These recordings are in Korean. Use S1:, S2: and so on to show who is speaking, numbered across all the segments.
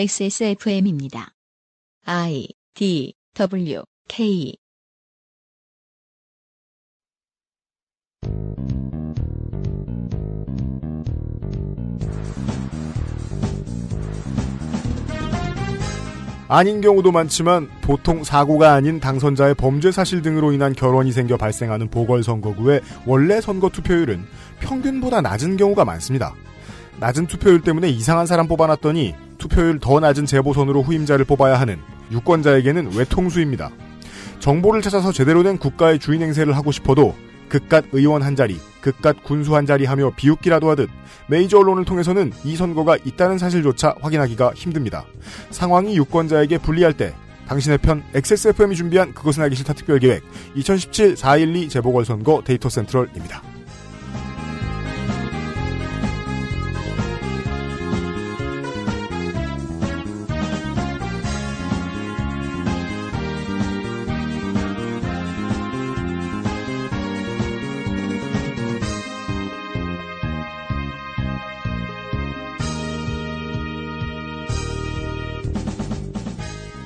S1: XSFM입니다. I D W K
S2: 아닌 경우도 많지만 보통 사고가 아닌 당선자의 범죄 사실 등으로 인한 결원이 생겨 발생하는 보궐선거구의 원래 선거 투표율은 평균보다 낮은 경우가 많습니다. 낮은 투표율 때문에 이상한 사람 뽑아놨더니 투표율 더 낮은 재보선으로 후임자를 뽑아야 하는 유권자에게는 외통수입니다. 정보를 찾아서 제대로 된 국가의 주인 행세를 하고 싶어도 극깟 의원 한 자리, 극깟 군수 한 자리 하며 비웃기라도 하듯 메이저 언론을 통해서는 이 선거가 있다는 사실조차 확인하기가 힘듭니다. 상황이 유권자에게 불리할 때 당신의 편 XSFM이 준비한 그것은 알기 싫다 특별기획 2017 4.12 재보궐선거 데이터 센트럴입니다.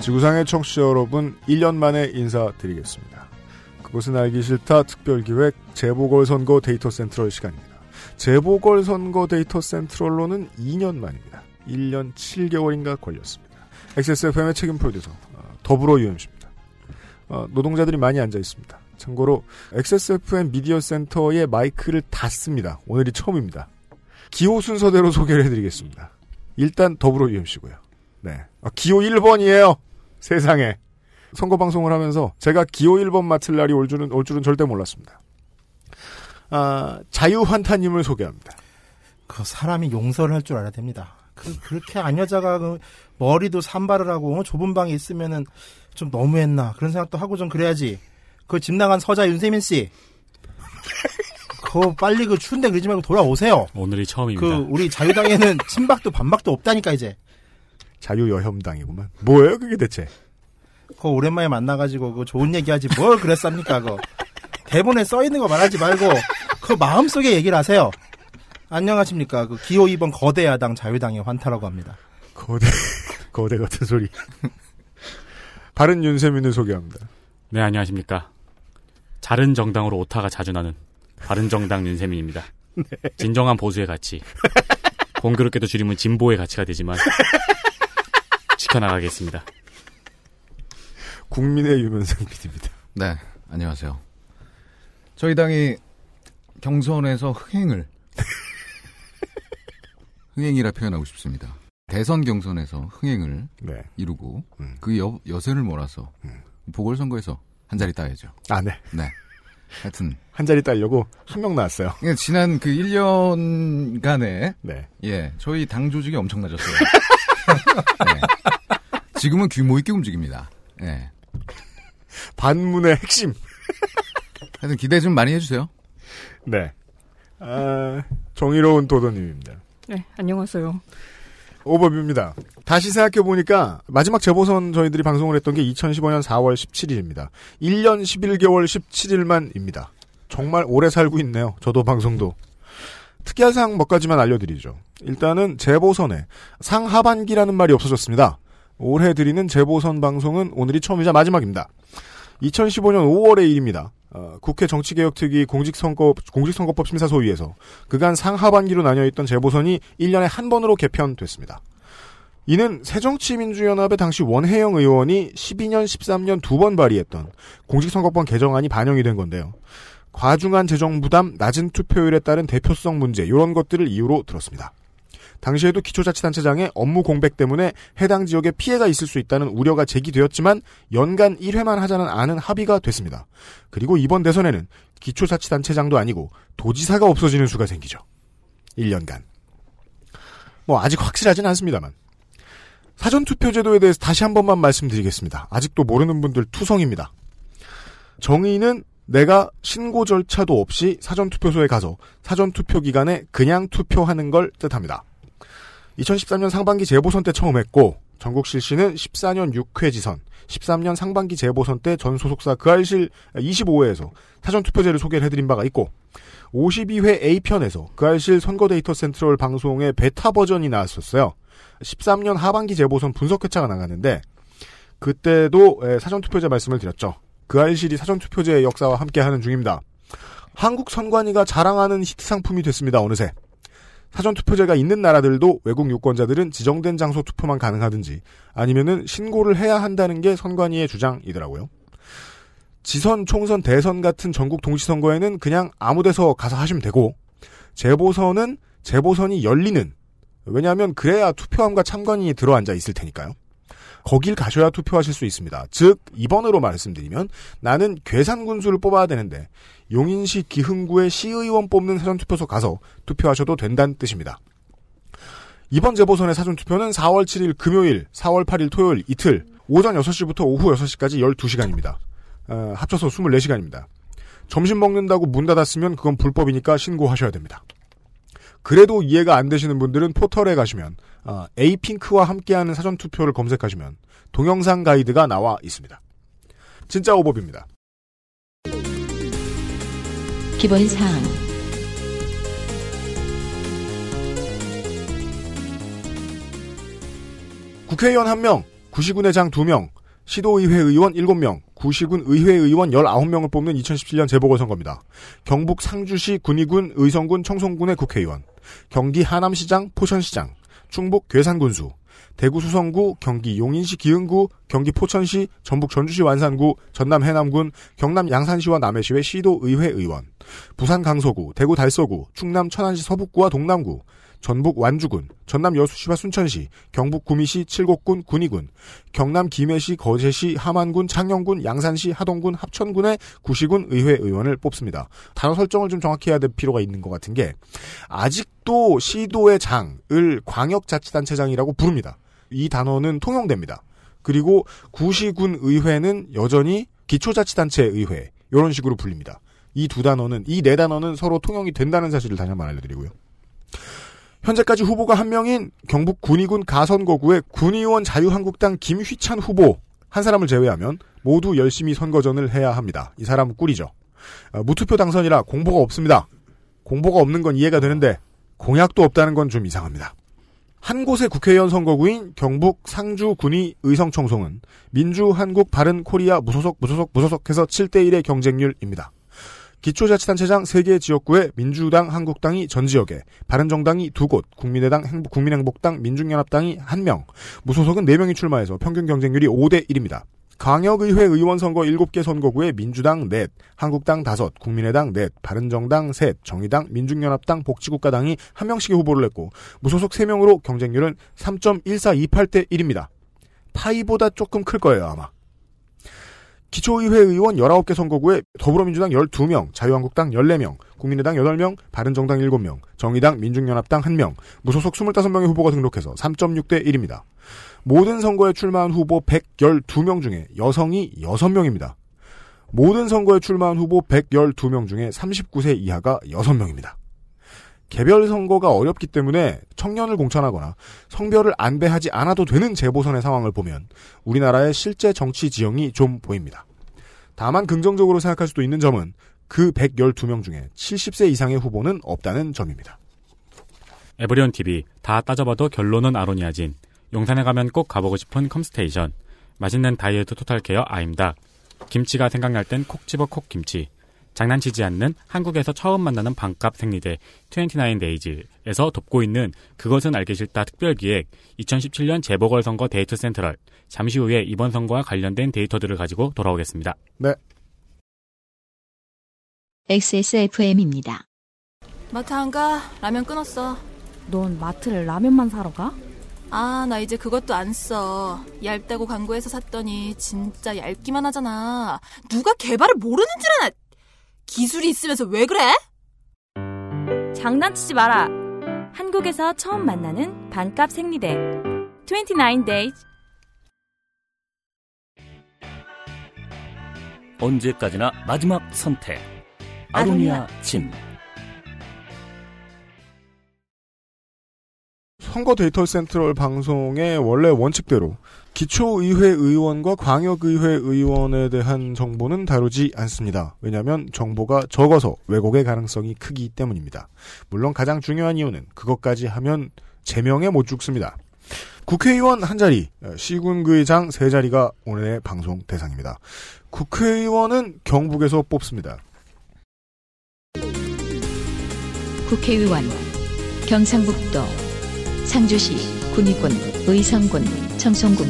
S2: 지구상의 청취자 여러분 1년 만에 인사드리겠습니다. 그것은 알기 싫다 특별기획 재보궐선거 데이터 센트럴 시간입니다. 재보궐선거 데이터 센트럴로는 2년 만입니다. 1년 7개월인가 걸렸습니다. XSFM의 책임 프로듀서 어, 더불어 UMC입니다. 어, 노동자들이 많이 앉아 있습니다. 참고로 XSFM 미디어 센터의 마이크를 닫습니다. 오늘이 처음입니다. 기호 순서대로 소개를 해드리겠습니다. 일단 더불어 UMC고요. 네. 아, 기호 1번이에요. 세상에. 선거 방송을 하면서 제가 기호 1번 맡을 날이 올 줄은 올 줄은 절대 몰랐습니다. 아, 자유환타님을 소개합니다.
S3: 그 사람이 용서를 할 줄 알아야 됩니다. 그, 그렇게 안 여자가 그 머리도 산발을 하고 어, 좁은 방에 있으면은 좀 너무했나 그런 생각도 하고 좀 그래야지. 그 집 나간 서자 윤세민 씨. 그거 빨리 그 추운데 그러지 말고 돌아오세요.
S4: 오늘이 처음입니다.
S3: 그 우리 자유당에는 친박도 반박도 없다니까 이제.
S2: 자유여혐당이구만. 뭐예요 그게 대체?
S3: 그거 오랜만에 만나가지고 그 좋은 얘기하지 뭘 그랬습니까 그거. 대본에 써 있는 거 말하지 말고 그 마음속에 얘기를 하세요. 안녕하십니까 그 기호 2번 거대 야당 자유당의 환타라고 합니다.
S2: 거대 거대 같은 소리. 바른 윤세민을 소개합니다.
S4: 네, 안녕하십니까. 자른 정당으로 오타가 자주 나는 바른 정당 윤세민입니다. 진정한 보수의 가치. 공교롭게도 줄이면 진보의 가치가 되지만 지켜나가겠습니다.
S2: 국민의 유면상 PD입니다.
S5: 네, 안녕하세요. 저희 당이 경선에서 흥행을 흥행이라 표현하고 싶습니다. 대선 경선에서 흥행을
S2: 네.
S5: 이루고
S2: 음.
S5: 그 여, 여세를 몰아서
S2: 음.
S5: 보궐선거에서 한 자리 따야죠.
S2: 아 네.
S5: 네. 하여튼
S2: 한 자리 따려고 한 명 나왔어요.
S5: 이게 지난 그 1년간에
S2: 네.
S5: 예, 저희 당 조직이 엄청나졌어요. 네. 지금은 규모 있게 움직입니다. 예.
S2: 반문의 핵심.
S5: 하여튼 기대 좀 많이 해주세요.
S2: 네. 아, 정의로운 도도님입니다.
S6: 네, 안녕하세요.
S2: 오버뷰입니다. 다시 생각해보니까 마지막 재보선 저희들이 방송을 했던 게 2015년 4월 17일입니다. 1년 11개월 17일만입니다. 정말 오래 살고 있네요. 저도 방송도. 특이한 사항 몇 가지만 알려드리죠. 일단은 재보선에 상하반기라는 말이 없어졌습니다. 올해 드리는 재보선 방송은 오늘이 처음이자 마지막입니다. 2015년 5월의 일입니다. 어, 국회 정치개혁특위 공직선거, 공직선거법 심사소위에서 그간 상하반기로 나뉘어 있던 재보선이 1년에 한 번으로 개편됐습니다. 이는 새정치민주연합의 당시 원혜영 의원이 12년, 13년 두 번 발의했던 공직선거법 개정안이 반영이 된 건데요. 과중한 재정 부담, 낮은 투표율에 따른 대표성 문제 이런 것들을 이유로 들었습니다. 당시에도 기초자치단체장의 업무 공백 때문에 해당 지역에 피해가 있을 수 있다는 우려가 제기되었지만 연간 1회만 하자는 안은 합의가 됐습니다. 그리고 이번 대선에는 기초자치단체장도 아니고 도지사가 없어지는 수가 생기죠. 1년간. 뭐 아직 확실하진 않습니다만. 사전투표제도에 대해서 다시 한 번만 말씀드리겠습니다. 아직도 모르는 분들 투성입니다. 정의는 내가 신고 절차도 없이 사전투표소에 가서 사전투표 기간에 그냥 투표하는 걸 뜻합니다. 2013년 상반기 재보선 때 처음 했고 전국 실시는 14년 6회 지선, 13년 상반기 재보선 때 전 소속사 그알실 25회에서 사전투표제를 소개를 해드린 바가 있고 그 52회 A편에서 그알실 선거 데이터 센트럴 방송의 베타 버전이 나왔었어요. 13년 하반기 재보선 분석회차가 나갔는데 그때도 에, 사전투표제 말씀을 드렸죠. 그 알실이 사전투표제의 역사와 함께하는 중입니다. 한국 선관위가 자랑하는 히트 상품이 됐습니다. 어느새 사전투표제가 있는 나라들도 외국 유권자들은 지정된 장소 투표만 가능하든지 아니면은 신고를 해야 한다는 게 선관위의 주장이더라고요. 지선, 총선, 대선 같은 전국 동시선거에는 그냥 아무 데서 가서 하시면 되고 재보선은 재보선이 열리는 왜냐하면 그래야 투표함과 참관인이 들어앉아 있을 테니까요. 거길 가셔야 투표하실 수 있습니다. 즉 2번으로 말씀드리면 나는 괴산군수를 뽑아야 되는데 용인시 기흥구의 시의원 뽑는 사전투표소 가서 투표하셔도 된다는 뜻입니다. 이번 재보선의 사전투표는 4월 7일 금요일, 4월 8일 토요일 이틀, 오전 6시부터 오후 6시까지 12시간입니다. 어, 합쳐서 24시간입니다. 점심 먹는다고 문 닫았으면 그건 불법이니까 신고하셔야 됩니다. 그래도 이해가 안 되시는 분들은 포털에 가시면 아, 에이핑크와 함께하는 사전투표를 검색하시면 동영상 가이드가 나와 있습니다. 진짜 오법입니다.
S1: 기본 사항.
S2: 국회의원 1명, 구시군의장 2명, 시도의회 의원 7명, 구시군 의회 의원 19명을 뽑는 2017년 재보궐선거입니다. 경북 상주시 군위군 의성군 청송군의 국회의원, 경기 하남시장 포천시장, 충북 괴산군수, 대구 수성구, 경기 용인시 기흥구, 경기 포천시, 전북 전주시 완산구, 전남 해남군, 경남 양산시와 남해시의 시도의회 의원, 부산 강서구, 대구 달서구, 충남 천안시 서북구와 동남구, 전북 완주군, 전남 여수시와 순천시, 경북 구미시, 칠곡군, 군위군, 경남 김해시, 거제시, 함안군, 창녕군, 양산시, 하동군, 합천군의 구시군 의회 의원을 뽑습니다. 단어 설정을 좀 정확히 해야 될 필요가 있는 것 같은 게 아직도 시도의 장을 광역자치단체장이라고 부릅니다. 이 단어는 통용됩니다. 그리고 구시군 의회는 여전히 기초자치단체 의회 이런 식으로 불립니다. 이 두 단어는 이 네 단어는 서로 통용이 된다는 사실을 다시 한번 알려드리고요. 현재까지 후보가 한 명인 경북 군의군 가선거구의 군의원 자유한국당 김휘찬 후보 한 사람을 제외하면 모두 열심히 선거전을 해야 합니다. 이 사람은 꿀이죠. 아, 무투표 당선이라 공보가 없습니다. 공보가 없는 건 이해가 되는데 공약도 없다는 건 좀 이상합니다. 한 곳의 국회의원 선거구인 경북 상주 군의 의성청송은 민주 한국 바른 코리아 무소속 무소속 무소속해서 7대 1의 경쟁률입니다. 기초자치단체장 3개 지역구에 민주당, 한국당이 전 지역에, 바른정당이 2곳, 국민의당, 행복, 국민행복당, 민중연합당이 1명, 무소속은 4명이 출마해서 평균 경쟁률이 5대 1입니다. 광역의회 의원 선거 7개 선거구에 민주당 4, 한국당 5, 국민의당 4, 바른정당 3, 정의당, 민중연합당, 복지국가당이 1명씩의 후보를 냈고 무소속 3명으로 경쟁률은 3.1428대 1입니다. 파이보다 조금 클 거예요, 아마. 기초의회 의원 19개 선거구에 더불어민주당 12명, 자유한국당 14명, 국민의당 8명, 바른정당 7명, 정의당, 민중연합당 1명, 무소속 25명의 후보가 등록해서 3.6대 1입니다. 모든 선거에 출마한 후보 112명 중에 여성이 6명입니다. 모든 선거에 출마한 후보 112명 중에 39세 이하가 6명입니다. 개별 선거가 어렵기 때문에 청년을 공천하거나 성별을 안배하지 않아도 되는 재보선의 상황을 보면 우리나라의 실제 정치 지형이 좀 보입니다. 다만 긍정적으로 생각할 수도 있는 점은 그 112명 중에 70세 이상의 후보는 없다는 점입니다.
S4: 에브리온 TV 다 따져봐도 결론은 아로니아진 용산에 가면 꼭 가보고 싶은 컴스테이션 맛있는 다이어트 토탈 케어 아임닭 김치가 생각날 땐 콕 집어 콕 김치 장난치지 않는 한국에서 처음 만나는 반값 생리대 29데이즈에서 돕고 있는 그것은 알기 싫다 특별기획 2017년 재보궐선거 데이터 센트럴 잠시 후에 이번 선거와 관련된 데이터들을 가지고 돌아오겠습니다.
S1: XSFM입니다.
S6: 마트 안 가? 라면 끊었어.
S7: 넌 마트를 라면만 사러 가?
S6: 아, 나 이제 그것도 안 써. 얇다고 광고해서 샀더니 진짜 얇기만 하잖아. 누가 개발을 모르는 줄 아나? 기술이 있으면서 왜 그래?
S7: 장난치지 마라. 한국에서 처음 만나는 반값 생리대. 29 days.
S8: 언제까지나 마지막 선택. 아로니아 진.
S2: 선거 데이터 센트럴 방송의 원래 원칙대로 기초의회 의원과 광역의회 의원에 대한 정보는 다루지 않습니다. 왜냐하면 정보가 적어서 왜곡의 가능성이 크기 때문입니다. 물론 가장 중요한 이유는 그것까지 하면 제명에 못 죽습니다. 국회의원 한 자리, 시군의장 세 자리가 오늘의 방송 대상입니다. 국회의원은 경북에서 뽑습니다.
S1: 국회의원 경상북도 상주시 군위군 의성군 청송군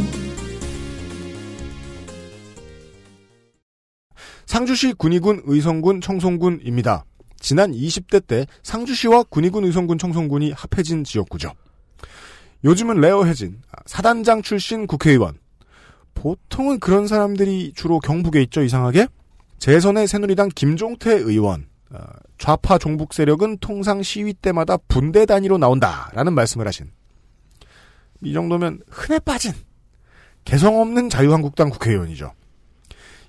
S2: 상주시 군위군 의성군 청송군입니다. 지난 20대 때 상주시와 군위군 의성군 청송군이 합해진 지역구죠. 요즘은 레어해진 아, 사단장 출신 국회의원. 보통은 그런 사람들이 주로 경북에 있죠, 이상하게? 재선의 새누리당 김종태 의원. 어, 좌파 종북 세력은 통상 시위 때마다 분대 단위로 나온다. 라는 말씀을 하신. 이 정도면 흔해 빠진 개성 없는 자유한국당 국회의원이죠.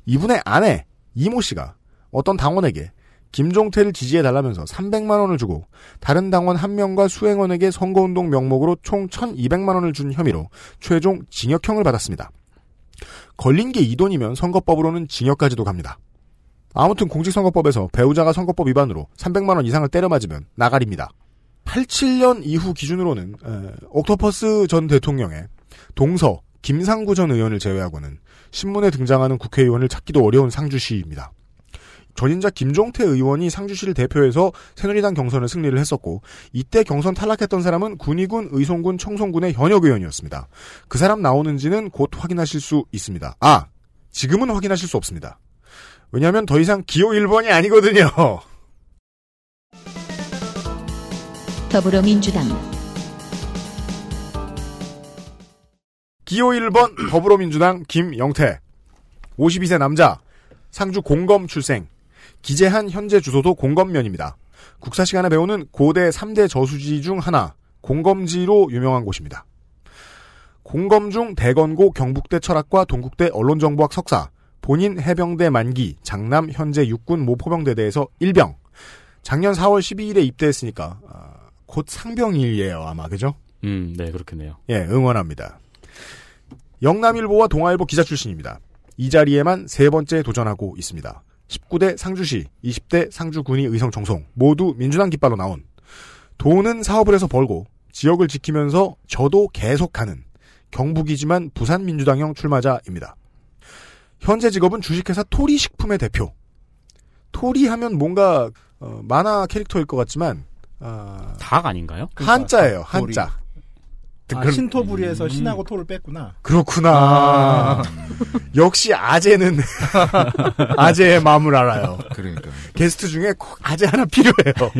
S2: 이분의 아내 이모 씨가 어떤 당원에게 김종태를 지지해 달라면서 300만 원을 주고 다른 당원 한 명과 수행원에게 선거운동 명목으로 총 1,200만 원을 준 혐의로 최종 징역형을 받았습니다. 걸린 게 이 돈이면 선거법으로는 징역까지도 갑니다. 아무튼 공직선거법에서 배우자가 선거법 위반으로 300만 원 이상을 때려 맞으면 나가립니다. 87년 이후 기준으로는 에, 옥토퍼스 전 대통령의 동서 김상구 전 의원을 제외하고는 신문에 등장하는 국회의원을 찾기도 어려운 상주시입니다. 전인자 김종태 의원이 상주시를 대표해서 새누리당 경선을 승리를 했었고 이때 경선 탈락했던 사람은 군위군, 의성군, 청송군의 현역 의원이었습니다. 그 사람 나오는지는 곧 확인하실 수 있습니다. 아 지금은 확인하실 수 없습니다. 왜냐하면 더 이상 기호 1번이 아니거든요.
S1: 더불어민주당
S2: 기호 1번 더불어민주당 김영태 52세 남자 상주 공검 출생 기재한 현재 주소도 공검면입니다. 국사 시간에 배우는 고대 3대 저수지 중 하나 공검지로 유명한 곳입니다. 공검 중 대건고 경북대 철학과 동국대 언론정보학 석사 본인 해병대 만기 장남 현재 육군 모포병대대에서 일병 작년 4월 12일에 입대했으니까 아, 곧 상병일이에요 아마 그죠?
S4: 음, 네, 그렇겠네요.
S2: 예, 응원합니다. 영남일보와 동아일보 기자 출신입니다. 이 자리에만 세 번째 도전하고 있습니다. 19대 상주시, 20대 상주군이 의성청송 모두 민주당 깃발로 나온 돈은 사업을 해서 벌고 지역을 지키면서 저도 계속하는 경북이지만 부산 민주당형 출마자입니다. 현재 직업은 주식회사 토리식품의 대표. 토리하면 뭔가 어, 만화 캐릭터일 것 같지만 아,
S4: 닭 아닌가요?
S3: 그러니까
S2: 한자예요.
S3: 토리.
S2: 한자.
S3: 아,
S2: 그럼-
S3: 신토부리에서
S4: 음.
S3: 신하고 토를 뺐구나.
S2: 그렇구나. 역시 아재는 아재의 마음을 알아요.
S5: 그러니까
S2: 게스트 중에 꼭 아재 하나 필요해요.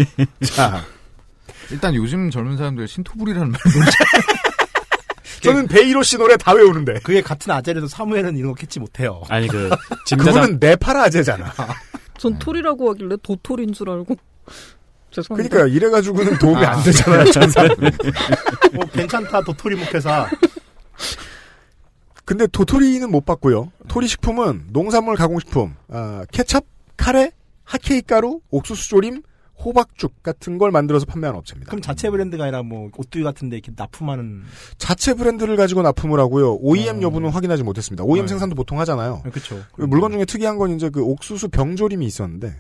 S2: 자,
S5: 일단 요즘 젊은 사람들 신토불이라는 말을 잘
S2: 저는 베이로 씨 노래 다 외우는데
S3: 그게 같은 아재라도 사무엘은 이런 거 캐치 못해요.
S4: 아니 그 짐자장
S2: 그분은 네팔 아재잖아. 네.
S9: 전 토리라고 하길래 도토리인 줄 알고. 죄송합니다.
S2: 그러니까 이래가지고는 도움이
S5: 아.
S2: 안 되잖아요. 전사.
S3: 뭐 괜찮다 도토리 목회사.
S2: 근데 도토리는 못 봤고요. 토리 식품은 농산물 가공식품, 아, 케찹, 카레, 핫케이크 가루, 옥수수 조림, 호박죽 같은 걸 만들어서 판매하는 업체입니다.
S3: 그럼 자체 브랜드가 아니라 뭐 옷두이 같은데 이렇게 납품하는
S2: 자체 브랜드를 가지고 납품을 하고요. OEM
S3: 음.
S2: 여부는 확인하지 못했습니다. OEM
S3: 네.
S2: 생산도 보통 하잖아요.
S3: 그렇죠.
S2: 물건 중에 특이한 건 이제 그 옥수수 병조림이 있었는데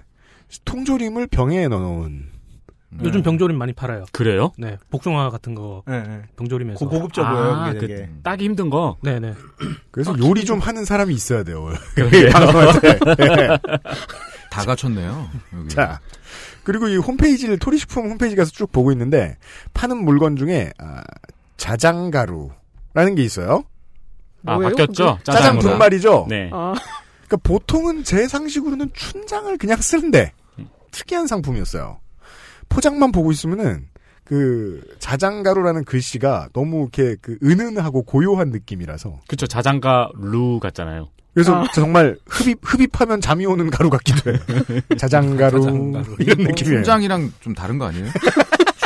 S2: 통조림을 병에 넣어놓은
S3: 네.
S10: 요즘 병조림 많이 팔아요.
S4: 그래요?
S10: 네, 복숭아 같은 거
S3: 예, 예.
S10: 병조림에서.
S3: 고, 고급져 보여요.
S4: 아,
S3: 그게 되게.
S5: 음.
S4: 따기 힘든 거.
S10: 네네.
S2: 그래서 요리 좀 하는 사람이 있어야 돼요.
S4: 아, 그러게요.
S2: 방송할 때.
S5: 다 갖췄네요. 여기.
S2: 자 그리고 이 홈페이지를 토리식품 홈페이지 가서 쭉 보고 있는데 파는 물건 중에 아, 자장가루라는 게 있어요.
S4: 아
S9: 뭐예요,
S4: 바뀌었죠?
S2: 짜장
S4: 짜장으로.
S2: 분말이죠.
S4: 네.
S9: 아,
S2: 그러니까 보통은 제 상식으로는 춘장을 그냥 쓰는데
S4: 음.
S2: 특이한 상품이었어요. 포장만 보고 있으면은 그 자장가루라는 글씨가 너무 이렇게 그 은은하고 고요한 느낌이라서
S4: 그쵸 자장가 루 같잖아요.
S2: 그래서 정말 흡입 흡입하면 잠이 오는 가루 같기도 해요. 자장가루,
S3: 자장가루.
S2: 이런
S5: 어,
S2: 느낌이에요.
S5: 순장이랑 좀 다른 거 아니에요?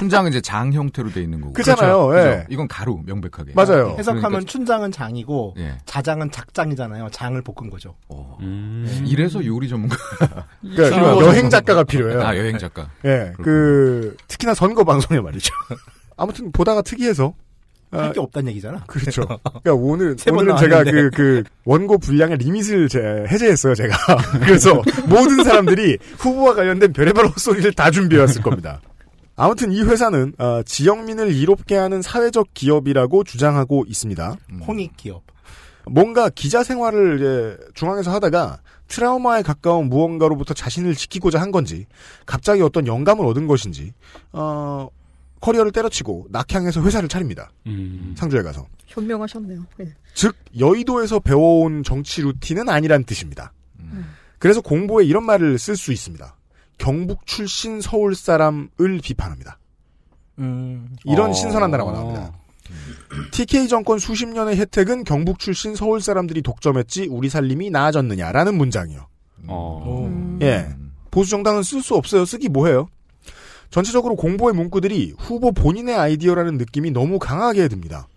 S5: 순장은 이제 장 형태로 돼 있는 거고.
S2: 그잖아요,
S5: 그렇죠?
S2: 예.
S5: 그죠? 이건 가루 명백하게.
S2: 맞아요.
S3: 해석하면
S5: 그러니까-
S3: 춘장은 장이고
S5: 예.
S3: 자장은 작장이잖아요. 장을 볶은 거죠.
S2: 뭐.
S5: 어.
S4: 음.
S5: 이래서 요리 전문가.
S2: 그러니까
S5: 그거-
S2: 여행 작가가 필요해요.
S5: 아 여행 작가.
S2: 예, 그 특히나 선거 방송에 말이죠. 아무튼 보다가 특이해서
S3: 할
S2: 아,
S3: 게 없다는 얘기잖아.
S2: 그렇죠. 그러니까 오늘
S3: 세번
S2: 오늘은 제가 그 그
S3: 나왔는데.
S2: 원고 분량의 리밋을 제, 해제했어요 제가. 그래서 모든 사람들이 후보와 관련된 별의별 헛소리를 다 준비해왔을 겁니다. 아무튼 이 회사는 어, 지역민을 이롭게 하는 사회적 기업이라고 주장하고 있습니다.
S3: 홍익 기업.
S2: 뭔가 기자 생활을 이제 중앙에서 하다가 트라우마에 가까운 무언가로부터 자신을 지키고자 한 건지 갑자기 어떤 영감을 얻은 것인지 어, 커리어를 때려치고 낙향해서 회사를 차립니다.
S4: 음.
S2: 상주에 가서.
S9: 현명하셨네요. 예.
S2: 즉 여의도에서 배워온 정치 루틴은 아니란 뜻입니다. 그래서 공보에 이런 말을 쓸 수 있습니다. 경북 출신 서울 사람을 비판합니다. 이런
S3: 음,
S5: 어.
S2: 신선한 단어가 나옵니다. TK 정권 수십 년의 혜택은 경북 출신 서울 사람들이 독점했지 우리 살림이 나아졌느냐라는 문장이요.
S4: 어.
S5: 음.
S2: 예. 보수 정당은 쓸 수 없어요. 쓰기 뭐해요? 전체적으로 공보의 문구들이 후보 본인의 아이디어라는 느낌이 너무 강하게 듭니다.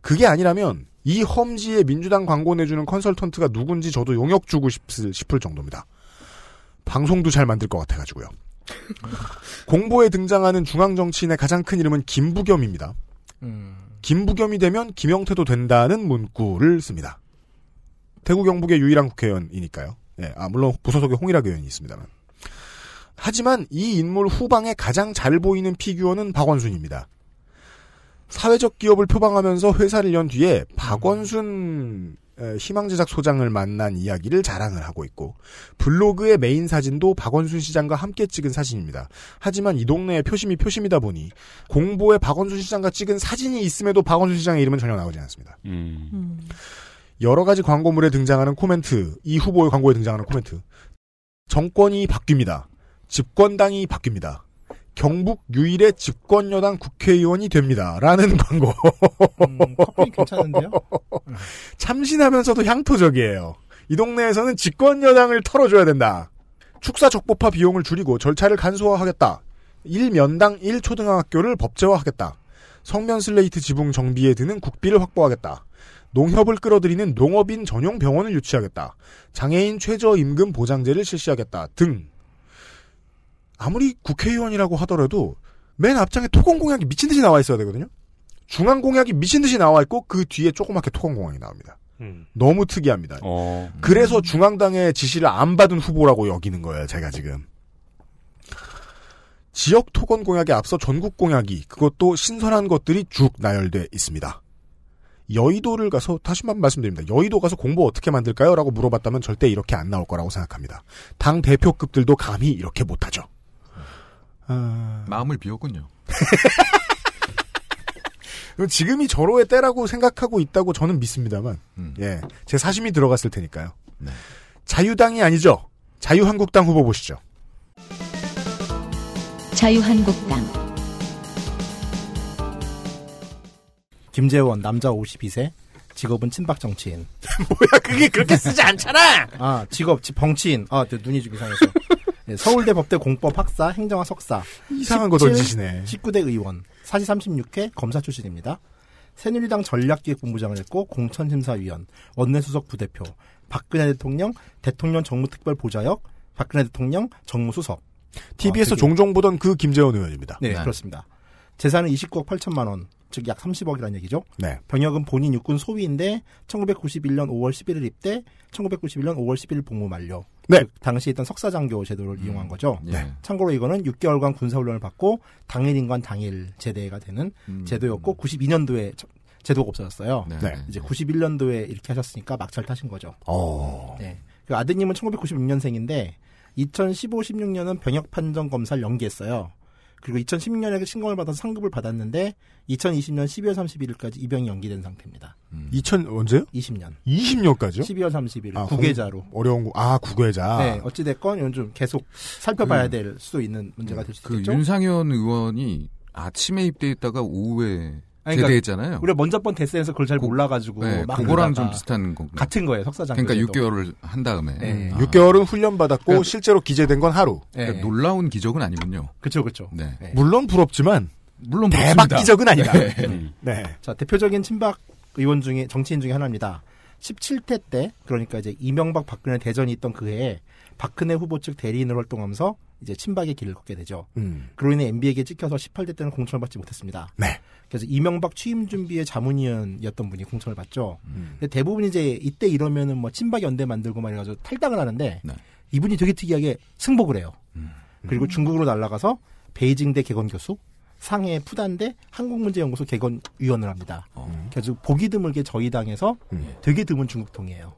S2: 그게 아니라면 이 험지에 민주당 광고 내주는 컨설턴트가 누군지 저도 용역 주고 싶을, 싶을 정도입니다. 방송도 잘 만들 것 같아가지고요. 공보에 등장하는 중앙 정치인의 가장 큰 이름은 김부겸입니다.
S3: 음.
S2: 김부겸이 되면 김영태도 된다는 문구를 씁니다. 대구 경북의 유일한 국회의원이니까요. 예, 아, 물론 부소속의 홍일학 의원이 있습니다만. 하지만 이 인물 후방에 가장 잘 보이는 피규어는 박원순입니다. 사회적 기업을 표방하면서 회사를 연 뒤에 박원순 에, 희망제작 소장을 만난 이야기를 자랑을 하고 있고 블로그의 메인 사진도 박원순 시장과 함께 찍은 사진입니다. 하지만 이 동네의 표심이 표심이다 보니 공보에 박원순 시장과 찍은 사진이 있음에도 박원순 시장의 이름은 전혀 나오지 않습니다.
S4: 음.
S2: 여러 가지 광고물에 등장하는 코멘트, 이 후보의 광고에 등장하는 코멘트. 정권이 바뀝니다. 집권당이 바뀝니다. 경북 유일의 집권 여당 국회의원이 됩니다.라는 광고.
S3: 음, 커플이 괜찮은데요?
S2: 참신하면서도 향토적이에요. 이 동네에서는 집권 여당을 털어줘야 된다. 축사 적법화 비용을 줄이고 절차를 간소화하겠다. 1면당 1초등학교를 법제화하겠다. 성면 슬레이트 지붕 정비에 드는 국비를 확보하겠다. 농협을 끌어들이는 농업인 전용 병원을 유치하겠다. 장애인 최저임금 보장제를 실시하겠다. 등. 아무리 국회의원이라고 하더라도 맨 앞장에 토건 공약이 미친 듯이 나와 있어야 되거든요. 중앙 공약이 미친 듯이 나와 있고 그 뒤에 조그맣게 토건 공약이 나옵니다.
S10: 음.
S2: 너무 특이합니다.
S4: 어.
S2: 그래서 중앙당의 지시를 안 받은 후보라고 여기는 거예요, 제가 지금. 지역 토건 공약에 앞서 전국 공약이 그것도 신선한 것들이 쭉 나열돼 있습니다. 여의도를 가서 다시 한번 말씀드립니다. 여의도 가서 공보 어떻게 만들까요? 라고 물어봤다면 절대 이렇게 안 나올 거라고 생각합니다. 당 대표급들도 감히 이렇게 못하죠. 아,
S5: 마음을 비웠군요.
S2: 그럼 지금이 절호의 때라고 생각하고 있다고 저는 믿습니다만,
S5: 음. 네.
S2: 예, 제 사심이 들어갔을 테니까요. 자유당이 아니죠. 자유한국당 후보 보시죠.
S1: 자유한국당
S3: 김재원 남자 52세. 직업은 친박 정치인.
S2: 뭐야, 그게 그렇게 쓰지 않잖아!
S3: 아 직업 지- 정치인. 아내 눈이 좀 이상해서. 네, 서울대 법대 공법 학사 행정학 석사.
S2: 이상한 거
S3: 17,
S2: 던지시네.
S3: 19대 의원, 사시 36회 검사 출신입니다. 새누리당 전략기획본부장을 했고 공천심사위원, 원내수석 부대표, 박근혜 대통령 대통령 정무특별보좌역, 박근혜 대통령 정무수석.
S2: TV에서
S3: 아, 되게-
S2: 종종 보던 그 김재원 의원입니다.
S3: 네,
S5: 네.
S3: 그렇습니다. 재산은 29억 8천만 원, 즉 약 30억이라는 얘기죠.
S2: 네.
S3: 병역은 본인 육군 소위인데 1991년 5월 11일 입대, 1991년 5월 11일 복무 만료.
S2: 네.
S3: 즉, 당시 있던 석사장교 제도를 이용한 거죠.
S5: 네.
S3: 참고로 이거는 6개월간 군사훈련을 받고 당일인간 당일 제대가 되는 제도였고 92년도에 제도가 없어졌어요.
S2: 음. 네.
S3: 이제 91년도에 이렇게 하셨으니까 막차를 타신 거죠.
S2: 어.
S3: 네. 그 아드님은 1996년생인데 2015, 16년은 병역 판정 검사를 연기했어요. 그리고 2016년에 신검을 받아서 상급을 받았는데 2020년 12월 31일까지 입영이 연기된 상태입니다.
S5: 음.
S2: 2000 언제요?
S3: 20년
S2: 20년까지요?
S3: 12월 31일
S2: 아,
S3: 구계자로.
S2: 어려운 거. 아, 그 구계자.
S3: 네, 어찌 됐건 이건 좀 계속 살펴봐야 될 수도 있는
S2: 네.
S3: 문제가 될 수도
S5: 그
S3: 있죠.
S5: 윤상현 의원이 아침에 입대했다가 오후에
S3: 아니, 그러니까
S5: 제대했잖아요.
S3: 우리가 먼저 번 데스에서 그걸 잘
S5: 네. 고-
S3: 몰라가지고
S5: 네,
S3: 막
S5: 그거랑 좀
S3: 그러다가
S5: 비슷한 건가.
S3: 같은 거예요 석사장.
S5: 그러니까
S3: 교재도.
S5: 6개월을 한 다음에
S3: 네.
S5: 아,
S2: 6개월은 훈련 받았고
S5: 그러니까-
S2: 실제로 기재된 건 하루.
S3: 예,
S5: 그러니까 놀라운 기적은 아니군요.
S3: 그쵸 그쵸.
S5: 네.
S3: 네.
S2: 물론 부럽지만
S5: 물론 뭐
S2: 대박
S5: 그렇습니다.
S2: 기적은 아니다.
S4: 음.
S2: 네.
S3: 자 대표적인 친박 의원 중에 정치인 중에 하나입니다. 17대 때 그러니까 이제 이명박 박근혜 대전이 있던 그 해에 박근혜 후보 측 대리인으로 활동하면서 이제 친박의 길을 걷게 되죠.
S2: 음.
S3: 그로 인해 MB에게 찍혀서 18대 때는 공천을 받지 못했습니다.
S2: 네.
S3: 그래서 이명박 취임 준비의 자문위원이었던 분이 공천을 받죠. 근데 대부분 이제 이때 이러면은 뭐 친박 연대 만들고 막 이래가지고 탈당을 하는데
S5: 네.
S3: 이분이 되게 특이하게 승복을 해요. 그리고 중국으로 날아가서 베이징대 개건 교수, 상해 푸단대 한국문제연구소 개건 위원을 합니다. 음. 그래서 보기 드물게 저희 당에서 되게 드문 중국통이에요.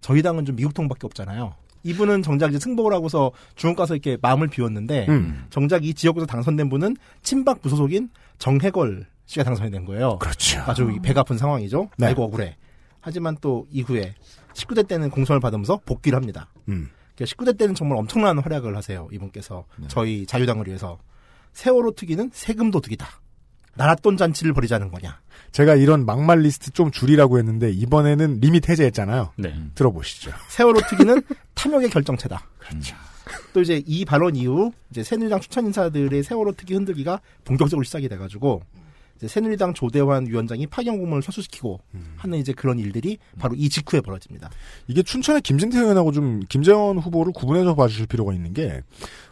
S3: 저희 당은 좀 미국통밖에 없잖아요. 이분은 정작 이제 승복을 하고서 중국 가서 이렇게 마음을 비웠는데
S2: 음.
S3: 정작 이 지역에서 당선된 분은 친박 부소속인 정해걸 씨가 당선이 된 거예요.
S2: 그렇죠.
S3: 아주 배가 아픈 상황이죠.
S2: 네.
S3: 아이고 억울해. 하지만 또 이후에 19대 때는 공천을 받으면서 복귀를 합니다.
S2: 음.
S3: 그러니까 19대 때는 정말 엄청난 활약을 하세요. 이분께서
S2: 네.
S3: 저희 자유당을 위해서 세월호 투기는 세금 도둑이다. 나랏돈 잔치를 벌이자는 거냐.
S2: 제가 이런 막말 리스트 좀 줄이라고 했는데 이번에는 리밋 해제했잖아요.
S4: 네.
S2: 들어보시죠.
S3: 세월호 투기는 탐욕의 결정체다.
S5: 그렇죠.
S3: 음. 또 이제 이 발언 이후 이제 새누리당 추천 인사들의 세월호 특위 흔들기가 본격적으로 시작이 돼가지고 이제 새누리당 조대환 위원장이 파견 공문을 철수시키고
S5: 음.
S3: 하는 이제 그런 일들이 바로 이 직후에 벌어집니다.
S2: 이게 춘천의 김진태 의원하고 좀 김재원 후보를 구분해서 봐주실 필요가 있는 게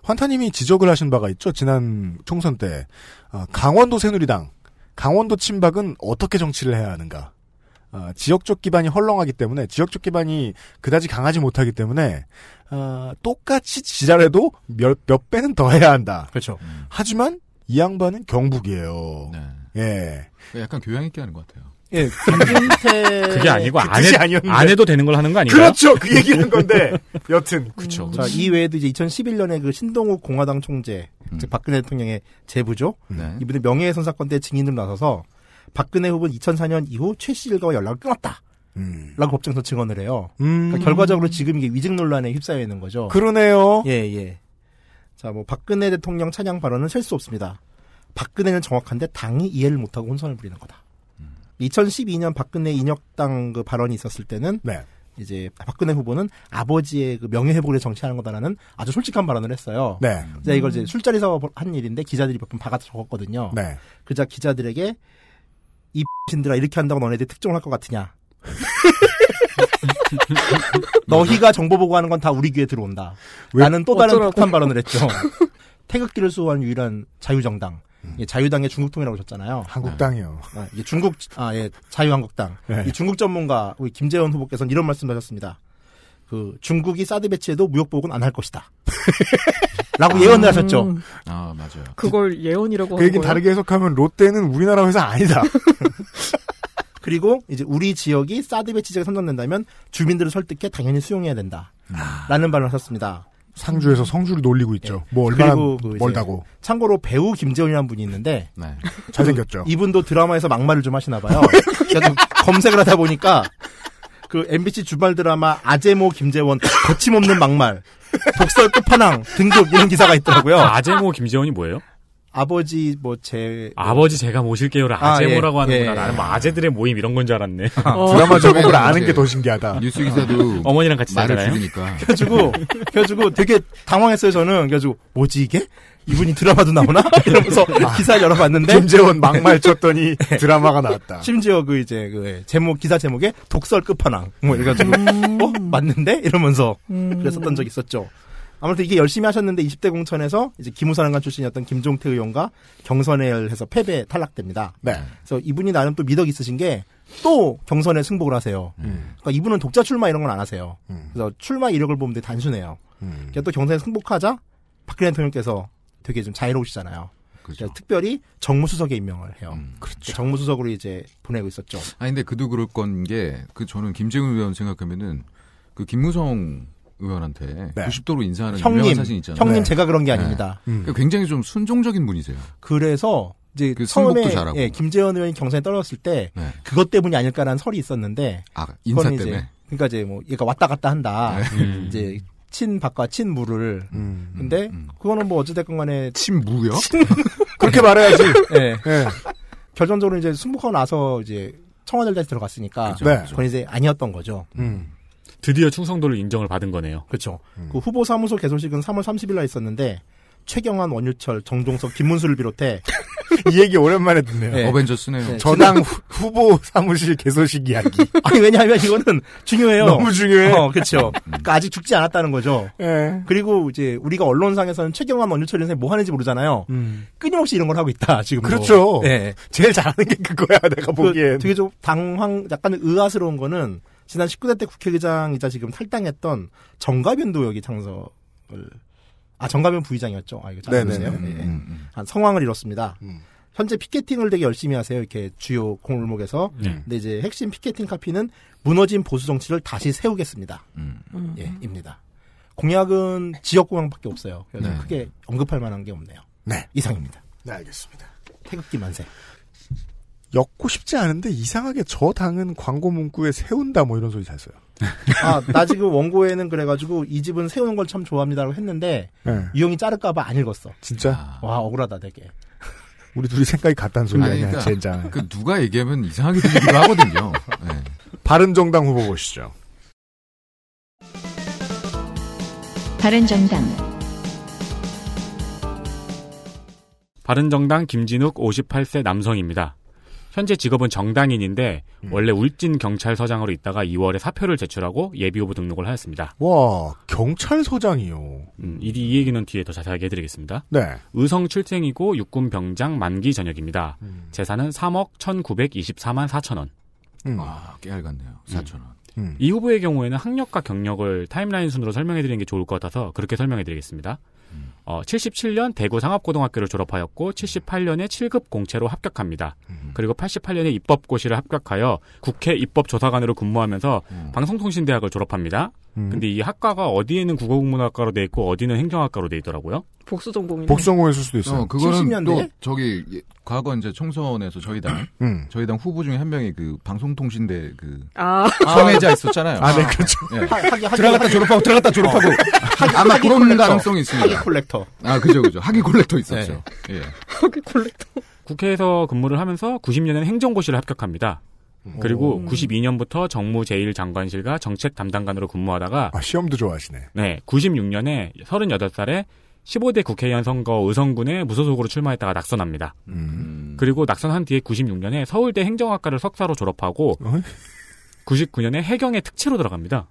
S2: 환타님이 지적을 하신 바가 있죠. 지난 총선 때 아, 강원도 새누리당, 강원도 친박은 어떻게 정치를 해야 하는가. 아, 지역적 기반이 헐렁하기 때문에 지역적 기반이 그다지 강하지 못하기 때문에 아, 똑같이 지랄해도 몇, 몇 배는 더 해야 한다.
S3: 그렇죠.
S2: 하지만 이 양반은 경북이에요.
S5: 네.
S2: 예.
S5: 약간 교양 있게 하는 것 같아요.
S3: 예, 김진태
S4: 그게 아니고 안,
S2: 뜻이
S4: 해,
S2: 아니었는데.
S4: 안 해도 되는 걸 하는 거 아닌가요?
S2: 그렇죠. 그 얘기한 건데 여튼 그렇죠.
S3: 자, 이 외에도 이제 2011년에 그 신동욱 공화당 총재,
S5: 음.
S3: 즉 박근혜 대통령의 제부죠.
S5: 네.
S3: 이분이 명예훼손 사건 때 증인으로 나서서 박근혜 후보는 2004년 이후 최씨 일가와 연락을 끊었다.
S2: 음.
S3: 라고 법정에서 증언을 해요.
S2: 음.
S3: 그러니까 결과적으로 지금 이게 위증 논란에 휩싸여 있는 거죠.
S2: 그러네요.
S3: 예, 예. 자, 뭐, 박근혜 대통령 찬양 발언은 셀 수 없습니다. 박근혜는 정확한데 당이 이해를 못하고 혼선을 부리는 거다. 2012년 박근혜 인혁당 그 발언이 있었을 때는
S2: 네.
S3: 이제 박근혜 후보는 아버지의 그 명예회복을 위해 정치하는 거다라는 아주 솔직한 발언을 했어요.
S2: 네.
S3: 제가 이걸 이제 술자리에서 한 일인데 기자들이 몇 번 박아서 적었거든요.
S2: 네.
S3: 그자 기자들에게 이 신들아 이렇게 한다고 너네들 특종을 할 것 같으냐. 너희가 정보 보고하는 건 다 우리 귀에 들어온다.
S2: 왜?
S3: 나는 또 다른
S9: 어쩌라고.
S3: 폭탄 발언을 했죠. 태극기를 수호한 유일한 자유정당.
S9: 음.
S3: 예, 자유당의 중국통이라고 하셨잖아요.
S2: 한국당이요.
S3: 아, 이게 중국 아 예 자유한국당
S9: 예.
S2: 네.
S3: 이 중국 전문가 우리 김재원 후보께서는 이런 말씀하셨습니다. 그 중국이 사드 배치에도 무역 보복은 안 할 것이다. 라고 예언을 하셨죠.
S9: 음,
S5: 아 맞아요.
S9: 그걸 예언이라고
S2: 그
S9: 하는
S2: 얘기는
S9: 거예요.
S2: 다르게 해석하면 롯데는 우리나라 회사 아니다.
S3: 그리고 이제 우리 지역이 사드 배치제가 선정된다면 주민들을 설득해 당연히 수용해야 된다.
S2: 아.
S3: 라는 발언을 하셨습니다.
S2: 상주에서 성주를 놀리고 있죠. 뭐 얼마나
S3: 그리고 그 이제
S2: 멀다고
S3: 참고로 배우 김재원이라는 분이 있는데
S5: 네.
S2: 잘생겼죠.
S3: 이분도 드라마에서 막말을 좀 하시나 봐요. 그래서 검색을 하다 보니까 그 MBC 주말 드라마 아재모 김재원 거침없는 막말 독설 끝판왕 등급 이런 기사가 있더라고요.
S4: 아재모 김재원이 뭐예요?
S3: 아버지 뭐제
S4: 아버지 제가 모실게요를
S3: 아,
S4: 아재모라고
S3: 예.
S4: 하는구나.
S3: 예.
S4: 나는 뭐 아재들의 모임 이런 건 줄 알았네.
S2: 드라마 제목을
S5: 이제
S2: 아는 게 더 신기하다.
S5: 뉴스 기사도
S4: 어머니랑 같이
S5: 말을
S4: 살잖아요.
S5: 줄이니까.
S3: 그래가지고 그래가지고 되게 당황했어요 저는. 그래가지고 뭐지 이게 이분이 드라마도 나오나 이러면서 기사를 열어봤는데
S2: 아. 네? 김재원 막말 쳤더니 드라마가 나왔다.
S3: 심지어 그 이제 그 제목 기사 제목에 독설 끝판왕 뭐 이래가지고 어 맞는데 이러면서 그랬었던 적이 있었죠. 아무튼 이게 열심히 하셨는데 20대 공천에서 이제 기무사령관 출신이었던 김종태 의원과 경선을 해서 패배 탈락됩니다.
S2: 네.
S3: 그래서 이분이 나름 또 미덕 있으신 게 또 경선에 승복을 하세요.
S5: 음.
S3: 그러니까 이분은 독자 출마 이런 건 안 하세요.
S2: 음.
S3: 그래서 출마 이력을 보면 되게 단순해요.
S2: 음.
S3: 그러니까 또 경선에 승복하자 박근혜 대통령께서 되게 좀 자유로우시잖아요.
S5: 그죠.
S3: 그래서 특별히 정무수석에 임명을 해요.
S5: 음.
S3: 그래서 정무수석으로 이제 보내고 있었죠.
S5: 아 근데 그도 그럴 건 게 그 저는 김재훈 의원 생각하면은 그 김무성 의원한테
S2: 네.
S5: 90도로 인사하는
S3: 형님,
S5: 유명한 사진 있잖아요.
S2: 네.
S3: 형님 제가 그런 게
S5: 네.
S3: 아닙니다.
S2: 음.
S5: 그 굉장히 좀 순종적인 분이세요.
S3: 그래서 이제
S5: 그 승복도
S3: 처음에
S5: 잘하고.
S3: 예, 김재현 의원이 경선에 떨어졌을 때
S5: 네.
S3: 그것 때문이 아닐까라는 설이 있었는데
S5: 아 인사
S3: 그건 이제
S5: 때문에. 네.
S3: 그러니까 이제 뭐 얘가 왔다 갔다 한다.
S4: 음.
S3: 이제 친박과 친무를
S2: 음.
S3: 근데
S5: 음, 음.
S3: 그거는 뭐 어찌됐건 간에
S5: 침무요?
S2: 그렇게 말해야지.
S3: 예,
S2: 예.
S3: 결정적으로 이제 승복하고 나서 이제 청와대를 다시 들어갔으니까
S5: 그죠,
S2: 네.
S5: 그죠.
S3: 그건 이제 아니었던 거죠.
S2: 음.
S4: 드디어 충성도를 인정을 받은 거네요.
S3: 그렇죠.
S2: 음.
S3: 그 후보 사무소 개소식은 3월 30일 날 있었는데 최경환, 원유철, 정종석, 김문수를 비롯해
S2: 이 얘기 오랜만에 듣네요.
S3: 네.
S5: 어벤져스네요.
S3: 네.
S2: 저당 후- 후보 사무실 개소식 이야기.
S3: 아니 왜냐하면 이거는 중요해요.
S2: 너무 중요해. 음.
S3: 어, 그렇죠. 그러니까 아직 죽지 않았다는 거죠.
S2: 예.
S3: 그리고 이제 우리가 언론상에서는 최경환 원유철 인생 뭐 하는지 모르잖아요.
S2: 음.
S3: 끊임없이 이런 걸 하고 있다 지금.
S2: 그렇죠.
S3: 예.
S2: 제일 잘하는 게 그거야 내가
S3: 그
S2: 보기엔.
S3: 되게 좀 당황, 약간 의아스러운 거는 지난 19대 때 국회의장이자 지금 탈당했던 정가변도 여기 창설을 아 정가면 부의장이었죠. 아 이거 잘 모르세요.
S2: 네네네. 음,
S5: 음,
S3: 예. 한 성황을 이뤘습니다. 현재 피켓팅을 되게 열심히 하세요. 이렇게 주요 골목에서.
S2: 네.
S3: 근데 이제 핵심 피켓팅 카피는 무너진 보수 정치를 다시 세우겠습니다.
S2: 음.
S3: 예, 입니다. 공약은 지역 공약밖에 없어요. 그래서
S2: 네.
S3: 크게 언급할 만한 게 없네요.
S2: 네.
S3: 이상입니다.
S2: 네, 알겠습니다.
S3: 태극기 만세.
S2: 엮고 싶지 않은데 이상하게 저 당은 광고 문구에 세운다 뭐 이런 소리 잘 써요.
S3: 아, 나 지금 원고에는 그래가지고 이 집은 세우는 걸 참 좋아합니다라고 했는데
S2: 네.
S3: 유형이 자를까봐 안 읽었어.
S5: 아.
S2: 진짜?
S3: 와 억울하다 되게.
S2: 우리 둘이 생각이 같다는 소리 아니야,
S5: 그러니까
S2: 젠장.
S5: 그 누가 얘기하면 이상하게 들리기도 하거든요. 네.
S2: 바른정당 후보 보시죠.
S1: 바른정당
S11: 바른정당 김진욱 58세 남성입니다. 현재 직업은 정당인인데
S2: 음.
S11: 원래 울진 경찰서장으로 있다가 2월에 사표를 제출하고 예비후보 등록을 하였습니다.
S2: 와, 경찰서장이요.
S11: 음, 이, 이 얘기는 뒤에 더 자세하게 해드리겠습니다.
S2: 네.
S11: 의성 출생이고 육군 병장 만기 전역입니다. 재산은 3억 1,924만 4천 원.
S2: 음.
S5: 아, 깨알 같네요. 어, 4천 원.
S11: 이 후보의 경우에는 학력과 경력을 타임라인 순으로 설명해드리는 게 좋을 것 같아서 그렇게 설명해드리겠습니다. 어, 77년 대구 상업고등학교를 졸업하였고 78년에 7급 공채로 합격합니다. 그리고 88년에 입법고시를 합격하여 국회 입법조사관으로 근무하면서 방송통신대학을 졸업합니다. 근데 이 학과가 어디에는 국어국문학과로 돼 있고 어디는 행정학과로 돼 있더라고요.
S9: 복수 전공이네.
S2: 복성호의 수도 있어요.
S5: 어, 그거는
S3: 70년대?
S5: 또 저기 예, 과거 이제 총선에서 저희 당
S2: 음.
S5: 저희 당 후보 중에 한 명이 그 방송통신대 그
S9: 아,
S5: 성애자 있었잖아요.
S2: 아, 네, 그렇죠.
S5: 예.
S3: 하기 하기
S5: 들어갔다 졸업하고 들어갔다 졸업하고 아마
S3: 하기
S5: 그런
S3: 콜렉터.
S5: 가능성이 있습니다.
S3: 하기 콜렉터.
S5: 아 그죠 그죠 학위 콜렉터 있었죠. 예.
S9: 거기 그 콜렉터.
S11: 국회에서 근무를 하면서 90년에는 행정고시를 합격합니다.
S2: 음.
S11: 그리고 92년부터 정무 제1장관실과 정책 담당관으로 근무하다가
S2: 아, 시험도 좋아하시네.
S11: 네, 96년에 38살에 15대 국회의원 선거 의성군에 무소속으로 출마했다가 낙선합니다.
S5: 음.
S11: 그리고 낙선한 뒤에 96년에 서울대 행정학과를 석사로 졸업하고
S2: 어이?
S11: 99년에 해경의 특채로 들어갑니다.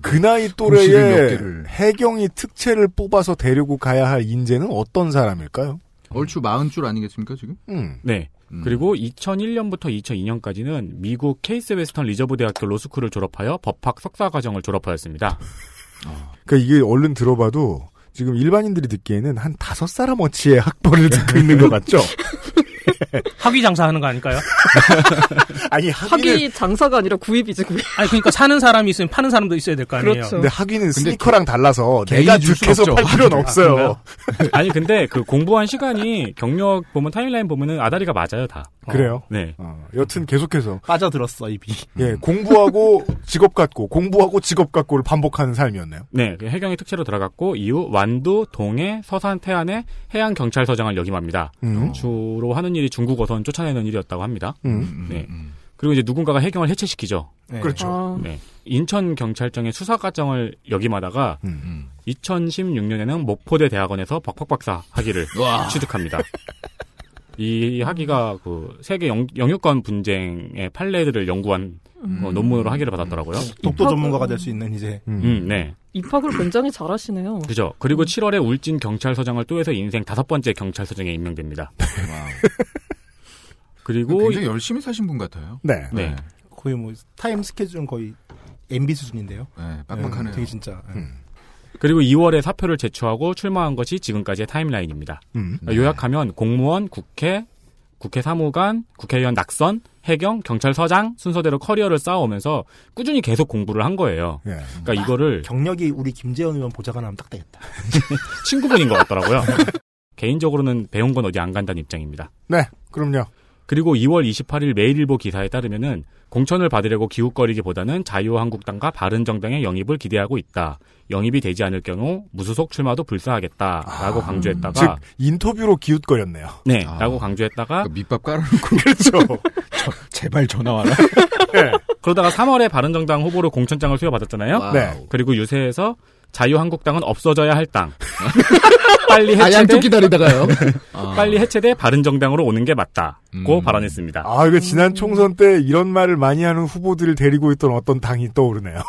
S2: 그 나이
S5: 공식을 몇
S2: 또래에
S5: 개를.
S2: 해경이 특채를 뽑아서 데리고 가야 할 인재는 어떤 사람일까요?
S5: 얼추 마흔 줄 아니겠습니까 지금?
S2: 음.
S11: 네.
S5: 음.
S11: 그리고 2001년부터 2002년까지는 미국 케이스 웨스턴 리저브 대학교 로스쿨을 졸업하여 법학 석사 과정을 졸업하였습니다.
S2: 그러니까 이게 얼른 들어봐도 지금 일반인들이 듣기에는 한 다섯 사람 어치의 학벌을 듣고 있는 것 같죠?
S10: 학위 장사하는 거 아닐까요?
S2: 아니 학위는
S9: 학위 장사가 아니라 구입이지 구입.
S10: 아니 그러니까 사는 사람이 있으면 파는 사람도 있어야 될 거 아니에요.
S9: 그렇죠.
S2: 근데 그 학위는 스니커랑 달라서
S5: 개인이
S2: 내가
S5: 줄 수는
S2: 주해서
S5: 없죠.
S2: 팔 필요는
S5: 아,
S2: 없어요.
S11: 아니 근데 그 공부한 시간이 경력 보면 타임라인 보면은 아다리가 맞아요 다.
S2: 그래요.
S11: 네.
S2: 어, 여튼 계속해서
S3: 빠져들었어 입이.
S2: 예 공부하고 직업 갖고 공부하고 직업 갖고를 반복하는 삶이었네요.
S11: 네, 그 해경의 특채로 들어갔고 이후 완도, 동해, 서산, 태안에 해양 경찰서장을 역임합니다.
S2: 음.
S11: 주로 하는 일이 중국 어선 쫓아내는 일이었다고 합니다.
S2: 음.
S11: 네. 그리고 이제 누군가가 해경을 해체시키죠.
S2: 그렇죠.
S9: 아,
S11: 네. 인천 경찰청의 수사과장을 역임하다가
S2: 음.
S11: 2016년에는 목포대 대학원에서 박박박사 학위를
S5: 와.
S11: 취득합니다. 이 학위가 그 세계 영, 유권 분쟁의 판례들을 연구한 어, 논문으로 학위를 받았더라고요.
S5: 음.
S3: 독도 전문가가 될 수 있는 이제
S11: 음, 네.
S9: 입학을 굉장히 잘하시네요.
S11: 그죠. 그리고 7월에 울진 경찰서장을 또해서 인생 다섯 번째 경찰서장에 임명됩니다.
S5: 와우.
S11: 그리고
S5: 굉장히 열심히 사신 분 같아요.
S2: 네.
S11: 네.
S3: 거의 뭐 타임 스케줄은 거의 MB 수준인데요.
S5: 네, 빡빡하네요.
S3: 예, 되게 진짜. 예.
S11: 그리고 2월에 사표를 제출하고 출마한 것이 지금까지의 타임라인입니다.
S2: 음.
S5: 네.
S11: 그러니까 요약하면 공무원, 국회, 국회 사무관, 국회의원 낙선, 해경, 경찰서장 순서대로 커리어를 쌓아오면서 꾸준히 계속 공부를 한 거예요.
S2: 예.
S5: 아,
S11: 그러니까 이거를
S3: 경력이 우리 김재현 의원 보좌관 하면 딱 되겠다.
S11: 친구분인 것 같더라고요. 개인적으로는 배운 건 어디 안 간다는 입장입니다.
S2: 네. 그럼요.
S11: 그리고 2월 28일 매일일보 기사에 따르면은 공천을 받으려고 기웃거리기보다는 자유한국당과 바른정당의 영입을 기대하고 있다. 영입이 되지 않을 경우 무소속 출마도 불사하겠다라고 강조했다가
S2: 즉 인터뷰로 기웃거렸네요.
S5: 아.
S11: 네라고 강조했다가
S5: 그러니까 밑밥 깔아놓고
S2: 그렇죠.
S5: 제발 전화 와라.
S11: 그러다가 3월에 바른정당 후보로 공천장을 수여받았잖아요.
S2: 네.
S11: 그리고 유세에서 자유한국당은 없어져야 할 땅. 빨리
S5: 아 양쪽
S11: 해체돼
S5: 기다리다가요.
S11: 빨리 해체돼 바른정당으로 오는 게 맞다고
S5: 음.
S11: 발언했습니다.
S2: 아, 이거 지난 총선 때 이런 말을 많이 하는 후보들을 데리고 있던 어떤 당이 떠오르네요.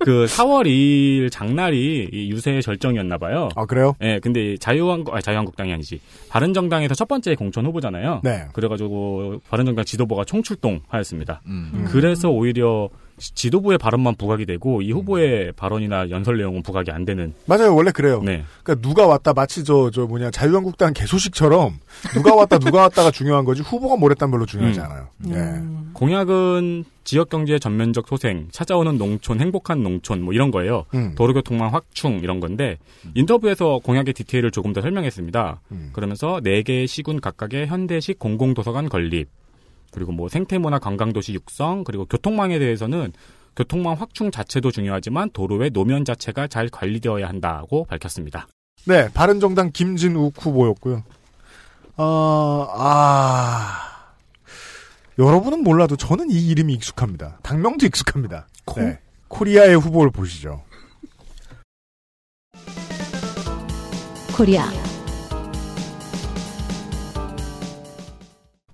S11: 그 4월 2일 장날이 이 유세의 절정이었나 봐요.
S2: 아, 그래요?
S11: 예, 근데 자유한국, 아 자유한국당이 아니지. 바른정당에서 첫 번째 공천 후보잖아요.
S2: 네.
S11: 그래가지고 바른정당 지도부가 총출동하였습니다.
S5: 음.
S11: 그래서 오히려
S4: 시- 지도부의 발언만 부각이 되고 이 후보의 발언이나 연설 내용은 부각이 안 되는.
S2: 맞아요. 원래 그래요.
S4: 네.
S2: 그러니까 누가 왔다 마치 저 저 뭐냐 자유한국당 개소식처럼 누가 왔다 누가 왔다가 중요한 거지 후보가 뭘 했단 별로 중요하지 예.
S4: 음.
S2: 않아요. 네.
S4: 공약은 지역 경제 전면적 소생, 찾아오는 농촌, 행복한 농촌 뭐 이런 거예요.
S2: 음.
S4: 도로교통망 확충 이런 건데 인터뷰에서 공약의 디테일을 조금 더 설명했습니다. 그러면서 네 개의 시군 각각의 현대식 공공도서관 건립 그리고 뭐 생태문화 관광도시 육성 그리고 교통망에 대해서는 교통망 확충 자체도 중요하지만 도로의 노면 자체가 잘 관리되어야 한다고 밝혔습니다.
S2: 네, 바른정당 김진욱 후보였고요. 어, 아 여러분은 몰라도 저는 이 이름이 익숙합니다. 당명도 익숙합니다. 네, 코리아의 후보를 보시죠.
S1: 코리아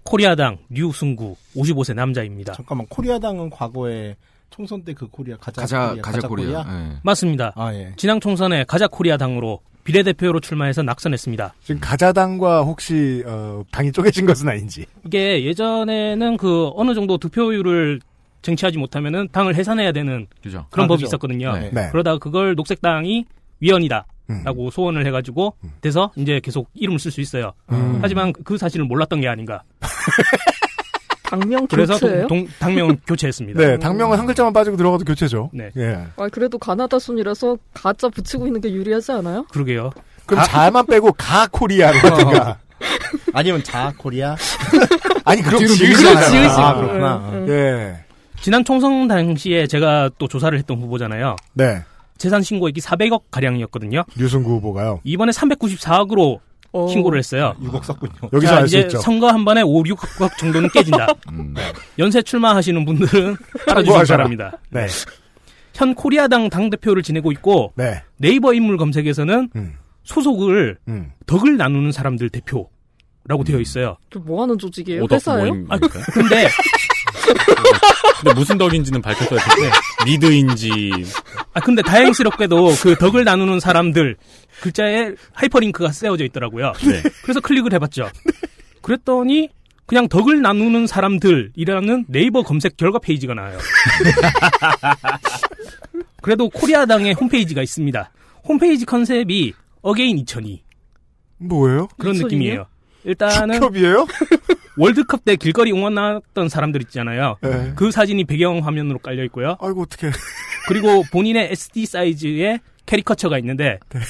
S10: 코리아당 류승구 55세 남자입니다.
S3: 잠깐만 코리아당은 과거에 총선 때 그 코리아 가자
S5: 가자-
S3: 코리아,
S5: 가자 코리아, 예.
S10: 맞습니다.
S3: 아 예.
S10: 지난 총선에 가자 코리아당으로 비례대표로 출마해서 낙선했습니다.
S2: 지금 가자당과 혹시 어, 당이 쪼개진 것은 아닌지.
S10: 이게 예전에는 그 어느 정도 득표율을 쟁취하지 못하면은 당을 해산해야 되는
S5: 그죠.
S10: 그런
S3: 아,
S10: 법이
S3: 그죠.
S10: 있었거든요.
S5: 네.
S2: 네.
S10: 그러다가 그걸 녹색당이 위헌이다라고 소원을 해가지고 돼서 이제 계속 이름을 쓸 수 있어요.
S2: 음.
S10: 하지만 그 사실을 몰랐던 게 아닌가.
S9: 당명
S10: 그래서
S9: 교체예요?
S10: 동- 당명은 교체했습니다.
S2: 네, 당명은 한 글자만 빠지고 들어가도 교체죠.
S10: 네.
S2: 예.
S9: 아 그래도 가나다 순이라서 가짜 붙이고 있는 게 유리하지 않아요?
S10: 그러게요.
S2: 그럼 잘만 빼고 가 코리아로 하든가.
S3: 아니면 자 코리아.
S2: 아니 그럼
S5: 뒤로
S2: 지으시잖아요.
S5: 밀리잖아요. 지으시고.
S2: 아, 그렇구나.
S9: 응,
S2: 예.
S10: 지난 총선 당시에 제가 또 조사를 했던 후보잖아요.
S2: 네.
S10: 재산 신고액이 400억 가량이었거든요.
S2: 유승구 후보가요.
S10: 이번에 394억으로
S9: 어.
S10: 신고를 했어요.
S3: 유곡 썼군요.
S2: 여기서
S10: 자,
S2: 알 수
S10: 이제
S2: 있죠.
S10: 선거 한 번에 5, 6억 정도는 깨진다. 네.
S5: 음.
S10: 연세 출마하시는 분들은
S2: 참고하셔라.
S10: 따라주시기 바랍니다.
S2: 네.
S10: 현 코리아당 당대표를 지내고 있고
S2: 네.
S10: 네이버 인물 검색에서는
S2: 음.
S10: 소속을
S2: 음.
S10: 덕을 나누는 사람들 대표라고 되어 있어요.
S9: 뭐 하는 조직이에요?
S4: 오덕
S9: 회사예요?
S4: 모임
S10: 아,
S4: 아닐까요?
S10: 근데
S4: 근데 무슨 덕인지는 밝혔어야 되는데 미드인지
S10: 아 근데 다행스럽게도 그 덕을 나누는 사람들 글자에 하이퍼링크가 쓰여져 있더라고요.
S4: 네.
S10: 그래서 클릭을 해봤죠. 그랬더니 그냥 덕을 나누는 사람들이라는 네이버 검색 결과 페이지가 나와요. 그래도 코리아당의 홈페이지가 있습니다. 홈페이지 컨셉이 어게인 2002
S2: 뭐예요?
S10: 그런
S9: 2002 요?
S10: 느낌이에요. 일단은
S2: 축협이에요?
S10: 월드컵 때 길거리 응원 나왔던 사람들 있잖아요.
S2: 네.
S10: 그 사진이 배경 화면으로 깔려 있고요.
S2: 아이고 어떻게?
S10: 그리고 본인의 SD 사이즈의 캐리커처가 있는데
S2: 네.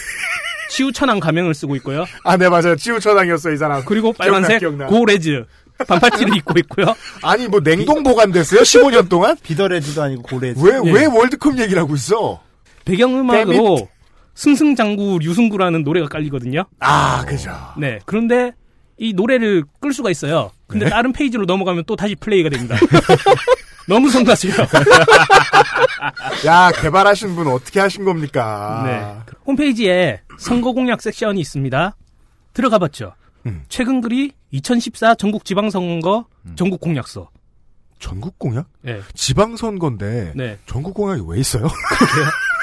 S10: 치우천한 가면을 쓰고 있고요.
S2: 아, 네 맞아요. 지우처당이었어 이 사람.
S10: 그리고 빨간색
S2: 기억나, 기억나.
S10: 고레즈 반팔티를 입고 있고요.
S2: 아니 뭐 냉동 보관됐어요? 15년 동안?
S3: 비더레즈도 아니고 고레즈.
S2: 왜 왜
S10: 예.
S2: 월드컵 얘기를 하고 있어?
S10: 배경음악으로 승승장구 류승구라는 노래가 깔리거든요.
S2: 아, 네. 그죠.
S10: 네. 그런데 이 노래를 끌 수가 있어요. 근데 다른 페이지로 넘어가면 또 다시 플레이가 됩니다. 너무 성가세요.
S2: 야 개발하신 분 어떻게 하신 겁니까?
S10: 네. 홈페이지에 선거 공약 섹션이 있습니다. 들어가 봤죠.
S2: 음.
S10: 최근 글이 2014 전국 지방선거 전국 공약서.
S2: 전국 공약?
S10: 네.
S2: 지방선거인데
S10: 네.
S2: 전국 공약이 왜 있어요?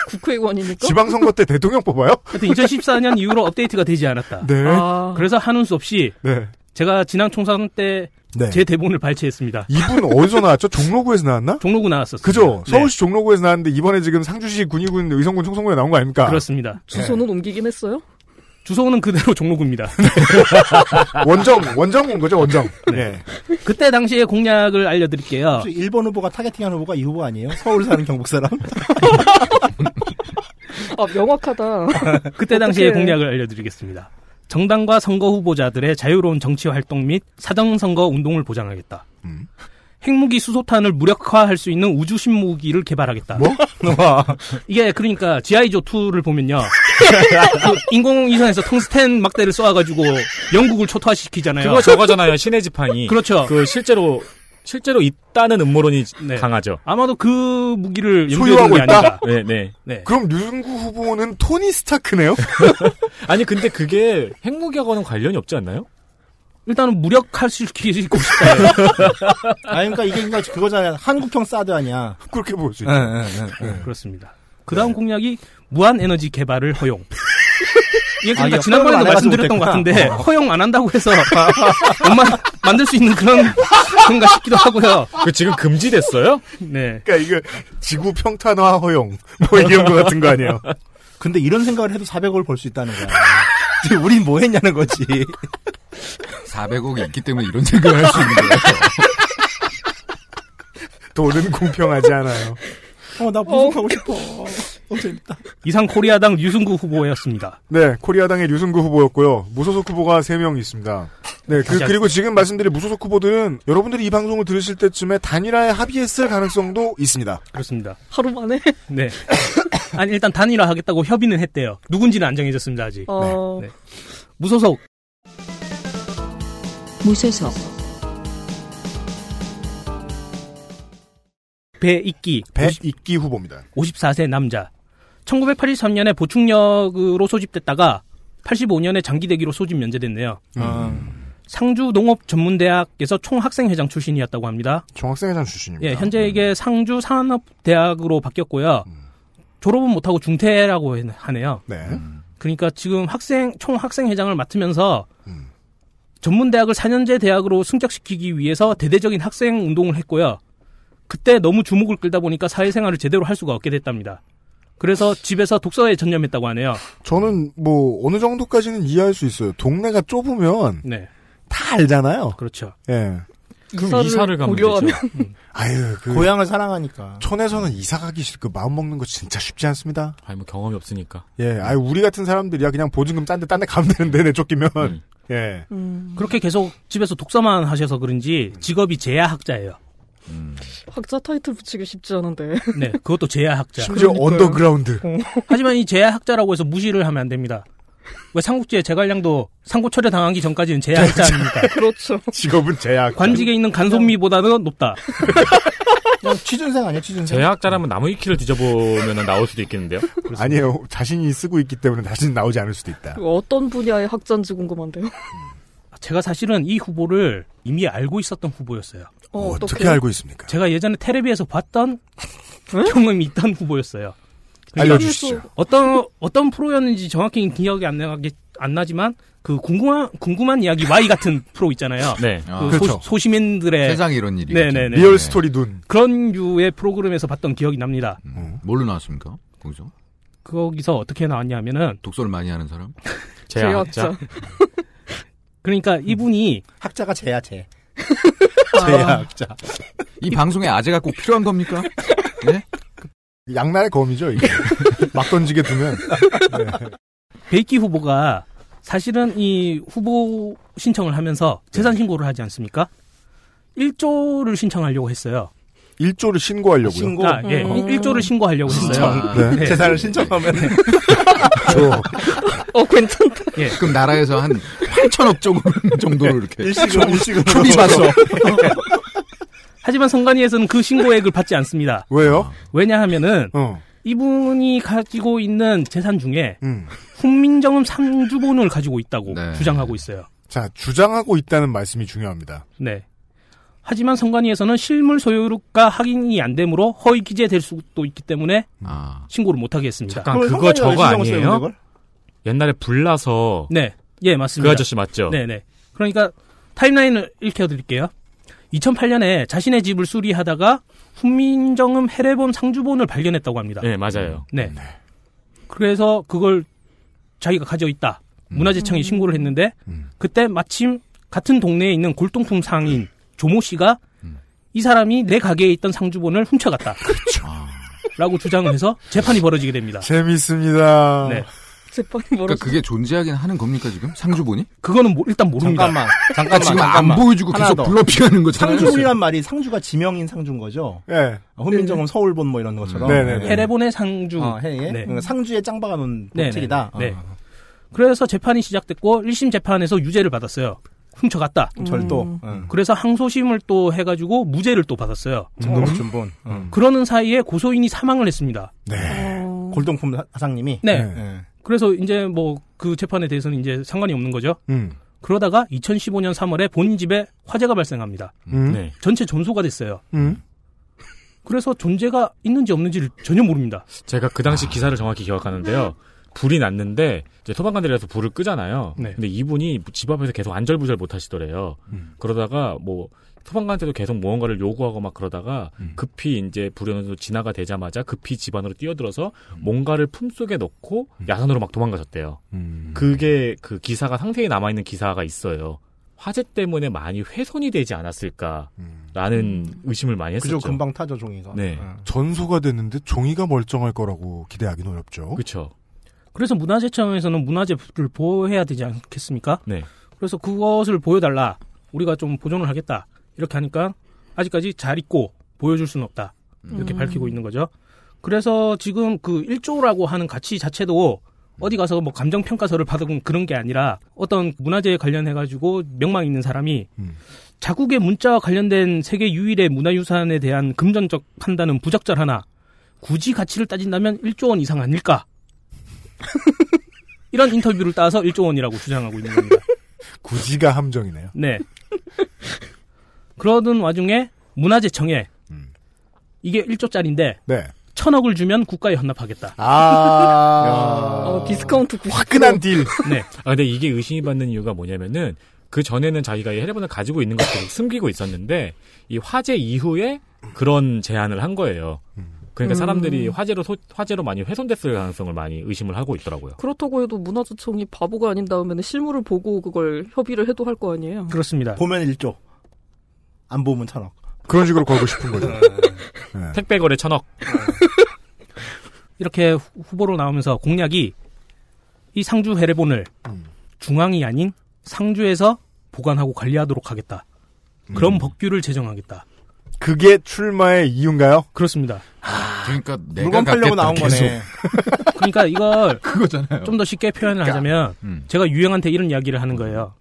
S9: 국회의원이니까?
S2: 지방선거 때 대통령 뽑아요?
S10: 하여튼 2014년 이후로 업데이트가 되지 않았다.
S2: 네.
S9: 아,
S10: 그래서 한은수 없이
S2: 네.
S10: 제가 지난 총선 때 제
S2: 네.
S10: 대본을 발췌했습니다.
S2: 이분 어디서 나왔죠? 종로구에서 나왔나?
S10: 종로구 네. 나왔었어요.
S2: 그죠? 서울시 종로구에서 나왔는데 이번에 지금 상주시 군위군 의성군 총선구에 나온 거 아닙니까?
S10: 그렇습니다.
S2: 네.
S9: 주소는 옮기긴 했어요?
S10: 주소는 그대로 종로구입니다.
S2: 원정 원정인 거죠 원정. 네.
S10: 그때 당시의 공약을 알려드릴게요.
S3: 혹시 일본 후보가 타겟팅한 후보가 이 후보 아니에요? 서울 사는 경북 사람?
S9: 아, 명확하다.
S10: 그때 당시의
S9: 어떡해.
S10: 공약을 알려드리겠습니다. 정당과 선거 후보자들의 자유로운 정치 활동 및 사정선거 운동을 보장하겠다. 핵무기 수소탄을 무력화할 수 있는 우주신무기를 개발하겠다.
S2: 뭐?
S10: 이게 그러니까 GI조 2를 보면요. 그 인공위성에서 텅스텐 막대를 쏘아가지고 영국을 초토화시키잖아요.
S4: 그거 저거잖아요. 신의 지팡이.
S10: 그렇죠.
S4: 그 실제로 실제로 있다는 음모론이
S10: 네.
S4: 강하죠.
S10: 아마도 그 무기를 염두에
S2: 소유하고
S10: 둔게
S2: 있다?
S10: 아닌가.
S4: 네, 네.
S10: 네.
S2: 그럼 류승구 후보는 토니 스타크네요.
S4: 아니 근데 그게 핵무기하고는 관련이 없지 않나요?
S10: 일단은 무력화시키고 싶어요.
S3: 아 그러니까 이게 그러니까 그거잖아요. 한국형 사드 아니야.
S2: 그렇게 볼 수
S3: 예,
S2: 있죠.
S10: 네.
S3: 예, 예, 예.
S10: 그렇습니다. 그 다음 공약이 무한 에너지 개발을 허용. 이게
S3: 아, 이거 허용을
S10: 그러니까
S3: 안 어.
S10: 지난번에도
S3: 해가지고
S10: 말씀드렸던 것 같은데
S3: 못했구나.
S10: 허용 안 한다고 해서 엄마 만들 수 있는 그런 건가 싶기도 하고요.
S4: 그 지금 금지됐어요?
S10: 네.
S2: 그러니까 이거 지구 평탄화 허용 뭐 이런 거 같은 거 아니에요?
S3: 근데 이런 생각을 해도 400억을 벌 수 있다는 거야. 지금 우린 뭐 했냐는 거지.
S5: 400억이 있기 때문에 이런 생각을 할 수 있는 거예요.
S2: 돈은 공평하지 않아요.
S3: 어, 나 분석하고 싶어. 어, 재밌다.
S10: 이상 코리아당 유승구 후보였습니다.
S2: 네, 코리아당의 유승구 후보였고요. 무소속 후보가 3명 있습니다. 네, 그, 그리고 지금 말씀드린 무소속 후보들은 여러분들이 이 방송을 들으실 때쯤에 단일화에 합의했을 가능성도 있습니다.
S10: 그렇습니다.
S9: 하루 만에.
S10: 네. 아니 일단 단일화 하겠다고 협의는 했대요. 누군지는 안 정해졌습니다 아직.
S9: 어.
S10: 네. 무소속
S1: 무소속,
S10: 배익기
S2: 배익기 후보입니다.
S10: 54세 남자. 1983년에 보충력으로 소집됐다가 85년에 장기대기로 소집 면제됐네요.
S2: 어.
S3: 음. 어.
S2: 음.
S10: 상주 농업전문대학에서 총학생회장 출신이었다고 합니다.
S2: 종학생회장 출신입니다.
S10: 예, 현재 이게 상주 산업대학으로 바뀌었고요. 졸업은 못하고 중퇴라고 해- 하네요.
S2: 네.
S10: 그러니까 지금 학생 총학생회장을 맡으면서 전문대학을 4년제 대학으로 승격시키기 위해서 대대적인 학생 운동을 했고요. 그때 너무 주목을 끌다 보니까 사회생활을 제대로 할 수가 없게 됐답니다. 그래서 집에서 독서에 전념했다고 하네요.
S2: 저는 뭐 어느 정도까지는 이해할 수 있어요. 동네가 좁으면
S10: 네,
S2: 다 알잖아요.
S10: 그렇죠.
S2: 예.
S4: 그럼 이사를 가면
S9: 고려하면
S4: 되죠.
S2: 아유, 그
S3: 고향을 사랑하니까.
S2: 촌에서는 이사 가기 싫, 그 마음 먹는 거 진짜 쉽지 않습니다.
S4: 아니 뭐 경험이 없으니까.
S2: 예, 아유, 우리 같은 사람들이야. 그냥 보증금 딴 데, 딴 데 가면 되는데, 내쫓기면.
S4: 음.
S2: 예.
S9: 음,
S10: 그렇게 계속 집에서 독서만 하셔서 그런지 직업이 제야학자예요.
S9: 학자 타이틀 붙이기 쉽지 않은데.
S10: 네, 그것도 제야학자.
S2: 심지어
S9: 그러니까요.
S2: 언더그라운드.
S10: 하지만 이 제야학자라고 해서 무시를 하면 안 됩니다. 왜 삼국지의 제갈량도 상고 철회 당하기 전까지는 제야학자 아닙니까?
S9: 그렇죠.
S2: 직업은 제약.
S10: 관직에 있는 간손미보다는 높다.
S3: 그냥 어, 취준생 아니야, 취준생?
S4: 제약자라면 나무 위키를 뒤져보면 나올 수도 있겠는데요.
S2: 아니에요. 자신이 쓰고 있기 때문에 다시는 나오지 않을 수도 있다.
S9: 이거 어떤 분야의 학자인지 궁금한데요.
S10: 제가 사실은 이 후보를 이미 알고 있었던 후보였어요.
S9: 어,
S2: 어떻게
S9: 어떡해.
S2: 알고 있습니까?
S10: 제가 예전에 텔레비에서 봤던 경험이 있던 후보였어요.
S2: 알려주시죠.
S10: 어떤 어떤 프로였는지 정확히 기억이 안, 나겠, 안 나지만 그 궁금한 궁금한 이야기 Y 같은 프로 있잖아요.
S4: 네.
S5: 아,
S10: 그
S2: 그렇죠.
S10: 소, 시민들의
S5: 세상에 이런 일이.
S10: 네네네.
S2: 리얼 스토리 눈.
S10: 그런 류의 프로그램에서 봤던 기억이 납니다.
S5: 음. 뭘로 나왔습니까? 거기서?
S10: 거기서 어떻게 나왔냐면은
S5: 독서를 많이 하는 사람?
S4: 제약자.
S10: 그러니까 이분이
S3: 학자가 제야, 제.
S10: 아,
S3: 학자.
S5: 이 방송에 아재가 꼭 필요한 겁니까? 네?
S2: 양날의 검이죠, 이게. 막 던지게 두면.
S10: 베이키 후보가 사실은 이 후보 신청을 하면서 재산 신고를 하지 않습니까? 1조를 신청하려고 했어요.
S2: 일조를 신고하려고요.
S3: 신고.
S10: 아, 예.
S9: 음.
S10: 1조를 신고하려고 했어요.
S5: 아,
S2: 네.
S10: 네.
S3: 재산을 신청하면
S2: 저,
S9: 어, 괜찮다.
S5: 그럼 나라에서 한 8천억 정도- 정도로 이렇게
S3: 일식으로, 일식으로.
S5: 초비받아.
S10: 하지만 선관위에서는 그 신고액을 받지 않습니다.
S2: 왜요?
S10: 왜냐하면은
S2: 어,
S10: 이분이 가지고 있는 재산 중에
S2: 음.
S10: 훈민정음 3주본을 가지고 있다고
S5: 네.
S10: 주장하고 있어요.
S2: 자, 주장하고 있다는 말씀이 중요합니다.
S10: 네. 하지만 선관위에서는 실물 소유가 확인이 안 되므로 허위 기재될 수도 있기 때문에
S5: 아,
S10: 신고를 못하게 했습니다.
S4: 잠깐 그거 저거 아니에요? 옛날에 불나서
S10: 네. 예, 맞습니다.
S4: 그 아저씨 맞죠?
S10: 네네. 그러니까 타임라인을 읽혀드릴게요. 2008년에 자신의 집을 수리하다가 훈민정음 해례본 상주본을 발견했다고 합니다.
S4: 네, 맞아요.
S10: 네. 그래서 그걸 자기가 가지고 있다. 문화재청에 신고를 했는데 그때 마침 같은 동네에 있는 골동품 상인 조모 씨가 이 사람이 내 가게에 있던 상주본을 훔쳐갔다. 아. 라고 주장을 해서 재판이 벌어지게 됩니다.
S2: 재밌습니다.
S10: 네.
S9: 재판이
S5: 그러니까
S9: 멀어서.
S5: 그게 존재하긴 하는 겁니까 지금? 상주본이?
S10: 그거는 모- 일단 모릅니다.
S3: 잠깐만,
S5: 아,
S3: 잠깐만.
S5: 지금
S3: 잠깐만.
S5: 안 보여주고
S3: 하나
S5: 계속
S3: 더.
S5: 블러핑하는 네, 거잖아요.
S3: 상주본이란 말이 상주가 지명인 상주인 거죠?
S2: 예.
S3: 아, 훈민정음 서울본 뭐 이런 것처럼.
S2: 네네네.
S3: 네.
S10: 해례본의 상주.
S3: 어, 해, 예.
S10: 네.
S3: 그러니까 상주에 짱박아 놓은
S10: 네네.
S3: 책이다.
S10: 네.
S3: 어.
S10: 그래서 재판이 시작됐고 1심 재판에서 유죄를 받았어요. 훔쳐갔다.
S3: 절도. 응.
S10: 그래서 항소심을 또 해가지고 무죄를 또 받았어요.
S3: 장동민 준본.
S10: 그러는 사이에 고소인이 사망을 했습니다.
S9: 어,
S3: 골동품 사- 사장님이.
S10: 네.
S2: 네.
S3: 예.
S10: 그래서 이제 뭐 그 재판에 대해서는 이제 상관이 없는 거죠.
S2: 음.
S10: 그러다가 2015년 3월에 본 집에 화재가 발생합니다.
S2: 음.
S4: 네.
S10: 전체 전소가 됐어요.
S2: 음.
S10: 그래서 존재가 있는지 없는지를 전혀 모릅니다.
S4: 제가 그 당시 기사를 정확히 기억하는데요.
S11: 불이 났는데 이제 소방관들이라서 불을 끄잖아요.
S10: 네.
S11: 근데 이분이 집 앞에서 계속 안절부절 못 하시더래요.
S10: 음.
S11: 그러다가 뭐 소방관한테도 계속 무언가를 요구하고 막 그러다가
S3: 음.
S11: 급히 이제 불이 어느 정도 진화가 되자마자 급히 집 안으로 뛰어들어서
S3: 음.
S11: 뭔가를 품속에 넣고 야산으로 막 도망가셨대요.
S5: 음.
S11: 그게 그 기사가 상세히 남아 있는 기사가 있어요. 화재 때문에 많이 훼손이 되지 않았을까라는 의심을 많이
S3: 음.
S11: 했었죠.
S3: 그죠 금방 타죠 종이가.
S11: 네.
S2: 전소가 됐는데 종이가 멀쩡할 거라고 기대하기는 어렵죠.
S11: 그렇죠.
S10: 그래서 문화재청에서는 문화재를 보호해야 되지 않겠습니까?
S11: 네.
S10: 그래서 그것을 보여달라. 우리가 좀 보존을 하겠다. 이렇게 하니까 아직까지 잘 있고 보여줄 수는 없다. 이렇게
S11: 음.
S10: 밝히고 있는 거죠. 그래서 지금 그 1조라고 하는 가치 자체도 어디 가서 뭐 감정 평가서를 받은 그런 게 아니라 어떤 문화재에 관련해 가지고 명망 있는 사람이 자국의 문자와 관련된 세계 유일의 문화유산에 대한 금전적 판단은 부적절 하나 굳이 가치를 따진다면 1조 원 이상 아닐까? 이런 인터뷰를 따서 1조 원이라고 주장하고 있는 겁니다.
S2: 굳이가 함정이네요.
S10: 네. 그러던 와중에 문화재청에 이게 1조짜리인데
S2: 네.
S10: 천억을 주면 국가에 헌납하겠다.
S2: 아.
S10: 어, 디스카운트
S2: 화끈한 딜.
S10: 네.
S11: 아, 근데 이게 의심이 받는 이유가 뭐냐면은 그 전에는 자기가 이 헬레본을 가지고 있는 것들을 숨기고 있었는데 이 화재 이후에 그런 제안을 한 거예요. 그러니까
S9: 음.
S11: 사람들이 화재로 소- 화재로 많이 훼손됐을 가능성을 많이 의심을 하고 있더라고요.
S9: 그렇다고 해도 문화재청이 바보가 아닌 다음에는 실물을 보고 그걸 협의를 해도 할 거 아니에요.
S10: 그렇습니다.
S3: 보면 1조. 안 보면 천억.
S2: 그런 식으로 걸고 싶은 거죠.
S11: 택배 거래 천억.
S10: 이렇게 후- 후보로 나오면서 공약이 이 상주 해례본을 중앙이 아닌 상주에서 보관하고 관리하도록 하겠다. 그런 법규를 제정하겠다.
S2: 그게 출마의 이유인가요?
S10: 그렇습니다.
S5: 그러니까 내가
S10: 물건
S5: 갖겠다,
S10: 팔려고 나온
S5: 계속.
S10: 거네. 그러니까 이걸
S5: 그거잖아요.
S10: 좀 더 쉽게 표현을 하자면
S5: 음.
S10: 제가 유행한테 이런 이야기를 하는 거예요.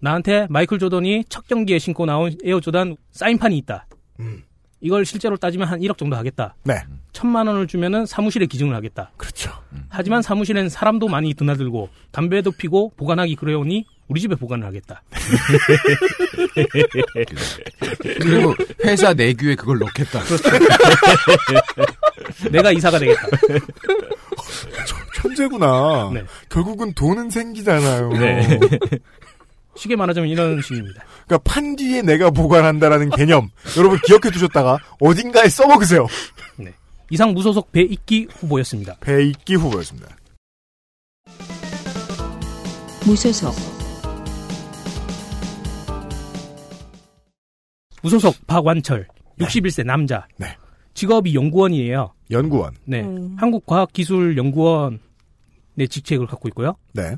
S10: 나한테 마이클 조던이 첫 경기에 신고 나온 에어 조단 사인판이 있다. 이걸 실제로 따지면 한 1억 정도 하겠다.
S2: 네.
S10: 천만 원을 주면은 사무실에 기증을 하겠다.
S2: 그렇죠.
S5: 음.
S10: 하지만 사무실엔 사람도 많이 드나들고 담배도 피고 보관하기 그래오니 우리 집에 보관을 하겠다.
S5: 그리고 회사 내규에 그걸 넣겠다.
S10: 내가 이사가 되겠다.
S2: 천재구나.
S10: 네.
S2: 결국은 돈은 생기잖아요.
S10: 네. 쉽게 말하자면 이런 식입니다.
S2: 그러니까 판 뒤에 내가 보관한다라는 개념 여러분 기억해 두셨다가 어딘가에 써먹으세요.
S10: 네. 이상 무소속 배익기 후보였습니다.
S2: 배익기 후보였습니다.
S1: 무소속
S10: 무소속 박완철 61세 남자. 직업이 연구원이에요.
S2: 연구원.
S10: 네. 한국과학기술연구원의 직책을 갖고 있고요.
S2: 네.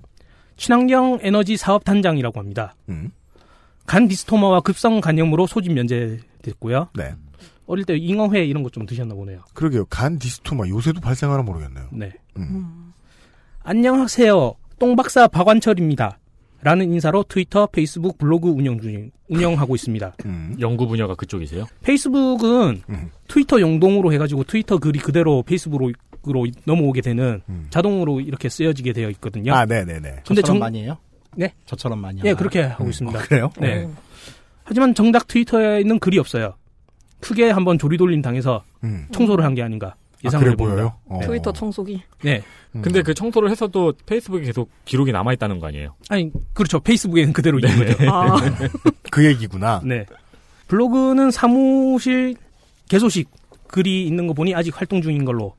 S10: 친환경 에너지 사업 단장이라고 합니다.
S2: 음.
S10: 간 디스토마와 급성 간염으로 소집 면제됐고요.
S2: 네.
S10: 어릴 때 잉어회 이런 것 좀 드셨나 보네요.
S2: 그러게요. 간 디스토마 요새도 발생하나 모르겠네요.
S10: 네.
S2: 음.
S10: 안녕하세요. 똥박사 박완철입니다. 라는 인사로 트위터, 페이스북, 블로그 운영 중, 운영하고 있습니다.
S2: 음.
S11: 연구 분야가 그쪽이세요?
S10: 페이스북은 트위터 용동으로 해가지고 트위터 글이 그대로 페이스북으로 넘어오게 되는 자동으로 이렇게 쓰여지게 되어 있거든요.
S3: 아,
S2: 네네네.
S3: 근데 정
S10: 많이
S3: 많이 해요?
S10: 네.
S3: 저처럼 많이.
S10: 예,
S3: 하나요?
S10: 그렇게
S11: 음.
S10: 하고 있습니다.
S3: 아, 그래요?
S10: 네.
S3: 어.
S10: 하지만 정작 트위터에는 글이 없어요. 크게 한번 조리돌림 당해서
S2: 음.
S10: 청소를 한 게 아닌가 예상을
S11: 그래
S10: 해봅니다.
S2: 어.
S11: 보여요?
S10: 네.
S9: 트위터 청소기.
S10: 네.
S11: 근데 그 청소를 해서도 페이스북에 계속 기록이 남아 있다는 거 아니에요?
S10: 아니 그렇죠. 페이스북에는 그대로 있는
S11: 네.
S10: 거죠.
S11: 아.
S2: 그 얘기구나.
S10: 네. 블로그는 사무실 개소식 글이 있는 거 보니 아직 활동 중인 걸로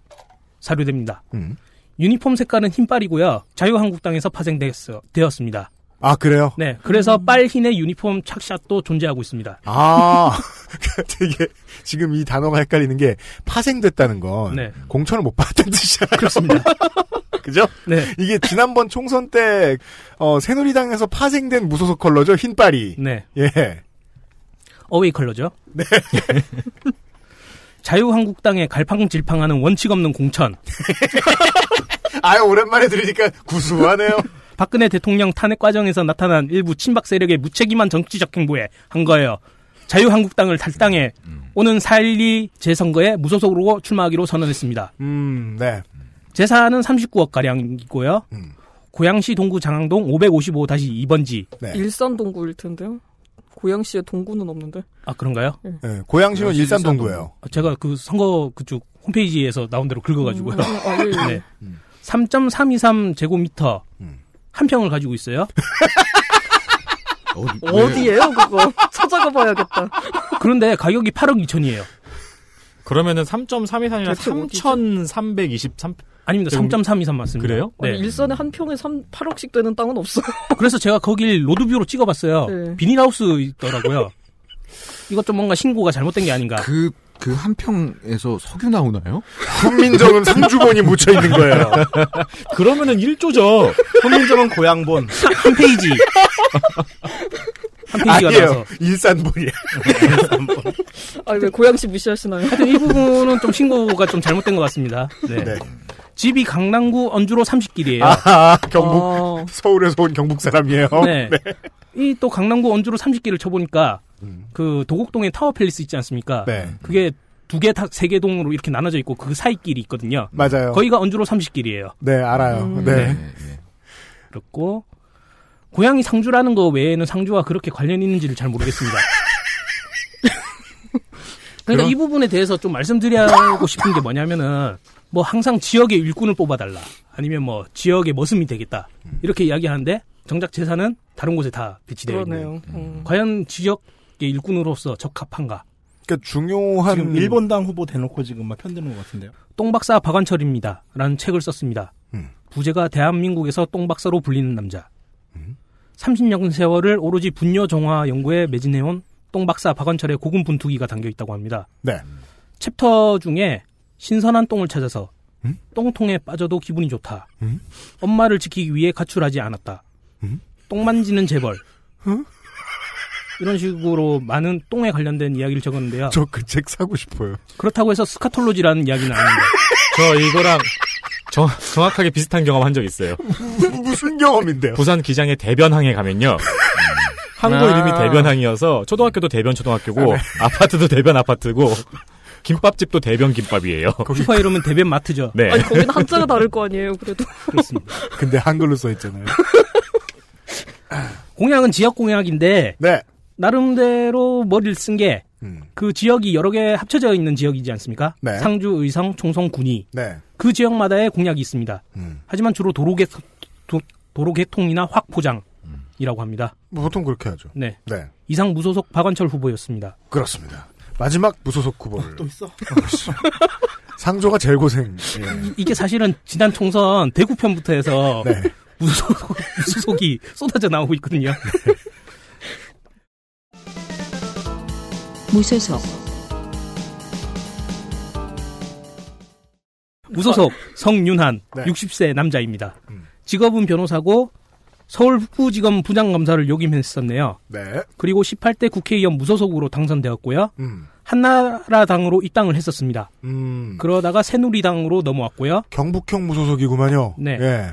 S10: 사료됩니다.
S2: 음.
S10: 유니폼 색깔은 흰빨이고요. 자유한국당에서 파생되었습니다.
S2: 아 그래요?
S10: 네. 그래서 빨 흰의 유니폼 착샷도 존재하고 있습니다.
S2: 아 되게 지금 이 단어가 헷갈리는 게 파생됐다는 건
S10: 네.
S2: 공천을 못 받았다는 뜻이잖아요. 그렇습니다. 그죠?
S10: 네.
S2: 이게 지난번 총선 때 어, 새누리당에서 파생된 무소속 컬러죠 흰빨이.
S10: 네.
S2: 예.
S10: 어웨이 컬러죠. 네. 자유한국당에 갈팡질팡하는 원칙 없는 공천.
S2: 아유 오랜만에 들으니까 구수하네요.
S10: 박근혜 대통령 탄핵 과정에서 나타난 일부 친박 세력의 무책임한 정치적 행보에 한 거예요. 자유한국당을 탈당해 오는 4.12 재선거에 무소속으로 출마하기로 선언했습니다.
S2: 음, 네.
S10: 재산은 39억 가량이고요. 고양시 동구 장항동 555-2번지.
S9: 일산 동구 일 텐데요. 고양시에 동구는 없는데.
S10: 아 그런가요?
S2: 네, 고양시는 일산 동구예요.
S10: 제가 그 선거 그쪽 홈페이지에서 나온 대로 긁어가지고요.
S9: 음, 아, 예, 예.
S10: 네. 3.323 제곱미터 한 평을 가지고 있어요.
S9: 왜? 어디예요, 그거? 찾아가 봐야겠다.
S10: 그런데 가격이 8억 2천이에요.
S11: 그러면은 3.323이나
S10: 대체
S11: 3,323
S10: 아닙니다. 3.323 맞습니다.
S11: 그래요?
S10: 네.
S9: 아니, 일선에 한 평에 3, 8억씩 되는 땅은 없어요.
S10: 그래서 제가 거길 로드뷰로 찍어봤어요.
S9: 네.
S10: 비닐하우스 있더라고요. 이것 좀 뭔가 신고가 잘못된 게 아닌가.
S5: 그, 그 한평에서 석유 나오나요?
S2: 훈민정음 상주본이 묻혀있는 거예요.
S11: 그러면은 1조죠.
S3: 훈민정은 고향본.
S10: 한 페이지. 한 페이지가
S2: 아니에요.
S10: 나와서.
S2: 일산본이에요.
S9: 아, 왜 고양시 무시하시나요?
S10: 하여튼 이 부분은 좀 신고가 좀 잘못된 것 같습니다. 네.
S2: 네.
S10: 집이 강남구 언주로 30길이에요.
S2: 아, 어, 경북
S9: 어,
S2: 서울에서 온 경북 사람이에요.
S10: 네. 이 또 강남구 언주로 30길을 쳐보니까 그 도곡동에 타워 팰리스 있지 않습니까?
S2: 네.
S10: 그게 두 개, 다- 세 개 동으로 이렇게 나눠져 있고 그 사이 길이 있거든요.
S2: 맞아요.
S10: 거기가 언주로 30길이에요.
S2: 네, 알아요. 네.
S10: 그렇고 고향이 상주라는 거 외에는 상주와 그렇게 관련 있는지를 잘 모르겠습니다. 그러니까 이 부분에 대해서 좀 말씀드리고 싶은 게 뭐냐면은 뭐 항상 지역의 일꾼을 뽑아달라 아니면 뭐 지역의 머슴이 되겠다 이렇게 이야기하는데 정작 재산은 다른 곳에 다 배치되어 있는
S9: 그러네요. 음.
S10: 과연 지역의 일꾼으로서 적합한가
S2: 그러니까 중요한
S3: 지금 일본당 후보 대놓고 지금 막 편드는 것 같은데요.
S10: 똥박사 박완철입니다. 라는 책을 썼습니다.
S2: 음.
S10: 부제가 대한민국에서 똥박사로 불리는 남자.
S2: 음?
S10: 30년 세월을 오로지 분뇨 정화 연구에 매진해온 똥박사 박완철의 고군분투기가 담겨 있다고 합니다.
S2: 네.
S10: 챕터 중에 신선한 똥을 찾아서 똥통에 빠져도 기분이 좋다.
S2: 음?
S10: 엄마를 지키기 위해 가출하지 않았다.
S2: 음? 어?
S10: 똥 만지는 재벌. 이런 식으로 많은 똥에 관련된 이야기를 적었는데요.
S2: 저 그 책 사고 싶어요.
S10: 그렇다고 해서 스카톨로지라는 이야기는 아닙니다.
S11: 저 이거랑 정, 정확하게 비슷한 경험 한 적 있어요.
S2: 무슨 경험인데요?
S11: 부산 기장의 대변항에 가면요. 한국
S10: 아.
S11: 이름이 대변항이어서 초등학교도 대변 초등학교고 아파트도 대변 아파트고 김밥집도 대변 김밥이에요.
S10: 슈퍼 이름은 대변 마트죠.
S11: 네.
S9: 아니, 거기는 한자가 다를 거 아니에요, 그래도.
S10: 그렇습니다.
S2: 근데 한글로 써있잖아요.
S10: 공약은 지역 공약인데
S2: 네.
S10: 나름대로 머리를 쓴 게 그
S2: 음.
S10: 지역이 여러 개 합쳐져 있는 지역이지 않습니까?
S2: 네.
S10: 상주, 의성, 총성, 군위
S2: 네.
S10: 그 지역마다의 공약이 있습니다.
S2: 음.
S10: 하지만 주로 도로 개 도로 개통이나 확포장이라고 합니다.
S2: 뭐 보통 그렇게 하죠.
S10: 네.
S2: 네.
S10: 이상 무소속 박완철 후보였습니다.
S2: 그렇습니다. 마지막 무소속 후보를.
S3: 아, 또 있어.
S2: 상조가 제일 고생. 예.
S10: 이게 사실은 지난 총선 대구편부터 해서
S2: 네.
S10: 무소속, 무소속이 쏟아져 나오고 있거든요.
S1: 무소속,
S10: 무소속 성윤한
S2: 아, 네.
S10: 60세 남자입니다.
S2: 음.
S10: 직업은 변호사고 서울부지검 부장검사를 역임했었네요.
S2: 네.
S10: 그리고 18대 국회의원 무소속으로 당선되었고요.
S2: 음.
S10: 한나라당으로 입당을 했었습니다.
S2: 음.
S10: 그러다가 새누리당으로 넘어왔고요.
S2: 경북형 무소속이구만요.
S10: 네.
S2: 예.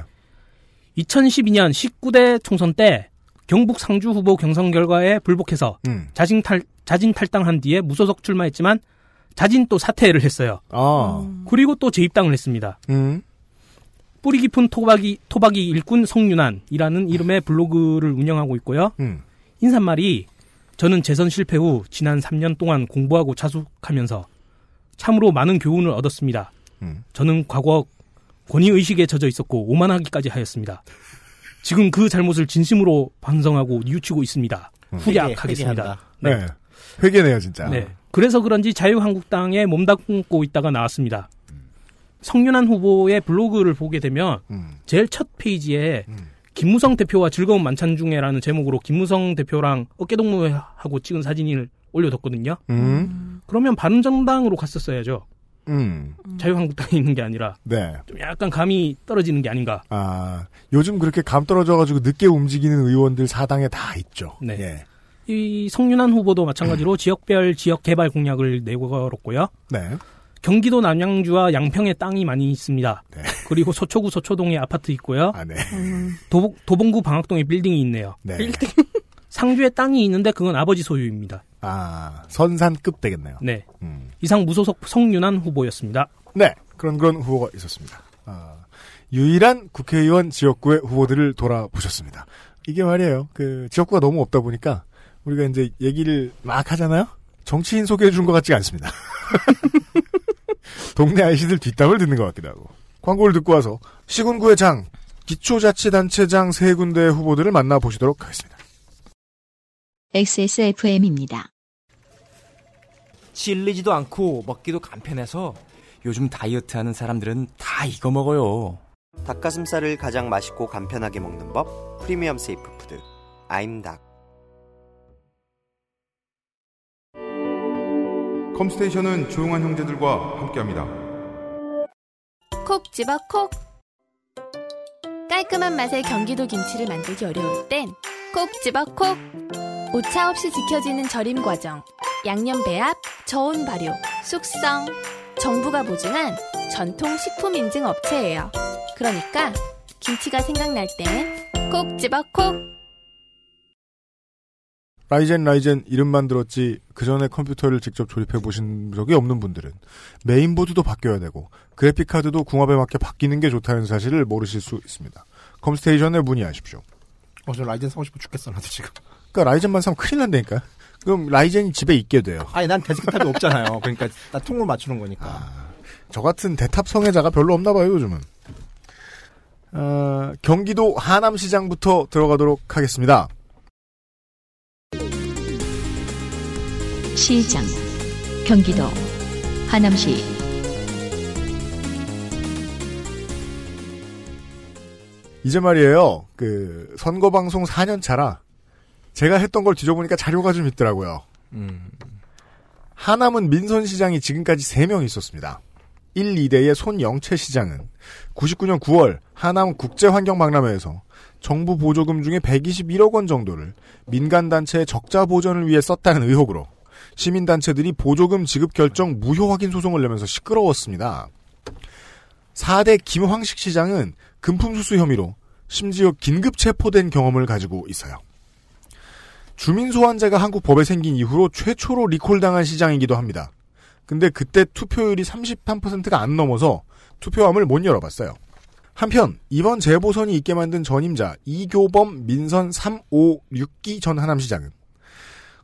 S10: 2012년 19대 총선 때 경북 상주 후보 경선 결과에 불복해서
S2: 음.
S10: 자진 탈 자진 탈당한 뒤에 무소속 출마했지만 자진 또 사퇴를 했어요.
S2: 아.
S10: 그리고 또 재입당을 했습니다.
S2: 음.
S10: 뿌리 깊은 토박이, 토박이 일꾼 성윤환이라는 이름의 블로그를 운영하고 있고요.
S2: 음.
S10: 인사말이 저는 재선 실패 후 지난 3년 동안 공부하고 자숙하면서 참으로 많은 교훈을 얻었습니다.
S2: 음.
S10: 저는 과거 권위의식에 젖어 있었고 오만하기까지 하였습니다. 지금 그 잘못을 진심으로 반성하고 뉘우치고 있습니다. 후약하겠습니다.
S3: 회개한다.
S2: 네. 회개네요, 진짜.
S10: 네. 그래서 그런지 자유한국당에 몸담고 있다가 나왔습니다. 성윤환 후보의 블로그를 보게 되면
S2: 음.
S10: 제일 첫 페이지에
S2: 음.
S10: 김무성 대표와 즐거운 만찬 중에라는 제목으로 김무성 대표랑 어깨동무하고 찍은 사진을 올려뒀거든요.
S2: 음.
S10: 그러면 바른정당으로 갔었어야죠.
S2: 음.
S10: 자유한국당에 있는 게 아니라
S2: 네.
S10: 좀 약간 감이 떨어지는 게 아닌가.
S2: 아, 요즘 그렇게 감 떨어져가지고 늦게 움직이는 의원들 사당에 다 있죠.
S10: 네.
S2: 예.
S10: 이 성윤환 후보도 마찬가지로 지역별 지역 개발 공약을 내걸었고요.
S2: 네.
S10: 경기도 남양주와 양평에 땅이 많이 있습니다.
S2: 네.
S10: 그리고 서초구 서초동에 아파트 있고요.
S2: 아, 네.
S10: 어? 도봉, 도봉구 방학동에 빌딩이 있네요.
S2: 네.
S10: 상주에 땅이 있는데 그건 아버지 소유입니다.
S2: 아, 선산급 되겠네요.
S10: 네.
S2: 음.
S10: 이상 무소속 성윤환 후보였습니다.
S2: 네. 그런 그런 후보가 있었습니다. 아, 유일한 국회의원 지역구의 후보들을 돌아보셨습니다. 이게 말이에요. 그, 지역구가 너무 없다 보니까 우리가 이제 얘기를 막 하잖아요? 정치인 소개해 준 것 같지가 않습니다. 동네 아이씨들 뒷담을 듣는 것 같기도 하고. 광고를 듣고 와서 시군구의 장, 기초자치단체장 세 군데의 후보들을 만나보시도록 하겠습니다.
S1: XSFM입니다.
S12: 질리지도 않고 먹기도 간편해서 요즘 다이어트 하는 사람들은 다 이거 먹어요.
S13: 닭가슴살을 가장 맛있고 간편하게 먹는 법 프리미엄 세이프 푸드 아임닭
S14: 컴스테이션은 조용한 형제들과 함께합니다.
S15: 콕 집어 콕 깔끔한 맛의 경기도 김치를 만들기 어려울 땐 콕 집어 콕 오차 없이 지켜지는 절임 과정 양념 배합, 저온 발효, 숙성 정부가 보증한 전통 식품 인증 업체예요 그러니까 김치가 생각날 땐 콕 집어 콕
S2: 라이젠 라이젠 이름만 들었지 그 전에 컴퓨터를 직접 조립해 보신 적이 없는 분들은 메인보드도 바뀌어야 되고 그래픽카드도 궁합에 맞게 바뀌는 게 좋다는 사실을 모르실 수 있습니다. 컴스테이션에 문의하십시오.
S3: 어, 저 라이젠 사고 싶어 죽겠어, 나도 지금.
S2: 그러니까 라이젠만 사면 큰일 난다니까. 그럼 라이젠이 집에 있게 돼요.
S3: 아니, 난 데스크탑이 없잖아요. 그러니까 나 통으로 맞추는 거니까.
S2: 저 같은 대탑 성애자가 별로 없나 봐요, 요즘은. 어, 경기도 하남시장부터 들어가도록 하겠습니다.
S1: 시장 경기도 하남시
S2: 이제 말이에요. 그 선거 방송 4년 차라 제가 했던 걸 뒤져보니까 자료가 좀 있더라고요. 하남은 민선 시장이 지금까지 3명 있었습니다. 1, 2대의 손영채 시장은 99년 9월 하남 국제환경박람회에서 정부 보조금 중에 121억 원 정도를 민간단체의 적자 보전을 위해 썼다는 의혹으로 시민단체들이 보조금 지급 결정 무효 확인 소송을 내면서 시끄러웠습니다. 4대 김황식 시장은 금품수수 혐의로 심지어 긴급 체포된 경험을 가지고 있어요. 주민소환제가 한국 법에 생긴 이후로 최초로 리콜당한 시장이기도 합니다. 근데 그때 투표율이 33%가 안 넘어서 투표함을 못 열어봤어요. 한편 이번 재보선이 있게 만든 전임자 이교범 민선 3, 5, 6기 전 하남시장은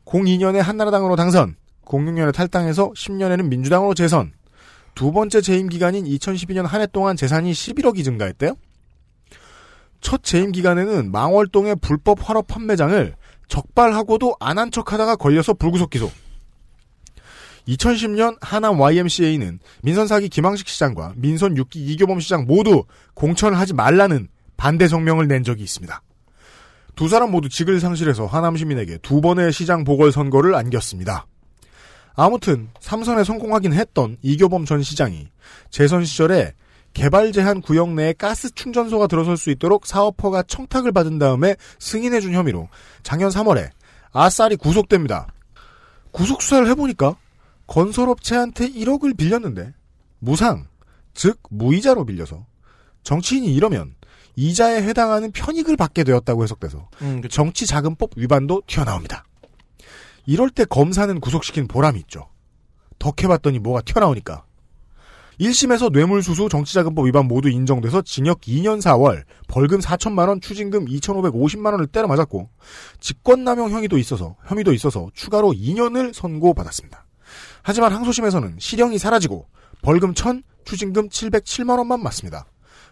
S2: 02년에 한나라당으로 당선, 06년에 탈당해서 10년에는 민주당으로 재선. 두 번째 재임 기간인 2012년 한 해 동안 재산이 11억이 증가했대요. 첫 재임 기간에는 망월동의 불법 화로 판매장을 적발하고도 안 한 척하다가 걸려서 불구속 기소. 2010년 하남 YMCA는 민선 사기 김항식 시장과 민선 6기 이교범 시장 모두 공천을 하지 말라는 반대 성명을 낸 적이 있습니다. 두 사람 모두 직을 상실해서 하남 시민에게 두 번의 시장 보궐선거를 안겼습니다. 아무튼 삼선에 성공하긴 했던 이교범 전 시장이 재선 시절에 개발 제한 구역 내에 가스 충전소가 들어설 수 있도록 사업허가 청탁을 받은 다음에 승인해준 혐의로 작년 3월에 아싸리 구속됩니다. 구속 수사를 해보니까 건설업체한테 1억을 빌렸는데 무상, 즉 무이자로 빌려서 정치인이 이러면 이자에 해당하는 편익을 받게 되었다고 해석돼서 그 정치자금법 위반도 튀어나옵니다. 이럴 때 검사는 구속시킨 보람이 있죠. 덕해봤더니 뭐가 튀어나오니까. 1심에서 뇌물수수 정치자금법 위반 모두 인정돼서 징역 2년 4월, 벌금 4천만원, 추징금 2,550만원을 때려맞았고, 직권남용 혐의도 있어서, 혐의도 있어서 추가로 2년을 선고받았습니다. 하지만 항소심에서는 실형이 사라지고, 벌금 1,000, 추징금 707만원만 맞습니다.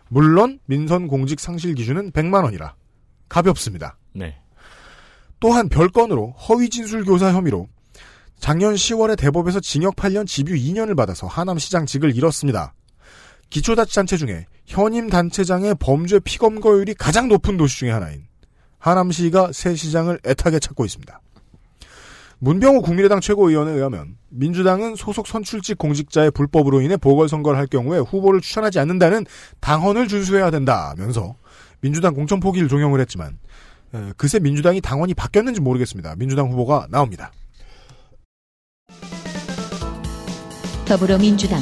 S2: 물론 민선 공직 상실 기준은 100만 원이라 가볍습니다.
S11: 네.
S2: 또한 별건으로 허위 진술 교사 혐의로 작년 10월에 대법에서 징역 8년 집유 2년을 받아서 하남시장직을 잃었습니다. 기초자치단체 중에 현임 단체장의 범죄 피검거율이 가장 높은 도시 중의 하나인 하남시가 새 시장을 애타게 찾고 있습니다. 문병호 국민의당 최고위원에 의하면 민주당은 소속 선출직 공직자의 불법으로 인해 보궐선거를 할 경우에 후보를 추천하지 않는다는 당헌을 준수해야 된다면서 민주당 공천 포기를 종용을 했지만 에, 예, 그새 민주당이 당원이 바뀌었는지 모르겠습니다. 민주당 후보가 나옵니다.
S1: 더불어민주당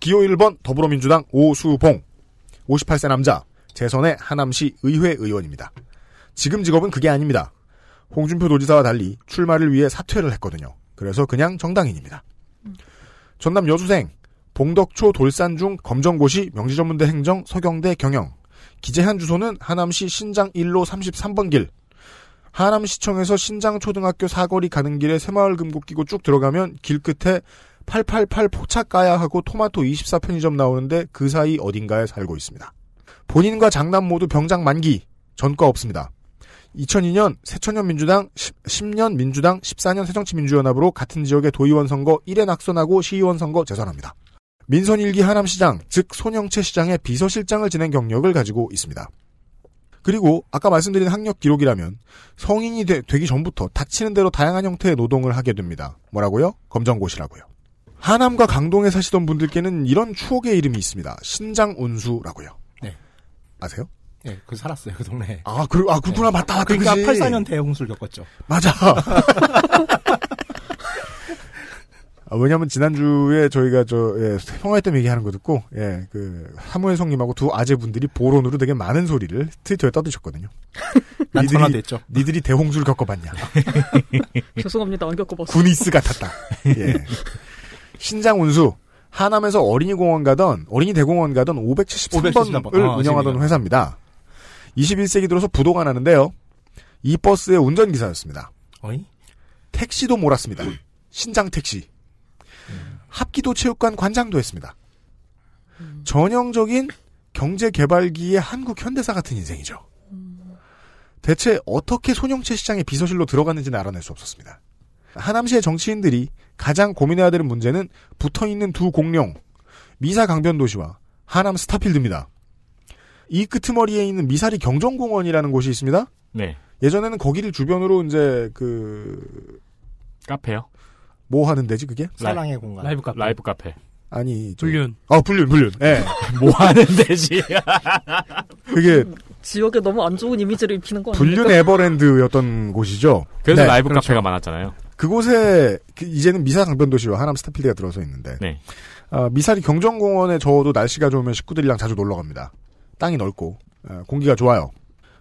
S2: 기호 1번 더불어민주당 오수봉 58세 남자 재선의 하남시 의회 의원입니다. 지금 직업은 그게 아닙니다. 홍준표 도지사와 달리 출마를 위해 사퇴를 했거든요. 그래서 그냥 정당인입니다. 전남 여수생, 봉덕초 돌산중 검정고시 명지전문대 행정 서경대 경영. 기재한 주소는 하남시 신장 1로 33번 길. 하남시청에서 신장초등학교 사거리 가는 길에 새마을 금곡 끼고 쭉 들어가면 길 끝에 888 포차가야하고 토마토 24 편의점 나오는데 그 사이 어딘가에 살고 있습니다. 본인과 장남 모두 병장 만기, 전과 없습니다. 2002년 새천년 민주당, 10, 년 민주당, 14년 새정치민주연합으로 같은 지역의 도의원 선거 1회 낙선하고 시의원 선거 재선합니다. 민선 일기 하남시장, 즉 손영채 시장의 비서실장을 지낸 경력을 가지고 있습니다. 그리고 아까 말씀드린 학력 기록이라면 성인이 되, 기 전부터 닥치는 대로 다양한 형태의 노동을 하게 됩니다. 뭐라고요? 검정고시라고요. 하남과 강동에 사시던 분들께는 이런 추억의 이름이 있습니다. 신장 운수라고요.
S3: 네.
S2: 아세요?
S3: 네, 그 살았어요 그 동네에.
S2: 아, 그, 아, 그구나. 맞다, 맞다.
S3: 그러니까
S2: 그지.
S3: 84년 대홍수를 겪었죠.
S2: 맞아. 아, 왜냐면 지난주에 저희가 저 예, 평화의 때 얘기하는 거 듣고 예, 그 사무엘 성님하고 두 아재분들이 보론으로 되게 많은 소리를 트위터에 떠드셨거든요.
S3: 난
S2: 니들이-
S3: 전화됐죠.
S2: 니들이 대홍수를 겪어봤냐?
S9: 죄송합니다. 안 겪어봤어요.
S2: 구니스 같았다. 예. 신장 운수 하남에서 어린이 공원 가던 어린이 대공원 가던
S3: 573 번.
S2: 573번을
S3: 아,
S2: 운영하던
S3: 재밌다.
S2: 회사입니다. 21세기 들어서 부도가 나는데요. 이 버스의 운전기사였습니다.
S3: 어이?
S2: 택시도 몰았습니다. 신장 택시. 합기도 체육관 관장도 했습니다. 전형적인 경제개발기의 한국 현대사 같은 인생이죠. 대체 어떻게 손영채 시장의 비서실로 들어갔는지는 알아낼 수 없었습니다. 하남시의 정치인들이 가장 고민해야 되는 문제는 붙어있는 두 공룡, 미사 강변도시와 하남 스타필드입니다. 이 끄트머리에 있는 미사리 경정공원이라는 곳이 있습니다.
S11: 네.
S2: 예전에는 거기를 주변으로 이제 그
S11: 카페요.
S2: 뭐 하는 데지 그게?
S3: 사랑의 공간.
S11: 네. 라이브 카페. 라이브 카페.
S2: 아니 저-
S11: 불륜.
S2: 아 불륜 불륜. 예.
S11: 뭐 하는 데지?
S2: 그게
S9: 지역에 너무 안 좋은 이미지를 입히는 거 아니에요?
S2: 불륜 에버랜드였던 곳이죠.
S11: 그래서
S2: 네,
S11: 라이브
S2: 그렇죠.
S11: 카페가 많았잖아요.
S2: 그곳에 그 이제는 미사 강변도시와 하남 스타필드가 들어서 있는데
S11: 네.
S2: 아, 미사리 경정공원에 저도 날씨가 좋으면 식구들이랑 자주 놀러 갑니다. 땅이 넓고 아, 공기가 좋아요.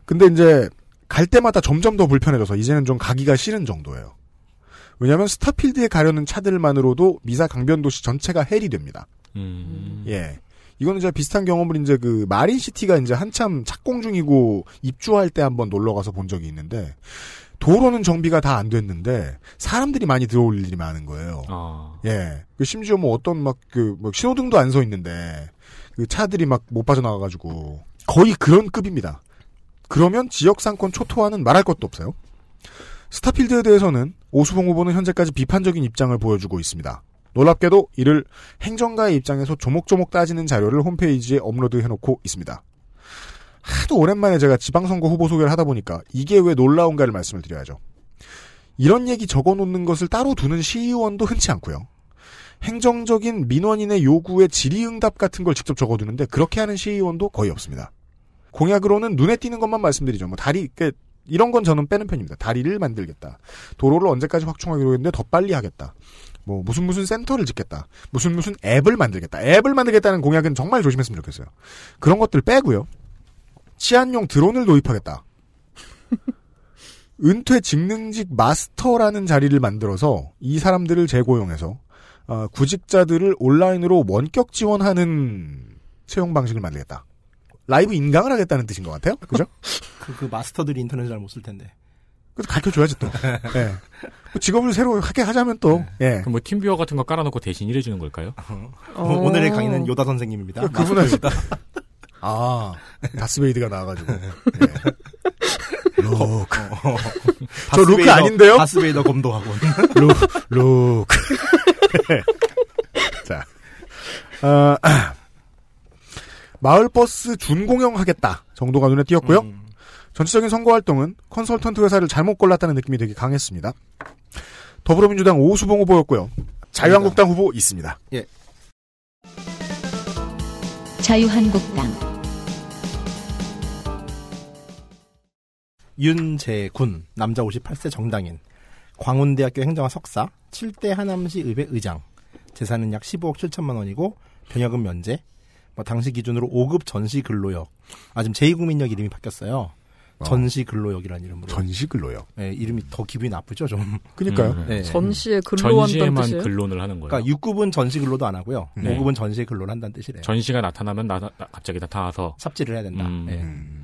S2: 근데 이제 갈 때마다 점점 더 불편해져서 이제는 좀 가기가 싫은 정도예요. 왜냐하면 스타필드에 가려는 차들만으로도 미사 강변도시 전체가 헬이 됩니다.
S11: 음.
S2: 예. 이거는 제가 비슷한 경험을 이제 그 마린시티가 이제 한참 착공 중이고 입주할 때 한번 놀러 가서 본 적이 있는데 도로는 정비가 다 안 됐는데 사람들이 많이 들어올 일이 많은 거예요. 예. 그 심지어 뭐 어떤 막그 뭐 신호등도 안 서 있는데 그 차들이 막 못 빠져나가 가지고 거의 그런 급입니다. 그러면 지역 상권 초토화는 말할 것도 없어요. 스타필드에 대해서는 오수봉 후보는 현재까지 비판적인 입장을 보여주고 있습니다. 놀랍게도 이를 행정가의 입장에서 조목조목 따지는 자료를 홈페이지에 업로드해놓고 있습니다. 하도 오랜만에 제가 지방선거 후보 소개를 하다 보니까 이게 왜 놀라운가를 말씀을 드려야죠. 이런 얘기 적어놓는 것을 따로 두는 시의원도 흔치 않고요. 행정적인 민원인의 요구에 질의응답 같은 걸 직접 적어두는데 그렇게 하는 시의원도 거의 없습니다. 공약으로는 눈에 띄는 것만 말씀드리죠. 뭐 다리 그, 이런 건 저는 빼는 편입니다. 다리를 만들겠다. 도로를 언제까지 확충하기로 했는데 더 빨리 하겠다. 뭐 무슨 무슨 센터를 짓겠다. 무슨 무슨 앱을 만들겠다. 앱을 만들겠다는 공약은 정말 조심했으면 좋겠어요. 그런 것들 빼고요. 치안용 드론을 도입하겠다. 은퇴 직능직 마스터라는 자리를 만들어서 이 사람들을 재고용해서 어, 구직자들을 온라인으로 원격 지원하는 채용 방식을 만들겠다. 라이브 인강을 하겠다는 뜻인 것 같아요. 그죠?
S3: 그, 그 마스터들이 인터넷 잘 못 쓸 텐데.
S2: 그래서 가르쳐 줘야지 또. 예. 뭐 직업을 새로 하게 하자면 또. 예.
S11: 그럼 뭐 팀뷰어 같은 거 깔아놓고 대신 일해주는 걸까요?
S3: 오- 오늘의 강의는 요다 선생님입니다.
S2: 그- 그분은-
S3: 마스터입니다.
S2: 아, 다스베이드가 나와가지고. 예. 루크. 저
S3: 다스베이더-
S2: 루크 아닌데요?
S3: 다스베이더 검도하고.
S2: 루, 루크. 자. 아, 아. 마을버스 준공영 하겠다 정도가 눈에 띄었고요.
S3: 음.
S2: 전체적인 선거활동은 컨설턴트 회사를 잘못 골랐다는 느낌이 되게 강했습니다. 더불어민주당 오수봉 후보였고요. 자유한국당 후보 있습니다.
S1: 자유한국당
S3: 윤재군 남자 58세 정당인 광운대학교 행정학 석사 7대 하남시 의회 의장 재산은 약 15억 7천만 원이고 병역은 면제 뭐 당시 기준으로 5급 전시 근로역 아 지금 제2국민역 이름이 바뀌었어요 전시 근로역이라는 이름으로
S2: 전시 근로역
S3: 네, 이름이 더 기분이 나쁘죠 좀
S2: 그러니까요.
S5: 네.
S9: 전시에 근로한다는 전시에만 뜻이에요?
S11: 근로를 하는 거예요?
S3: 그러니까 6급은 전시 근로도 안 하고요
S11: 네.
S3: 5급은 전시 근로를 한다는 뜻이래요
S11: 전시가 나타나면 나, 나- 갑자기 나타나서
S3: 삽질을 해야 된다.
S11: 음.
S2: 음.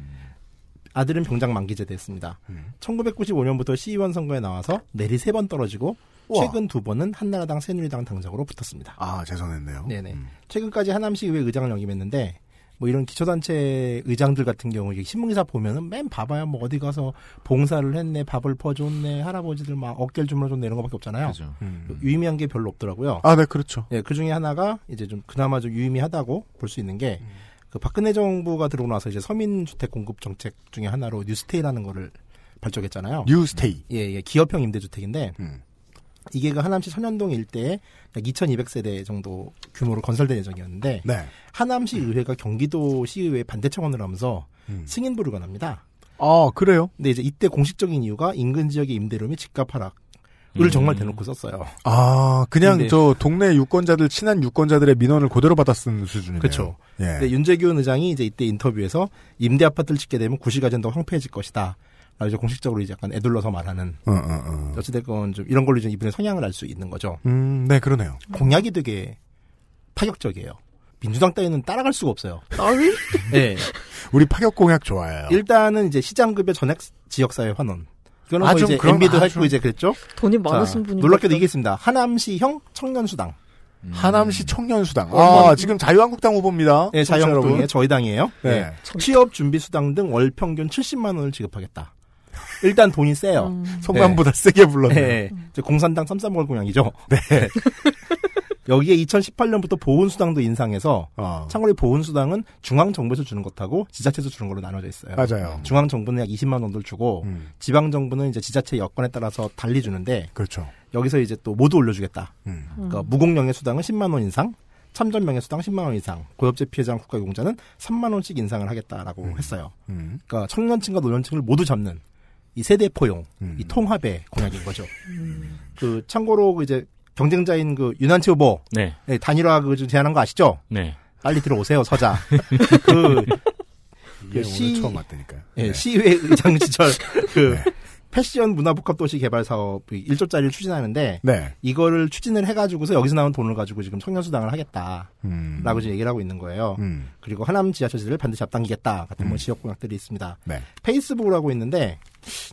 S3: 아들은 병장 만기제됐습니다. 1995년부터 시의원 선거에 나와서 내리 세 번 떨어지고
S2: 우와.
S3: 최근 두 번은 한나라당 새누리당 당적으로 붙었습니다.
S2: 아, 재선했네요.
S3: 네네. 최근까지 하남시 의회 의장을 역임했는데 뭐 이런 기초단체 의장들 같은 경우 이게 신문기사 보면은 맨 봐봐야 뭐 어디 가서 봉사를 했네 밥을 퍼줬네 할아버지들 막 어깨를 주물러줬네 이런 거밖에 없잖아요. 음.
S2: 음.
S3: 유의미한 게 별로 없더라고요.
S2: 아, 네, 그렇죠.
S3: 예, 그 중에 하나가 이제 좀 그나마 좀 유의미하다고 볼 수 있는
S2: 음.
S3: 게, 그 박근혜 정부가 들어오고 나서 이제 서민주택 공급 정책 중에 하나로 뉴스테이라는 거를 발족했잖아요.
S2: 뉴스테이. 음,
S3: 예, 예, 기업형 임대주택인데, 이게 그 하남시 선현동 일대에 2,200세대 정도 규모로 건설될 예정이었는데,
S2: 네.
S3: 하남시 의회가 경기도 시의회 반대 청원을 하면서
S2: 음.
S3: 승인부를 권합니다.
S2: 아, 그래요?
S3: 근데 이제 이때 공식적인 이유가 인근 지역의 임대료 및 집값 하락을
S2: 음.
S3: 정말 대놓고 썼어요.
S2: 아, 그냥
S3: 근데-
S2: 저 동네 유권자들, 친한 유권자들의 민원을 그대로 받아 쓰는 수준이네요.
S3: 그렇죠.
S2: 예.
S3: 근데 윤재균 의장이 이제 이때 인터뷰에서 임대 아파트를 짓게 되면 구시가전 더 황폐해질 것이다. 라고 이제 공식적으로 이제 약간 애둘러서 말하는
S2: 어, 어, 어.
S3: 어찌됐건 좀 이런 걸로 이제 이분의 성향을 알 수 있는 거죠.
S2: 음, 네, 그러네요.
S3: 공약이 되게 파격적이에요. 민주당 따위는 따라갈 수가 없어요.
S9: 따위?
S3: 네.
S2: 우리 파격 공약 좋아해요.
S3: 일단은 이제 시장급여 전액 지역사회 환원. 이거는
S2: 아,
S3: 뭐
S2: 좀
S3: 이제
S2: 그런-
S3: MB도
S2: 아,
S3: 했고
S2: 좀-
S3: 이제 그랬죠.
S9: 돈이
S3: 자,
S9: 많으신 분이
S3: 놀랍게도 이게 있습니다. 하남시형 청년수당.
S2: 하남시 청년수당.
S3: 어,
S2: 음. 아, 지금 자유한국당 후보입니다.
S3: 네,
S2: 청취자 여러분.
S3: 자영동의 저희 당이에요.
S2: 네.
S3: 네. 취업 준비 수당 등 월 평균 70만 원을 지급하겠다. 일단 돈이 세요.
S9: 음.
S2: 성남보다 세게 네. 불렀네요.
S3: 네. 이제 공산당 쌈싸먹을 공약이죠. 네. 여기에 2018년부터 보훈수당도 인상해서
S2: 어,
S3: 참고로 이 보훈수당은 중앙정부에서 주는 것하고 지자체에서 주는 걸로 나눠져 있어요.
S2: 맞아요. 음.
S3: 중앙정부는 약 20만 원을 주고 지방정부는 이제 지자체 여건에 따라서 달리 주는데
S2: 그렇죠.
S3: 여기서 이제 또 모두 올려주겠다.
S2: 음.
S3: 그러니까 무공명예 수당은 10만 원 인상, 참전 명예 수당 10만 원 인상, 고엽제 피해자 국가유공자는 3만 원씩 인상을 하겠다라고 했어요.
S2: 음.
S3: 그러니까 청년층과 노년층을 모두 잡는 이 세대 포용,
S2: 음.
S3: 이 통합의 공약인 거죠. 그 참고로 그 이제 경쟁자인 그 유난치 후보
S11: 네.
S3: 네, 단일화 그 제안한 거 아시죠?
S11: 네.
S3: 빨리 들어오세요 서자. 그
S2: 이게
S3: 그
S2: 오늘 처음 왔다니까요.
S3: 예,
S2: 네.
S3: 시의회 의장 시절 그 패션 문화복합 도시 개발 사업 1조짜리를 추진하는데
S2: 네.
S3: 이거를 추진을 해가지고서 여기서 나온 돈을 가지고 지금 청년수당을 하겠다라고
S2: 음.
S3: 지금 얘기를 하고 있는 거예요.
S2: 음.
S3: 그리고 하남 지하철을 반드시 앞당기겠다 같은 뭐 지역 공약들이 있습니다.
S2: 네.
S3: 페이스북을 하고 있는데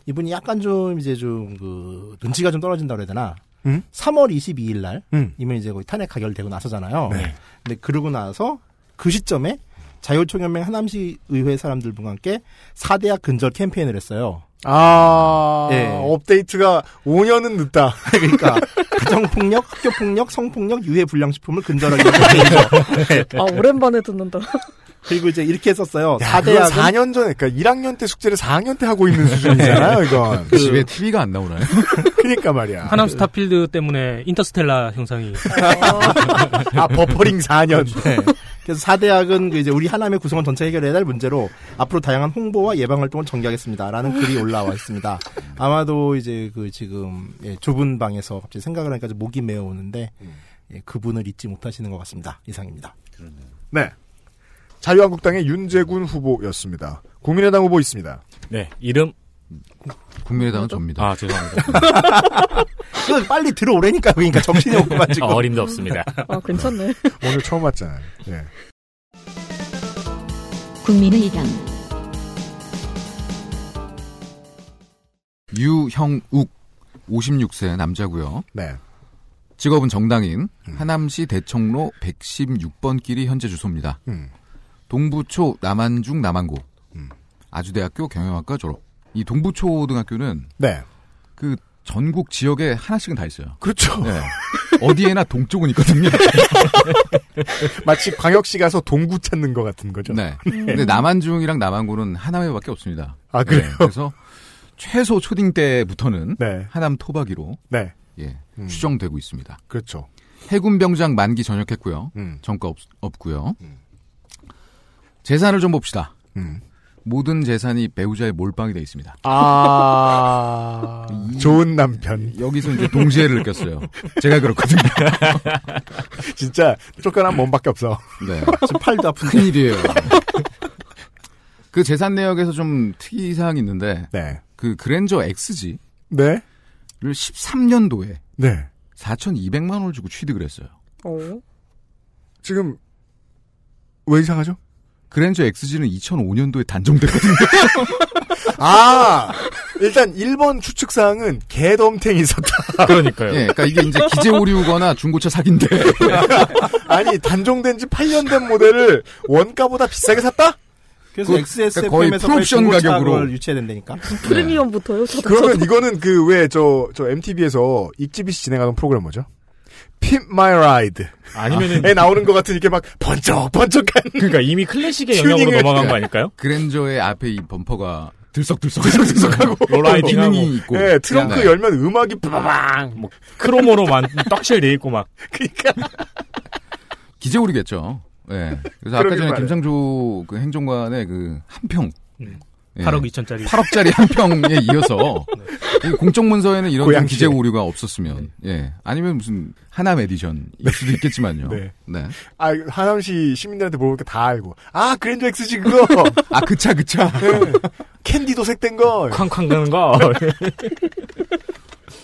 S3: 이분이 약간 좀 이제 좀 그 눈치가 좀 떨어진다 그래야 되나?
S2: 음?
S3: 3월 22일 날
S2: 음. 네.
S3: 이면 이제 거의 탄핵 가결되고 나서잖아요. 근데 그러고 나서 그 시점에 자유총연맹 하남시 의회 사람들과 함께 4대학 근절 캠페인을 했어요.
S2: 아,
S3: 예.
S2: 업데이트가 5년은 늦다.
S3: 그러니까 가정폭력, 학교폭력, 성폭력, 유해불량식품을 근절하기 위해서.
S9: 아 오랜만에 듣는다.
S3: 그리고 이제 이렇게 했었어요.
S2: 야, 그건
S3: 4대학은
S2: 4년 전에, 그러니까 1학년 때 숙제를 4학년 때 하고 있는 수준이잖아요, 이건.
S5: 그 집에 TV가 안 나오나요?
S2: 그니까 말이야.
S10: 하남 스타필드 때문에 인터스텔라 형상이
S2: 아, 버퍼링 4년.
S3: 그래서 4대학은 이제 우리 하남의 구성원 전체 해결해야 할 문제로 앞으로 다양한 홍보와 예방 활동을 전개하겠습니다라는 글이 올라와 있습니다. 아마도 이제 그 지금 예, 좁은 방에서 갑자기 생각을 하니까 좀 목이 메어 오는데 예, 그분을 잊지 못하시는 것 같습니다. 이상입니다.
S2: 네. 자유한국당의 윤재군 후보였습니다. 국민의당 후보 있습니다.
S11: 네, 이름
S5: 국민의당은 접니다.
S11: 아, 죄송합니다.
S3: 그래서 빨리 들어오라니까 그러니까 정신이 없고 가지고
S11: 어림도 없습니다.
S9: 아 괜찮네.
S2: 오늘 처음 왔잖아요. 예.
S1: 국민의당
S5: 유형욱 56세 남자고요.
S2: 네.
S5: 직업은 정당인
S2: 음.
S5: 하남시 대청로 116번 길이 현재 주소입니다.
S2: 음.
S5: 동부초 남한중 남한고 아주대학교 경영학과 졸업. 이 동부초등학교는
S2: 네.
S5: 그 전국 지역에 하나씩은 다 있어요.
S2: 그렇죠.
S5: 네. 어디에나 동쪽은 있거든요.
S2: 마치 광역시 가서 동구 찾는 것 같은 거죠. 음.
S5: 네. 근데 남한중이랑 남한고는 하남에밖에 없습니다. 네.
S2: 아, 그래요?
S5: 그래서 최소 초딩 때부터는
S2: 네.
S5: 하남 토박이로
S2: 네.
S5: 예, 추정되고 있습니다.
S2: 그렇죠.
S5: 해군병장 만기 전역했고요.
S2: 음.
S5: 정가 없, 없고요. 재산을 좀 봅시다.
S2: 음.
S5: 모든 재산이 배우자의 몰빵이 되어 있습니다.
S2: 아, 좋은 남편.
S5: 여기서 이제 동시에를 느꼈어요. 제가 그렇거든요.
S2: 진짜 쫓겨난 몸밖에 없어.
S5: 네.
S3: 지금 팔도 아픈데.
S5: 큰일이에요. 그 재산 내역에서 좀 특이사항이 있는데 그 그랜저 XG를
S2: 네.
S5: 13년도에
S2: 네.
S5: 4,200만 원을 주고 취득을 했어요.
S9: 어.
S2: 지금 왜 이상하죠?
S5: 그랜저 XG는 2005년도에 단종됐거든요.
S2: 아, 일단 1번 추측사항은 개덤탱이 있었다.
S5: 그러니까요. 예, 그러니까 이게 이제 기재 오류거나 중고차 사기인데.
S2: 아니 단종된 지 8년 된 모델을 원가보다 비싸게 샀다?
S3: 그래서
S2: 그,
S3: XSFM에서
S2: 그러니까 거의 프로옵션 가격으로.
S3: 유치해야 된다니까.
S9: 프리미엄부터요. 저도-
S2: 그러면
S9: 저도.
S2: 이거는 그 왜 저 저 MTV에서 익지비씨 진행하던 프로그램 뭐죠? Pimp My Ride.
S11: 아니면은-
S2: 에 나오는 것 같은 이게 막 번쩍번쩍한.
S11: 그러니까 이미 클래식의
S2: 튜닝을.
S11: 영역으로 넘어간 거 아닐까요?
S5: 그랜저의 앞에 이 범퍼가 들썩들썩 들썩들썩하고
S11: 롤라이딩하고.
S5: 기능이 있고.
S2: 예, 트렁크
S5: 네.
S2: 열면 음악이 빠방.
S11: 뭐 크로모로 만 떡실 돼 있고 막.
S5: 기재 오류겠죠. 예. 그래서 아까
S11: 그러길
S5: 전에
S11: 바래요.
S5: 김상조 그 행정관의 그 한평. 예.
S10: 8억 2천짜리.
S5: 8억짜리 한 평에 이어서 이 공적 문서에는 이런 좀
S2: 고양시에.
S5: 기재 오류가 없었으면 예 아니면 무슨 하남 에디션일 수도 있겠지만요.
S2: 네.
S5: 네.
S2: 아, 하남시 시민들한테 물어보니까 다 알고. 아, 그랜저 XG 그거.
S5: 아, 그 차, 그 차.
S2: 네. 캔디 도색된 거.
S11: 쾅쾅 가는 거.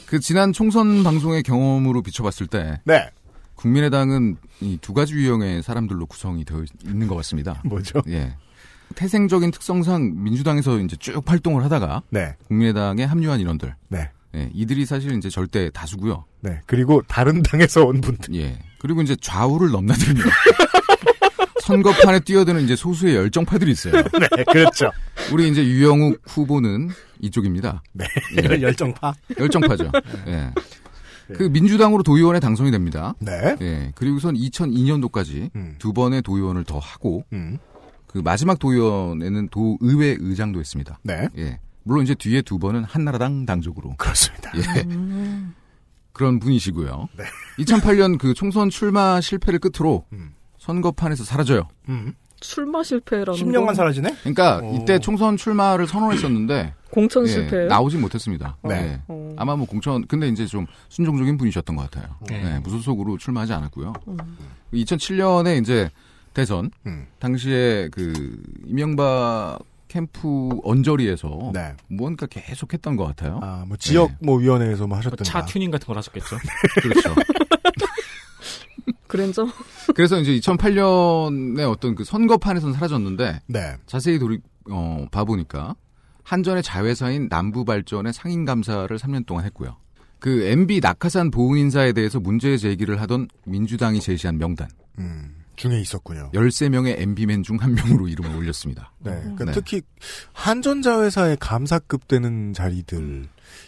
S5: 그 지난 총선 방송의 경험으로 비춰봤을 때
S2: 네.
S5: 국민의당은 이 두 가지 유형의 사람들로 구성이 되어 있는 것 같습니다.
S2: 뭐죠?
S5: 예. 태생적인 특성상 민주당에서 이제 쭉 활동을 하다가
S2: 네.
S5: 국민의당에 합류한 인원들.
S2: 네.
S5: 예, 이들이 사실 이제 절대 다수고요.
S2: 네. 그리고 다른 당에서 온 분들.
S5: 예. 그리고 이제 좌우를 넘나드는 선거판에 뛰어드는 이제 소수의 열정파들이 있어요.
S2: 네, 그렇죠.
S5: 우리 이제 유영욱 후보는 이쪽입니다.
S2: 네.
S5: 예.
S3: 열정파.
S5: 열정파죠. 예. 그 민주당으로 도의원에 당선이 됩니다.
S2: 네.
S5: 예. 그리고선 2002년도까지 두 번의 도의원을 더 하고
S2: 음.
S5: 그 마지막 도의원에는 도의회 의장도 했습니다.
S2: 네.
S5: 예. 물론 이제 뒤에 두 번은 한나라당 당적으로
S2: 그렇습니다.
S5: 예. 그런 분이시고요. 2008년 그 총선 출마 실패를 끝으로 선거판에서 사라져요.
S2: 음,
S9: 출마 실패라는.
S5: 10년간
S9: 건
S5: 사라지네? 그러니까 이때 총선 출마를 선언했었는데
S9: 공천
S5: 예,
S9: 어, 실패예요?
S5: 나오지 못했습니다.
S9: 네.
S5: 예. 아마 뭐 공천 근데 이제 좀 순종적인 분이셨던 것 같아요. 예, 무소속으로 출마하지 않았고요.
S9: 음.
S5: 2007년에 이제 대선 당시에 그 이명박 캠프
S2: 어.
S5: 언저리에서 뭔가 계속했던 것 같아요.
S2: 네. 아, 뭐 지역 뭐 위원회에서 뭐 하셨던
S11: 차 튜닝 같은 걸 하셨겠죠.
S5: 그렇죠.
S9: 그랜저.
S5: 그래서 이제 2008년에 어떤 그 선거판에선 사라졌는데
S2: 네.
S5: 자세히 돌이 어, 봐보니까 한전의 자회사인 남부발전의 상인 감사를 3년 동안 했고요. 그 MB 낙하산 보훈 인사에 대해서 문제 제기를 하던 민주당이 제시한 명단
S2: 중에 있었군요.
S5: 13명의 MB맨 중 한 명으로 이름을 올렸습니다.
S2: 네. 그러니까 특히 한전자회사의 감사급 되는
S5: 음.
S2: 자리들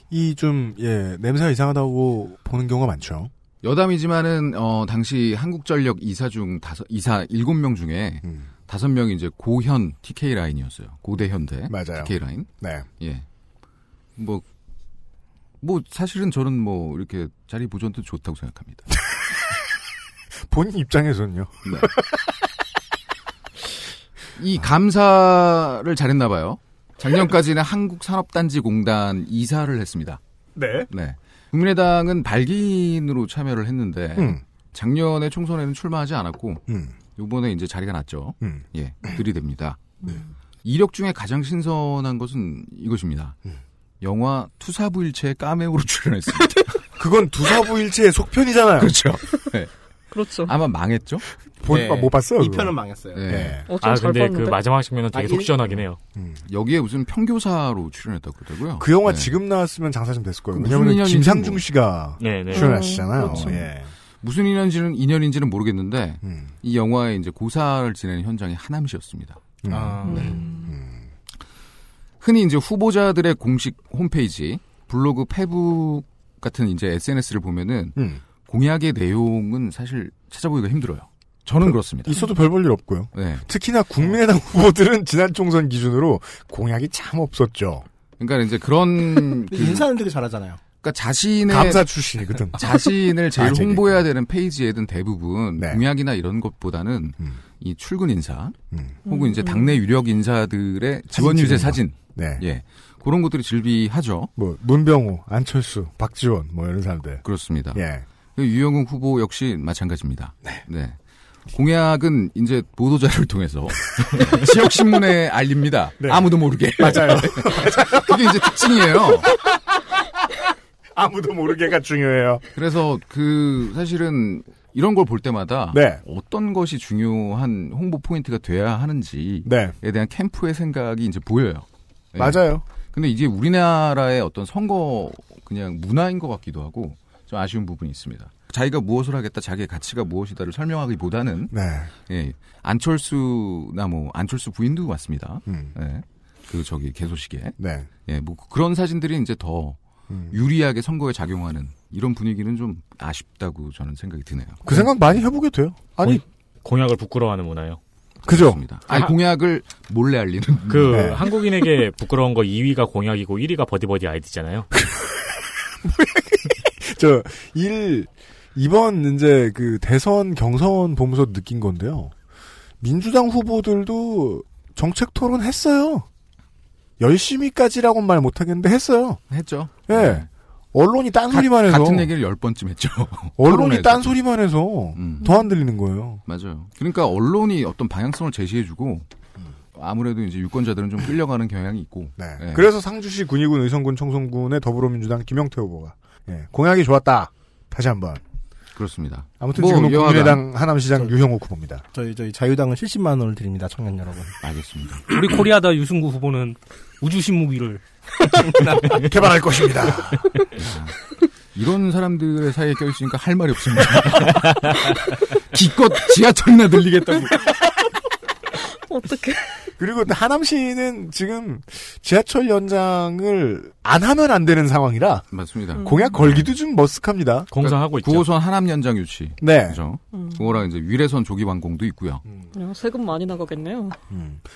S2: 이좀 예, 냄새가 이상하다고 보는 경우가 많죠.
S5: 여담이지만은 어, 당시 한국전력 이사 중 다섯 이사 일곱 명 중에
S2: 음.
S5: 다섯 명이 이제 고현 TK 라인이었어요. 고대 현대
S2: 맞아요.
S5: TK 라인.
S2: 네.
S5: 예. 뭐, 뭐, 사실은 저는 뭐, 이렇게 자리 보존도 좋다고 생각합니다.
S2: 본인 입장에서는요.
S5: 네. 이 감사를 잘했나봐요. 작년까지는 한국산업단지공단 이사를 했습니다.
S2: 네.
S5: 네. 국민의당은 발기인으로 참여를 했는데,
S2: 음.
S5: 작년에 총선에는 출마하지 않았고, 요번에 이제 자리가 났죠.
S2: 음.
S5: 예, 들이댑니다. 이력 중에 가장 신선한 것은 이것입니다. 영화 투사부일체의 까메오로 출연했습니다.
S2: 그건 두사부일체의 속편이잖아요.
S5: 그렇죠. 네.
S9: 그렇죠.
S5: 아마 망했죠?
S2: 본- 아, 못 봤어요, 이 그거? 편은
S3: 망했어요.
S5: 네.
S2: 네.
S11: 아 근데 그 마지막 장면은 되게
S5: 아,
S11: 속
S5: 일-
S11: 시원하긴 해요.
S5: 여기에 무슨 평교사로 출연했다고 그러더라고요.
S2: 그 영화
S5: 네.
S2: 지금 나왔으면 장사 좀 됐을 거예요.
S5: 그 무슨
S2: 왜냐면
S5: 인연인지 그렇죠.
S2: 김상중
S5: 뭐-
S2: 씨가
S11: 네,
S2: 출연하시잖아요. 예.
S5: 무슨 인연인지는 인연인지는 모르겠는데 이 영화에 이제 고사를 지내는 현장이 하남시였습니다.
S2: 음.
S3: 아.
S5: 네. 흔히 이제 후보자들의 공식 홈페이지, 블로그, 페북 같은 이제 SNS를 보면은
S2: 음.
S5: 공약의 내용은 사실 찾아보기가 힘들어요. 저는 그렇습니다.
S2: 있어도 별 볼 일 없고요.
S5: 네.
S2: 특히나 국민의당 후보들은 지난 총선 기준으로 공약이 참 없었죠.
S5: 그러니까 이제 그런
S3: 근데 인사는 되게 잘하잖아요.
S5: 그러니까 자신의
S2: 감사 출신이거든.
S5: 자신을 제일
S2: 아, 제게. 네.
S5: 홍보해야 되는 페이지에는 대부분 공약이나 이런 것보다는
S2: 음.
S5: 이 출근 인사 혹은 이제 당내 유력 인사들의 지원 유세
S2: 찍은
S5: 사진,
S2: 거. 네.
S5: 예 그런 것들이 즐비하죠.
S2: 뭐 문병우, 안철수, 박지원 뭐 이런 사람들.
S5: 그렇습니다.
S2: 예.
S5: 유영웅 후보 역시 마찬가지입니다. 네. 공약은 이제 보도자를 통해서 지역 신문에 알립니다. 아무도 모르게
S2: 네. 맞아요.
S5: 그게 이제 특징이에요.
S2: 아무도 모르게가 중요해요.
S5: 그래서 그 사실은 이런 걸 볼 때마다
S2: 네.
S5: 어떤 것이 중요한
S2: 네.
S5: 홍보 포인트가 돼야 하는지에 대한 캠프의 생각이 이제 보여요. 예.
S2: 맞아요.
S5: 근데 이게 우리나라의 어떤 선거 그냥 문화인 것 같기도 하고 좀 아쉬운 부분이 있습니다. 자기가 무엇을 하겠다, 자기의 가치가 무엇이다를 설명하기보다는
S2: 네.
S5: 예, 안철수나 뭐 안철수 부인도 왔습니다.
S2: 음.
S5: 예, 그 저기 개소식에
S2: 네.
S5: 예, 뭐 그런 사진들이 이제 더
S2: 음.
S5: 유리하게 선거에 작용하는 이런 분위기는 좀 아쉽다고 저는 생각이 드네요.
S2: 그 생각 많이 해보게 돼요. 아니
S11: 공약을 부끄러워하는 문화요.
S2: 그죠. 음.
S5: 아니 공약을 몰래 알리는
S11: 그
S5: 네.
S11: 한국인에게 부끄러운 거 2위가 공약이고 1위가 버디버디 아이디잖아요.
S2: 저, 일, 이번 이제 그 대선 경선 보면서 느낀 건데요. 민주당 후보들도 정책 토론 했어요. 열심히까지라고는 말 못하겠는데 했어요.
S5: 했죠.
S2: 예. 언론이 딴소리만 해서.
S5: 네. 같은 얘기를 열 번쯤 했죠. 음.
S2: 언론이
S5: 토론회에서도.
S2: 딴소리만 해서 더 안 들리는 거예요.
S5: 맞아요. 그러니까 언론이 어떤 방향성을 제시해주고 아무래도 이제 유권자들은 좀 끌려가는 경향이 있고. 예.
S2: 네. 그래서 상주시 군위군 의성군 청송군의 더불어민주당 김영태 후보가 예, 공약이 좋았다. 다시 한번.
S5: 그렇습니다.
S2: 아무튼
S3: 뭐,
S2: 지금은
S3: 여하간.
S2: 국민의당 하남시장 유형욱 후보입니다.
S3: 저희 저희 자유당은 70만 원을 드립니다, 청년 여러분.
S5: 알겠습니다.
S10: 우리 코리아다 유승구 후보는 우주신무기를
S2: 개발할 것입니다.
S5: 이런 사람들의 사이에 껴있으니까 할 말이 없습니다. 기껏 지하철이나 들리겠다고.
S10: 어떻게?
S2: 그리고 하남시는 지금 지하철 연장을 안 하면 안 되는 상황이라
S5: 맞습니다.
S2: 공약 걸기도 좀 머쓱합니다.
S5: 그러니까 9호선 하남 연장 유치.
S2: 네. 음.
S5: 그죠?
S9: 음.
S5: 그거랑 이제 위례선 조기 완공도 있고요.
S9: 야, 세금 많이 나가겠네요.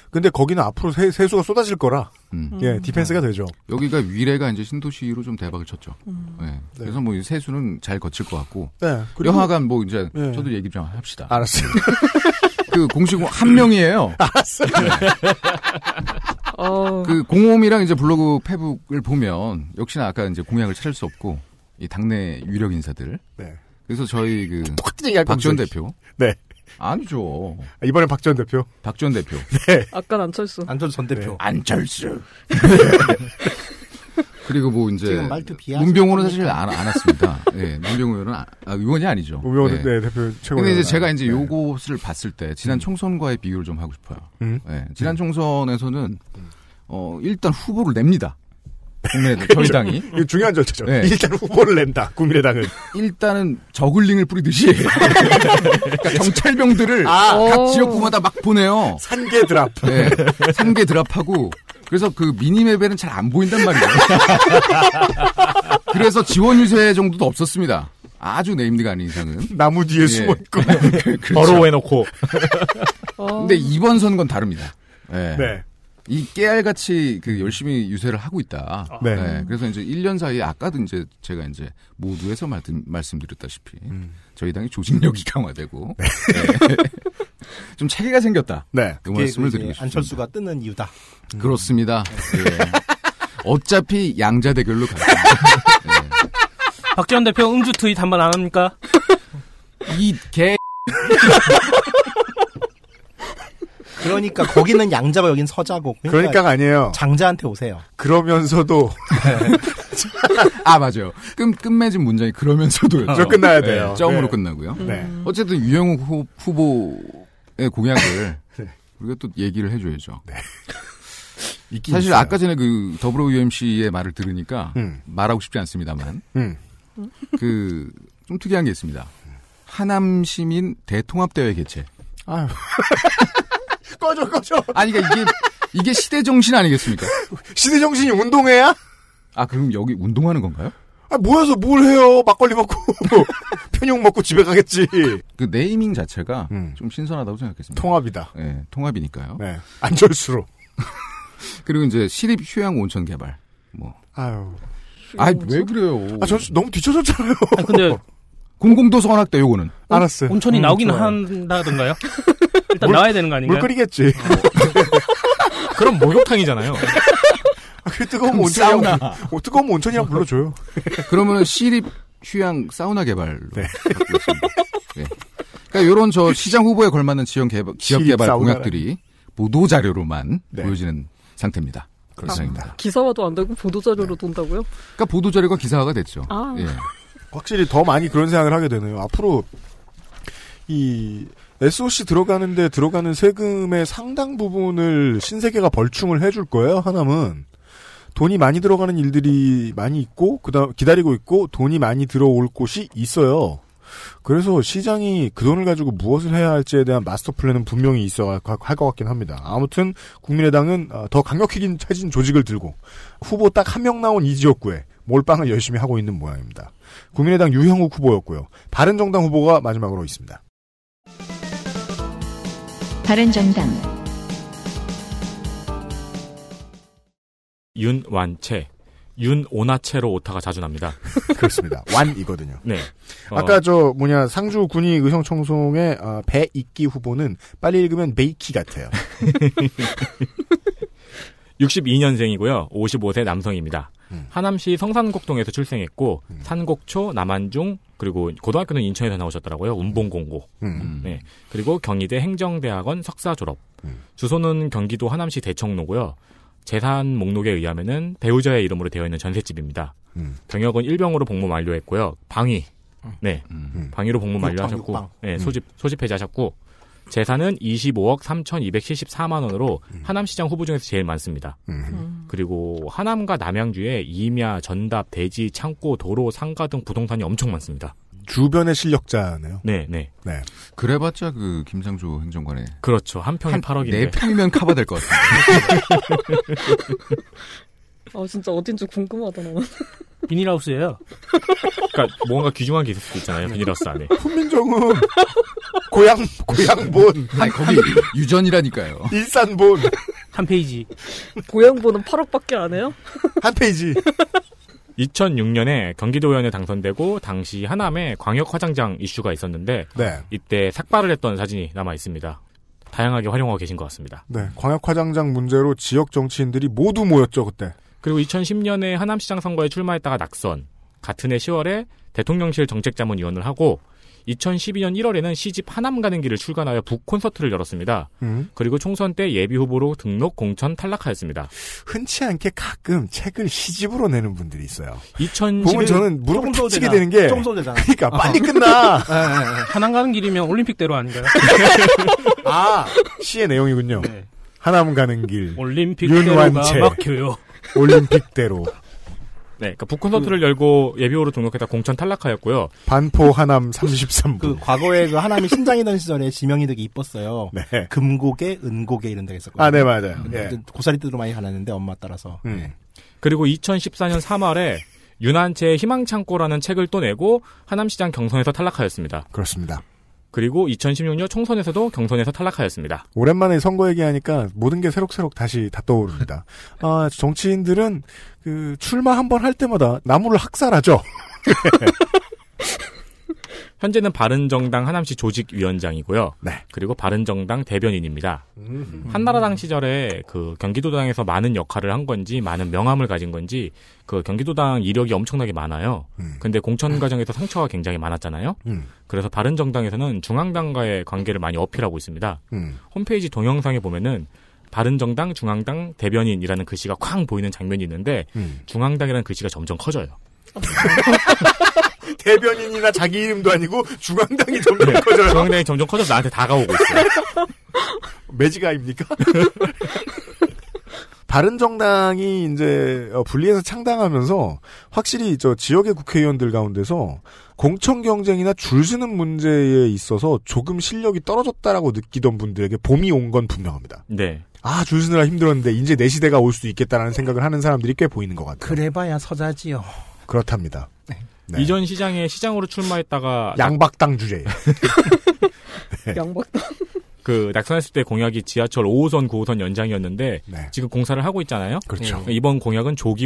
S2: 근데 거기는 앞으로 세, 수가 쏟아질 거라
S5: 음.
S2: 예 디펜스가 되죠.
S5: 여기가 위례가 이제 신도시로 좀 대박을 쳤죠. 예. 그래서 뭐이 세수는 잘 거칠 것 같고.
S2: 네, 그리고- 아.
S5: 여하간 뭐 이제
S2: 예.
S5: 저도 얘기 좀 합시다.
S2: 알았어요.
S5: 그 공식 한 명이에요.
S2: 알았어요.
S9: 아,
S5: 그 공홈이랑 이제 블로그 페북을 보면 역시나 아까 이제 공약을 찾을 수 없고 이 당내 유력 인사들.
S2: 네.
S5: 그래서 저희 그
S2: 똑같은 얘기 할
S5: 박지원
S2: 거면서.
S5: 대표.
S2: 네.
S5: 아니죠.
S2: 이번에 박지원 대표.
S5: 박지원 대표.
S9: 아까 안철수.
S3: 안철수 전
S5: 네.
S3: 대표.
S5: 안철수. 그리고 뭐 이제
S3: 지금 말투 비하하지
S5: 문병호는 사실 안, 안 왔습니다. 예, 문병호 의원은 아, 아, 의원이 아니죠.
S2: 문병호 대- 네, 대표 최고위원.
S5: 근데 이제 제가 이제
S2: 네.
S5: 요것을 봤을 때 지난 총선과의 비교를 좀 하고 싶어요.
S2: 음.
S5: 예, 지난 총선에서는 어, 일단 후보를 냅니다. 국민의당 저희
S2: 그렇죠.
S5: 당이
S2: 이거 중요한 절차죠.
S5: 네.
S2: 일단 후보를 낸다. 국민의당은
S5: 일단은 저글링을 뿌리듯이 그러니까 경찰병들을
S2: 아.
S5: 각
S2: 오.
S5: 지역구마다 막 보내요.
S2: 산개 드랍.
S5: 네, 산개 드랍하고 그래서 그 미니맵에는 잘 안 보인단 말이에요. 그래서 지원 유세 정도도 없었습니다. 아주 네임드가 아닌 이상은
S2: 나무 뒤에 숨어 있고
S11: 버로우해놓고.
S5: 근데 이번 선거는 다릅니다. 예.
S2: 네.
S5: 이 깨알같이 그 열심히 유세를 하고 있다.
S3: 아.
S2: 네.
S5: 예, 그래서 이제 1년 사이에 아까도 이제 제가 이제 모두에서 말, 말씀드렸다시피
S3: 음.
S5: 저희 당이 조직력이 강화되고 예. 좀 체계가 생겼다.
S2: 네.
S5: 그 말씀을 드리고
S3: 이제
S5: 싶습니다. 음.
S3: 안철수가 뜨는 이유다.
S5: 그렇습니다. 예. 어차피 양자 대결로 가.
S10: 박지원 대표 음주 트윗 한 번 안 합니까?
S5: 이개
S3: 그러니까 거기는 양자고 여긴 서자고.
S2: 그러니까가 아니에요.
S3: 장자한테 오세요.
S2: 그러면서도
S5: 아 맞아요. 끔 끝맺은 문장이 그러면서도
S2: 저 끝나야 돼요.
S5: 점으로
S2: 네.
S5: 끝나고요.
S3: 음.
S2: 네.
S5: 어쨌든 유영욱 후- 후보의 공약을
S2: 네.
S5: 우리가 또 얘기를 해줘야죠.
S2: 있긴
S5: 사실
S2: 있어요.
S5: 아까 전에 그 더불어 UMC의 말을 들으니까
S2: 음.
S5: 말하고 싶지 않습니다만
S2: 음.
S5: 그 좀 특이한 게 있습니다. 하남 시민 대통합 대회 개최.
S2: 아유. 꺼져 꺼져.
S5: 아니 그러니까 이게 이게 시대 정신 아니겠습니까?
S2: 시대 정신이 운동회야?
S5: 아 그럼 여기 운동하는 건가요?
S2: 아 모여서 뭘 해요? 막걸리 먹고 편육 먹고 집에 가겠지.
S5: 그 네이밍 자체가 좀 신선하다고 생각했습니다.
S2: 음. 통합이다.
S5: 예, 통합이니까요.
S2: 네. 안철수로.
S5: 그리고 이제 시립 휴양 온천 개발. 뭐.
S2: 아유.
S5: 아이, 왜 그래요?
S2: 아, 저 너무 뒤쳐졌잖아요.
S11: 어,
S10: 근데
S5: 공공도서 헌학대 요거는.
S11: 네.
S2: 알았어요.
S10: 온천이
S2: 음,
S10: 나오긴
S2: 좋아요.
S10: 한다던가요? 일단 나와야 되는 거 아닌가요? 어.
S2: 물 끓이겠지.
S11: 그럼 목욕탕이잖아요.
S2: 아, 그 뜨거운
S5: 그럼
S10: 음,
S2: 온천이랑
S5: 사우나.
S2: 어, 뜨거운 온천이랑 불러줘요.
S5: 그러면 시립 휴양 사우나 개발로. 바꾸겠습니다. 네. 그러니까 요런 저 시장 후보에 걸맞는 지역 개발, 지역
S2: 시립
S5: 개발
S2: 사우나라.
S5: 공약들이 보도 자료로만 보여지는 상태입니다. 네. 그렇습니다.
S9: 기사화도 안 되고 보도자료로 돈다고요?
S5: 그러니까 보도 자료가 기사화가 됐죠.
S9: 아.
S5: 예.
S2: 확실히 더 많이 그런 생각을 하게 되네요. 앞으로 이 SOC 들어가는데 들어가는 세금의 상당 부분을 신세계가 벌충을 해줄 거예요. 하나는 돈이 많이 들어가는 일들이 많이 있고 그다음 기다리고 있고 돈이 많이 들어올 곳이 있어요. 그래서 시장이 그 돈을 가지고 무엇을 해야 할지에 대한 마스터 플랜은 분명히 있어 할 것 같긴 합니다. 아무튼 국민의당은 어, 더 강력히 차진 조직을 들고 후보 딱 한 명 나온 이 지역구에 몰빵을 열심히 하고 있는 모양입니다. 국민의당 유형욱 후보였고요. 바른정당 후보가 마지막으로 있습니다.
S1: 바른정당
S11: 윤완채. 윤오나채로 오타가 자주 납니다.
S2: 그렇습니다. 완이거든요.
S11: 네. 어,
S2: 아까 저 뭐냐 상주 군이 의성청송의 어, 배익기 후보는 빨리 읽으면 베이키 같아요.
S11: 62년생이고요. 55세 남성입니다. 하남시 성산곡동에서 출생했고 산곡초, 남한중 그리고 고등학교는 인천에서 나오셨더라고요. 운봉공고.
S5: 음.
S11: 네. 그리고 경희대 행정대학원 석사 졸업.
S2: 음.
S11: 주소는 경기도 하남시 대청로고요. 재산 목록에 의하면은 배우자의 이름으로 되어 있는 전셋집입니다.
S2: 음.
S11: 병역은 일병으로 복무 완료했고요. 방위. 네. 방위로 복무
S2: 육방,
S11: 완료하셨고.
S2: 육방.
S11: 네,
S2: 음.
S11: 소집 소집 해제하셨고 재산은 25억 3,274만 원으로
S2: 음.
S11: 하남시장 후보 중에서 제일 많습니다. 그리고 하남과 남양주에 임야, 전답, 대지, 창고, 도로, 상가 등 부동산이 엄청 많습니다.
S2: 주변의 실력자네요.
S11: 네, 네.
S2: 네.
S5: 그래봤자 그 김상조 행정관의
S11: 그렇죠. 한 평이
S5: 한
S11: 8억인데.
S5: 네 평이면 커버될 것 같아요.
S9: 아 진짜 어딘지 궁금하다 나는.
S10: 비닐하우스예요.
S11: 그러니까 뭔가 귀중한 게 있을 수도 있잖아요.
S2: 네.
S11: 비닐하우스 안에.
S2: 훈민정음 고향 고향본
S5: 아니 거기 유전이라니까요.
S2: 일산본
S10: 한 페이지.
S9: 고양보는 8억밖에 안 해요?
S2: 한 페이지.
S11: 2006년에 경기도의원에 당선되고 당시 하남에 광역 화장장 이슈가 있었는데
S2: 네.
S11: 이때 삭발을 했던 사진이 남아 있습니다. 다양하게 활용하고 계신 것 같습니다.
S2: 네. 광역화장장 문제로 지역 정치인들이 모두 모였죠 그때.
S11: 그리고 2010년에 하남시장 선거에 출마했다가 낙선. 같은 해 10월에 대통령실 정책자문위원을 하고 2012년 1월에는 시집 하남 가는 길을 출간하여 북 콘서트를 열었습니다.
S2: 음.
S11: 그리고 총선 때 예비 후보로 등록 공천 탈락하였습니다.
S2: 흔치 않게 가끔 책을 시집으로 내는 분들이 있어요.
S11: 2011
S2: 보면 저는 무릎을
S10: 음, 조금 더
S2: 탁 치게
S10: 되나?
S2: 되는 게
S10: 조금 더 되잖아. 어.
S2: 그러니까 빨리 끝나.
S10: 하남 가는 길이면 올림픽대로 아닌가요?
S2: 아 시의 내용이군요. 하남 가는 길
S10: 올림픽대로가
S2: 윤완채.
S10: 막혀요.
S2: 올림픽대로
S11: 네, 그러니까 북 콘서트를 열고 예비 후보로 등록했다 공천 탈락하였고요.
S2: 반포 하남 33분.
S3: 그 과거에 그 하남이 신장이던 시절에 지명이 되게 이뻤어요.
S2: 네.
S3: 금고개, 은고개 이런 데가 있었거든요.
S2: 아, 네, 맞아요. 예. 음,
S3: 고사리 뜯으러 많이 가놨는데 엄마 따라서.
S11: 그리고 2014년 3월에 유난체의 희망창고라는 책을 또 내고 하남시장 경선에서 탈락하였습니다.
S2: 그렇습니다.
S11: 그리고 2016년 총선에서도 경선에서 탈락하였습니다.
S2: 오랜만에 선거 얘기하니까 모든 게 새록새록 다시 다 떠오릅니다. 아, 정치인들은 그 출마 한 번 할 때마다 나무를 학살하죠.
S11: 현재는 바른정당 하남시 조직위원장이고요.
S2: 네.
S11: 그리고 바른정당 대변인입니다.
S2: 음.
S11: 한나라당 시절에 그 경기도당에서 많은 역할을 한 건지 많은 명함을 가진 건지 그 경기도당 이력이 엄청나게 많아요. 근데 공천 과정에서 상처가 굉장히 많았잖아요.
S2: 음.
S11: 그래서 바른정당에서는 중앙당과의 관계를 많이 어필하고 있습니다.
S2: 음.
S11: 홈페이지 동영상에 보면은 바른정당 중앙당 대변인이라는 글씨가 쾅 보이는 장면이 있는데
S2: 음.
S11: 중앙당이라는 글씨가 점점 커져요.
S2: 대변인이나 자기 이름도 아니고 중앙당이 점점
S11: 네,
S2: 커져요.
S11: 중앙당이 점점 커져서 나한테 다가오고 있어요.
S2: 매지가입니까? 바른 정당이 이제 어, 분리해서 창당하면서 확실히 저 지역의 국회의원들 가운데서 공천 경쟁이나 줄 서는 문제에 있어서 조금 실력이 떨어졌다라고 느끼던 분들에게 봄이 온 건 분명합니다.
S11: 네.
S2: 아, 줄 서느라 힘들었는데 이제 내 시대가 올 수도 있겠다라는 생각을 하는 사람들이 꽤 보이는 것 같아요.
S3: 그래봐야 서자지요.
S2: 그렇답니다. 네.
S11: 이전 시장에 시장으로 출마했다가
S2: 양박당 주제예요.
S9: 양박
S11: 그 낙선했을 때 공약이 지하철 5호선, 9호선 연장이었는데 지금 공사를 하고 있잖아요.
S2: 그렇죠.
S11: 네. 이번 공약은 조기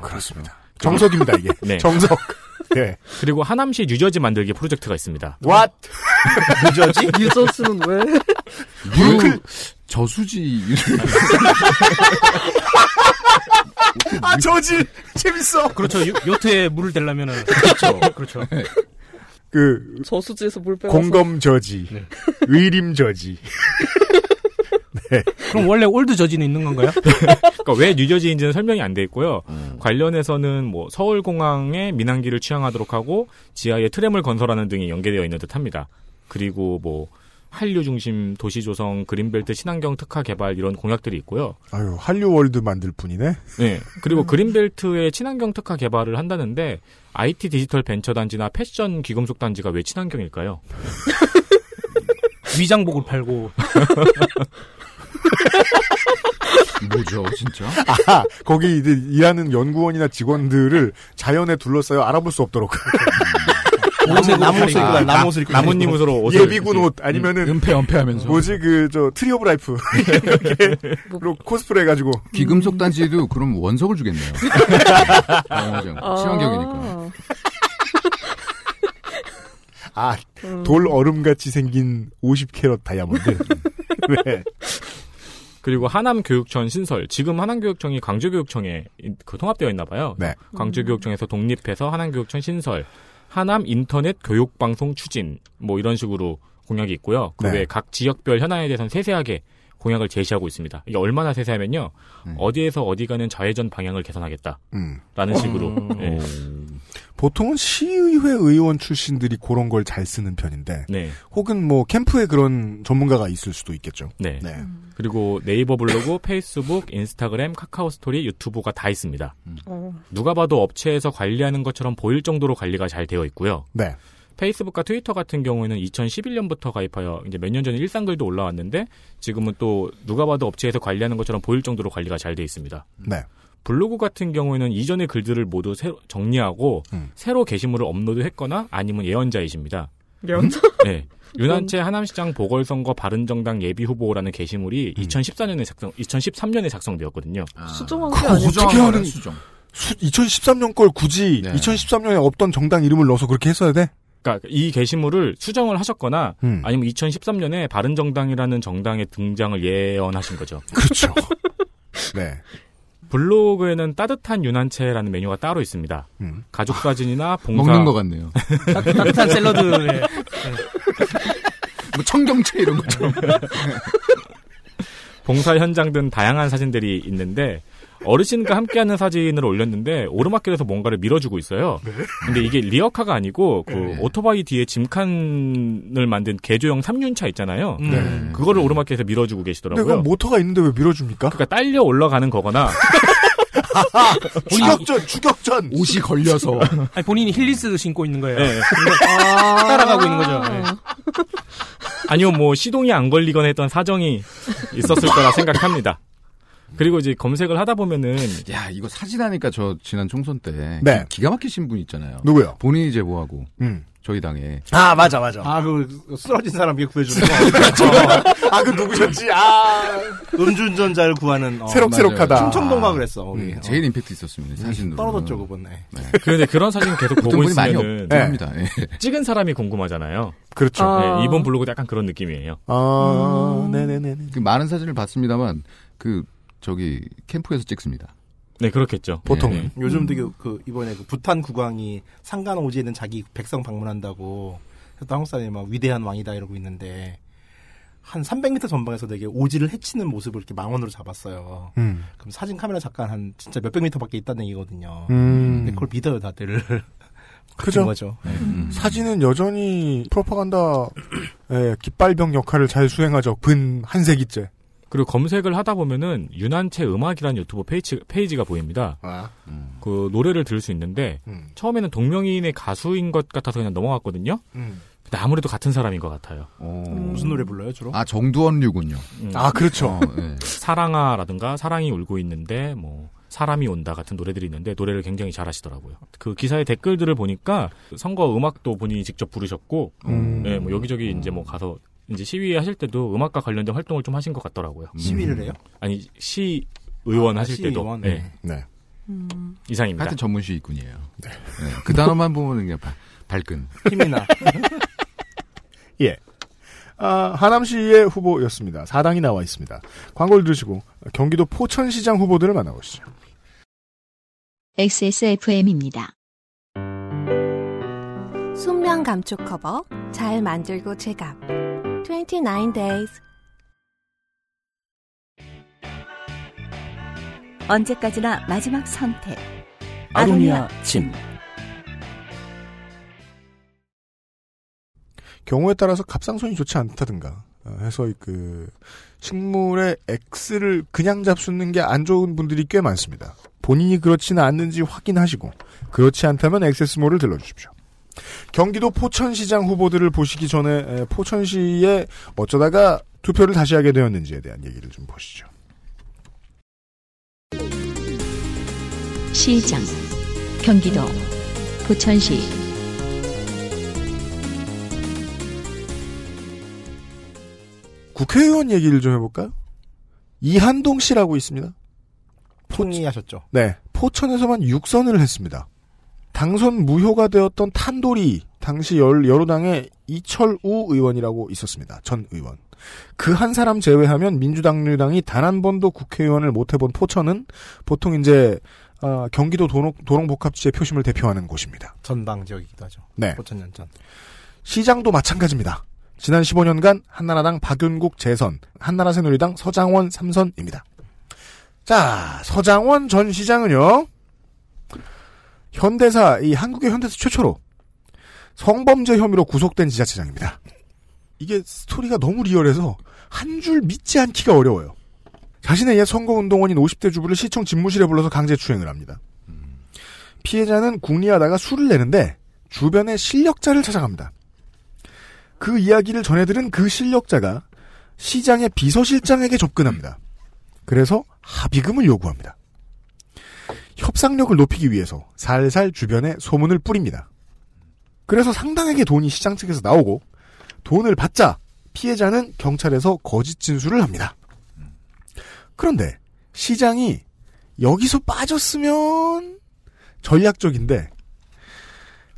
S2: 그렇습니다. 정석입니다, 이게.
S11: 네.
S2: 정석. 예.
S11: 그리고 하남시 뉴저지 만들기 프로젝트가 있습니다.
S2: What?
S9: 유저지? 유저스는 왜?
S5: 그 유 저수지
S2: 아, 저지! 재밌어!
S10: 그렇죠. 요, 요트에 물을 대려면은. 그렇죠. 그렇죠.
S2: 그
S9: 저수지에서 물 빼서.
S2: 공검 저지, 의림 저지. 네.
S10: 그럼 원래 올드 저지는 있는 건가요?
S11: 그러니까 왜 뉴저지인지는 설명이 안 돼 있고요. 관련해서는 뭐 서울공항에 민항기를 취항하도록 하고 지하에 트램을 건설하는 등이 연계되어 있는 듯합니다. 그리고 뭐 한류 중심 도시 조성, 그린벨트 친환경 특화 개발 이런 공약들이 있고요.
S2: 아유, 한류 월드 만들 뿐이네.
S11: 네. 그리고 그린벨트에 친환경 특화 개발을 한다는데 IT 디지털 벤처 단지나 패션 기금속 단지가 왜 친환경일까요?
S10: 위장복을 팔고
S5: 뭐죠, 진짜?
S2: 아, 거기 이제 일하는 연구원이나 직원들을 자연에 둘러싸여 알아볼 수 없도록.
S3: 옷을 나무 옷을 입고 다니고, 나무 옷을 입고 다니고.
S11: 나뭇잎 옷으로 옷을
S2: 예비군 옷
S11: 이렇게 음,
S2: 아니면은
S5: 은폐 은폐하면서
S2: 뭐지 그 저 트리 오브 라이프 이렇게로 코스프레 해가지고
S5: 기금속 단지도 그럼 원석을 주겠네요. 영화장.
S9: 아.
S5: 친환경이니까.
S9: 음.
S2: 아돌 얼음같이 생긴 50캐럿 다이아몬드 네.
S11: 그리고 하남교육청 신설. 지금 하남교육청이 광주교육청에 이- 그 통합되어 있나 봐요.
S2: 네.
S11: 광주교육청에서 독립해서 하남교육청 신설. 하남 인터넷 교육방송 추진. 뭐 이런 식으로 공약이 있고요. 그
S2: 네.
S11: 외에 각 지역별 현안에 대해서는 세세하게 공약을 제시하고 있습니다. 이게 얼마나 세세하면요. 어디에서 어디 가는 좌회전 방향을 개선하겠다.
S2: 음.
S11: 라는 식으로. 예.
S2: 보통은 시의회 의원 출신들이 그런 걸 잘 쓰는 편인데
S11: 네.
S2: 혹은 뭐 캠프에 그런 전문가가 있을 수도 있겠죠.
S11: 네. 그리고 네이버 블로그, 페이스북, 인스타그램, 카카오 스토리, 유튜브가 다 있습니다. 누가 봐도 업체에서 관리하는 것처럼 보일 정도로 관리가 잘 되어 있고요.
S2: 네.
S11: 페이스북과 트위터 같은 경우에는 2011년부터 가입하여 이제 몇 년 전에 일상글도 올라왔는데 지금은 또 누가 봐도 업체에서 관리하는 것처럼 보일 정도로 관리가 잘 되어 있습니다.
S2: 네.
S11: 블로그 같은 경우에는 이전의 글들을 모두 새로 정리하고 새로 게시물을 업로드했거나 아니면 예언자이십니다.
S9: 면접
S11: 네. 유난체 하남시장 보궐선거 바른정당 예비후보라는 게시물이
S5: 음.
S11: 2014년에 작성, 2013년에 작성되었거든요.
S5: 아.
S9: 수정한 게
S2: 그거 어떻게
S9: 아니고
S2: 하는 2013년 걸 굳이 2013년에 없던 정당 이름을 넣어서 그렇게 했어야 돼?
S11: 그러니까 이 게시물을 수정을 하셨거나
S2: 음.
S11: 아니면 2013년에 바른정당이라는 정당의 등장을 예언하신 거죠.
S2: 그렇죠. 네.
S11: 블로그에는 따뜻한 유난체라는 메뉴가 따로 있습니다. 가족 사진이나 봉사
S5: 음. 먹는 것 같네요.
S10: 따뜻한 샐러드에
S5: 뭐 청경채 이런 것처럼.
S11: 봉사 현장 등 다양한 사진들이 있는데 어르신과 함께하는 사진을 올렸는데 오르막길에서 뭔가를 밀어주고 있어요.
S2: 네.
S11: 근데 이게 리어카가 아니고 그
S5: 네.
S11: 오토바이 뒤에 짐칸을 만든 개조형 3륜차 있잖아요.
S2: 네.
S11: 그거를 오르막길에서 밀어주고
S2: 근데
S11: 계시더라고요.
S2: 그건 뭐- 모터가 있는데 왜 밀어줍니까?
S11: 그러니까 딸려 올라가는 거거나
S2: 그렇죠. 추격전, 추격전.
S5: 옷이 걸려서.
S10: 아니, 본인이 힐리스 신고 있는 거예요.
S11: 네.
S10: 따라가고 있는 거죠. 네.
S11: 아니요, 뭐 시동이 안 걸리거나 했던 사정이 있었을 거라 생각합니다. 그리고 이제 검색을 하다 보면은
S5: 야 이거 사진 하니까 저 지난 총선 때
S11: 네.
S5: 기- 기가 막히신 분 있잖아요.
S2: 누구요?
S5: 본인이 제보하고
S2: 음.
S5: 저희 당에
S2: 아 맞아 맞아.
S3: 아그 쓰러진 사람 이게 구해주는
S2: 아 그 누구셨지? 아
S3: 그렇죠. 음주운전자를 구하는 어,
S2: 새록새록하다.
S3: 맞아요. 음. 충청도인가 그랬어. 거기.
S5: 음, 제일 임팩트 있었습니다. 사진으로.
S3: 떨어졌죠 그번에.
S11: 그런데 그런 사진 계속
S5: 보통
S11: 보고
S5: 분이 많이
S11: 있으면은
S5: 없긴 합니다. 예.
S11: 찍은 사람이 궁금하잖아요.
S2: 그렇죠.
S5: 아.
S11: 네, 이번 블로그도 약간 그런 느낌이에요.
S2: 아, 네네네.
S5: 그 많은 사진을 봤습니다만 그 저기 캠프에서 찍습니다.
S11: 네 그렇겠죠.
S5: 예. 네.
S3: 요즘 되게 그 이번에 그 부탄 국왕이 상간 오지에 있는 자기 백성 방문한다고 또 한국 사람이 막 위대한 왕이다 이러고 있는데 한 300m 전방에서 되게 오지를 해치는 모습을 이렇게 망원으로 잡았어요.
S2: 음.
S3: 그럼 사진 카메라 잠깐 한 진짜 몇백 미터밖에 있다는 얘기거든요.
S2: 음.
S3: 근데 그걸 믿어요 다들.
S2: 그죠?
S3: 그렇죠. 같은 거죠. 네.
S5: 네.
S2: 음. 사진은 여전히 프로파간다 의 깃발병 역할을 잘 수행하죠. 근 한 세기째.
S11: 그리고 검색을 하다 보면은 유난체 음악이라는 유튜브 페이지, 페이지가 보입니다.
S2: 아.
S11: 그 노래를 들을 수 있는데 처음에는 동명이인의 가수인 것 같아서 그냥 넘어갔거든요.
S2: 음.
S11: 근데 아무래도 같은 사람인 것 같아요.
S3: 무슨 노래 불러요 주로?
S5: 어. 아 정두원류군요.
S11: 음.
S2: 아, 그렇죠.
S5: 어, 예.
S11: 사랑아라든가 사랑이 울고 있는데 뭐 사람이 온다 같은 노래들이 있는데 노래를 굉장히 잘하시더라고요. 그 기사의 댓글들을 보니까 선거 음악도 본인이 직접 부르셨고,
S2: 음.
S11: 예, 뭐 여기저기 이제 뭐 가서 이제 시위하실 때도 음악과 관련된 활동을 좀 하신 것 같더라고요.
S3: 시위를 해요?
S11: 아니 시 의원
S5: 아,
S11: 하실 때도
S5: 시의원,
S11: 예,
S5: 네.
S11: 이상입니다.
S5: 하여튼 전문 시위꾼이에요. 네. 그 단어만 보면 그냥 바- 발끈.
S3: 힘이나.
S2: 예. 아, 하남시의 후보였습니다. 4당이 나와 있습니다. 광고를 들으시고 경기도 포천시장 후보들을 만나보시죠.
S1: XSFM입니다.
S16: 순면 감촉 커버 잘 만들고 제갑 29 days
S17: 언제까지나 마지막 선택.
S8: 아로니아 진.
S2: 경우에 따라서 갑상선이 좋지 않다든가 어, 해서 이그 식물의 X를 그냥 잡수는 게 안 좋은 분들이 꽤 많습니다. 본인이 그렇지는 않는지 확인하시고 그렇지 않다면 액세스몰을 들러주십시오. 경기도 포천시장 후보들을 보시기 전에 에, 포천시에 어쩌다가 투표를 다시 하게 되었는지에 대한 얘기를 좀 보시죠.
S1: 시장 경기도 포천시
S2: 국회의원 얘기를 좀 해볼까요? 이한동 씨라고 있습니다.
S3: 통리하셨죠.
S2: 네. 포천에서만 6선을 했습니다. 당선 무효가 되었던 탄돌이 당시 열, 여로당의 이철우 의원이라고 있었습니다. 전 의원. 그 한 사람 제외하면 민주당 유당이 단 한 번도 국회의원을 못 해본 포천은 보통 이제 아, 경기도 도농, 도농복합지의 표심을 대표하는 곳입니다.
S3: 전방 지역이기도 하죠.
S2: 네.
S3: 5천년 전.
S2: 시장도 마찬가지입니다. 지난 15년간 한나라당 박윤국 재선, 한나라새누리당 서장원 3선입니다. 자, 서장원 전 시장은요. 현대사, 이 한국의 현대사 최초로 성범죄 혐의로 구속된 지자체장입니다. 이게 스토리가 너무 리얼해서 한 줄 믿지 않기가 어려워요. 자신의 옛 선거운동원인 50대 주부를 시청 집무실에 불러서 강제 추행을 합니다. 피해자는 궁리하다가 술을 내는데 주변의 실력자를 찾아갑니다. 그 이야기를 전해들은 그 실력자가 시장의 비서실장에게 접근합니다. 그래서 합의금을 요구합니다. 협상력을 높이기 위해서 살살 주변에 소문을 뿌립니다. 그래서 상당하게 돈이 시장 측에서 나오고 돈을 받자 피해자는 경찰에서 거짓 진술을 합니다. 그런데 시장이 여기서 빠졌으면 전략적인데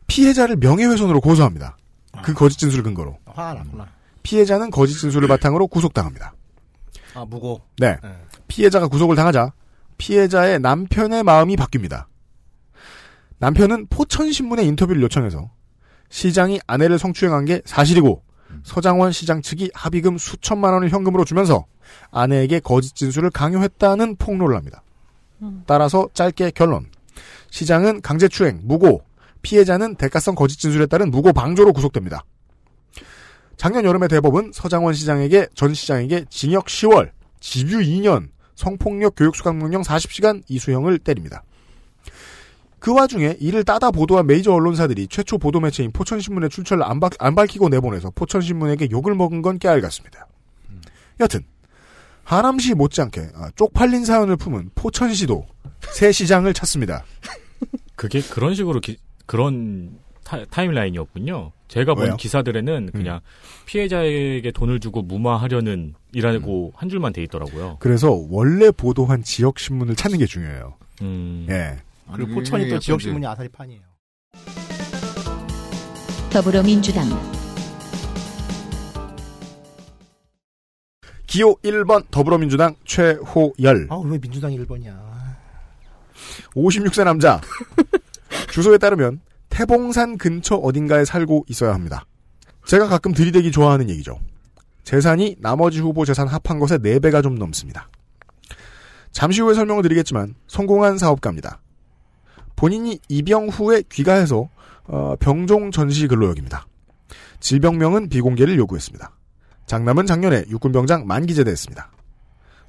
S2: 피해자를 명예훼손으로 고소합니다. 그 거짓 진술 근거로.
S3: 아, 화났구나.
S2: 피해자는 거짓 진술을 바탕으로 구속당합니다.
S3: 아 무고.
S2: 네. 피해자가 구속을 당하자 피해자의 남편의 마음이 바뀝니다. 남편은 포천신문에 인터뷰를 요청해서 시장이 아내를 성추행한 게 사실이고 서장원 시장 측이 합의금 수천만 원을 현금으로 주면서 아내에게 거짓 진술을 강요했다는 폭로를 합니다. 따라서 짧게 결론. 시장은 강제추행, 무고, 피해자는 대가성 거짓 진술에 따른 무고 방조로 구속됩니다. 작년 여름에 대법은 서장원 시장에게 전 시장에게 징역 10월, 집유 2년, 성폭력 교육수강명령 40시간 이수형을 때립니다. 그 와중에 이를 따다 보도한 메이저 언론사들이 최초 보도 매체인 포천신문의 출처를 안, 밝, 안 밝히고 내보내서 포천신문에게 욕을 먹은 건 깨알 같습니다. 여튼 하남시 못지않게 아, 쪽팔린 사연을 품은 포천시도 새 시장을 찾습니다.
S11: 그게 그런 식으로 기- 그런 타, 임라인이었군요 제가 본
S2: 왜요? 음.
S11: 기사들에는 그냥 피해자에게 돈을 주고 무마하려는
S2: 음.
S11: 이라고 한 줄만 돼 있더라고요.
S2: 그래서 원래 보도한 지역 신문을 찾는 게 중요해요.
S11: 음.
S2: 예.
S3: 그리고 어. 포천이 또 지역 신문이 아사리판이에요.
S1: 더불어민주당
S2: 기호 1번 더불어민주당 최호열
S3: 아 왜 민주당 1번이야.
S2: 56세 남자 주소에 따르면 태봉산 근처 어딘가에 살고 있어야 합니다. 제가 가끔 들이대기 좋아하는 얘기죠. 재산이 나머지 후보 재산 합한 것의 4배가 좀 넘습니다. 잠시 후에 설명을 드리겠지만 성공한 사업가입니다. 본인이 입영 후에 귀가해서 어, 병종 전시 근로역입니다. 질병명은 비공개를 요구했습니다. 장남은 작년에 육군병장 만기 제대했습니다.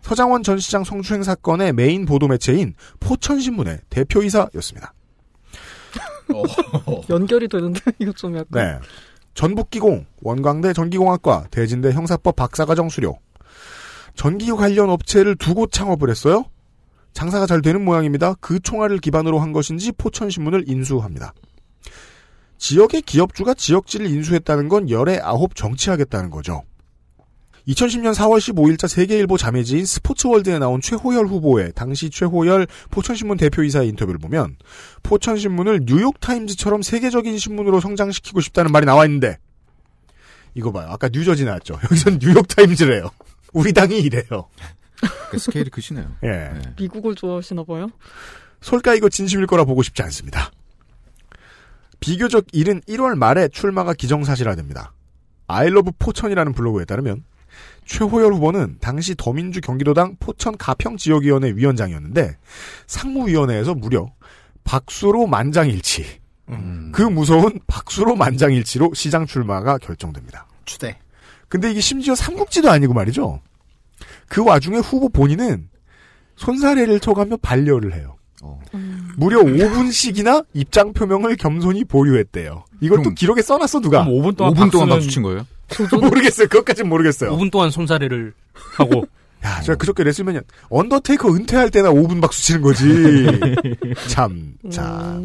S2: 서장원 전 시장 성추행 사건의 메인 보도 매체인 포천신문의 대표이사였습니다.
S9: 연결이 되는데 이거 좀 약간
S2: 네. 전북기공, 원광대 전기공학과, 대진대 형사법 박사과정 수료. 전기 관련 업체를 두 곳 창업을 했어요. 장사가 잘 되는 모양입니다. 그 총알을 기반으로 한 것인지 포천신문을 인수합니다. 지역의 기업주가 지역지를 인수했다는 건 열의 아홉 정치하겠다는 거죠. 2010년 4월 15일자 세계일보 자매지인 스포츠월드에 나온 최호열 후보의 당시 최호열 포천신문 대표이사의 인터뷰를 보면 포천신문을 뉴욕타임즈처럼 세계적인 신문으로 성장시키고 싶다는 말이 나와 있는데 이거 봐요. 아까 뉴저지 나왔죠. 여기선 뉴욕타임즈래요. 우리 당이 이래요.
S5: 그러니까 스케일이 크시네요.
S2: 예.
S9: 미국을 좋아하시나 봐요.
S2: 솔까 이거 진심일 거라 보고 싶지 않습니다. 비교적 이른 1월 말에 출마가 기정사실화됩니다. 아이러브 포천이라는 블로그에 따르면 최호열 후보는 당시 더민주 경기도당 포천 가평 지역위원회 위원장이었는데 상무위원회에서 무려 박수로 만장일치 그 무서운 박수로 만장일치로 시장 출마가 결정됩니다.
S3: 추대.
S2: 근데 이게 심지어 삼국지도 아니고 말이죠. 그 와중에 후보 본인은 손사래를 쳐가며 반려를 해요. 무려 5분씩이나 입장 표명을 겸손히 보류했대요. 이것도 기록에 써놨어 누가?
S11: 5분 동안
S2: 5분 동안
S11: 박수는-
S2: 박수 친 거예요? 모르겠어요. 그것까지는 그 모르겠어요.
S10: 5분 동안 손사래를 하고.
S2: 야, 뭐. 제가 그저께 레슬매년 언더테이커 은퇴할 때나 5분 박수 치는 거지. 참, 자.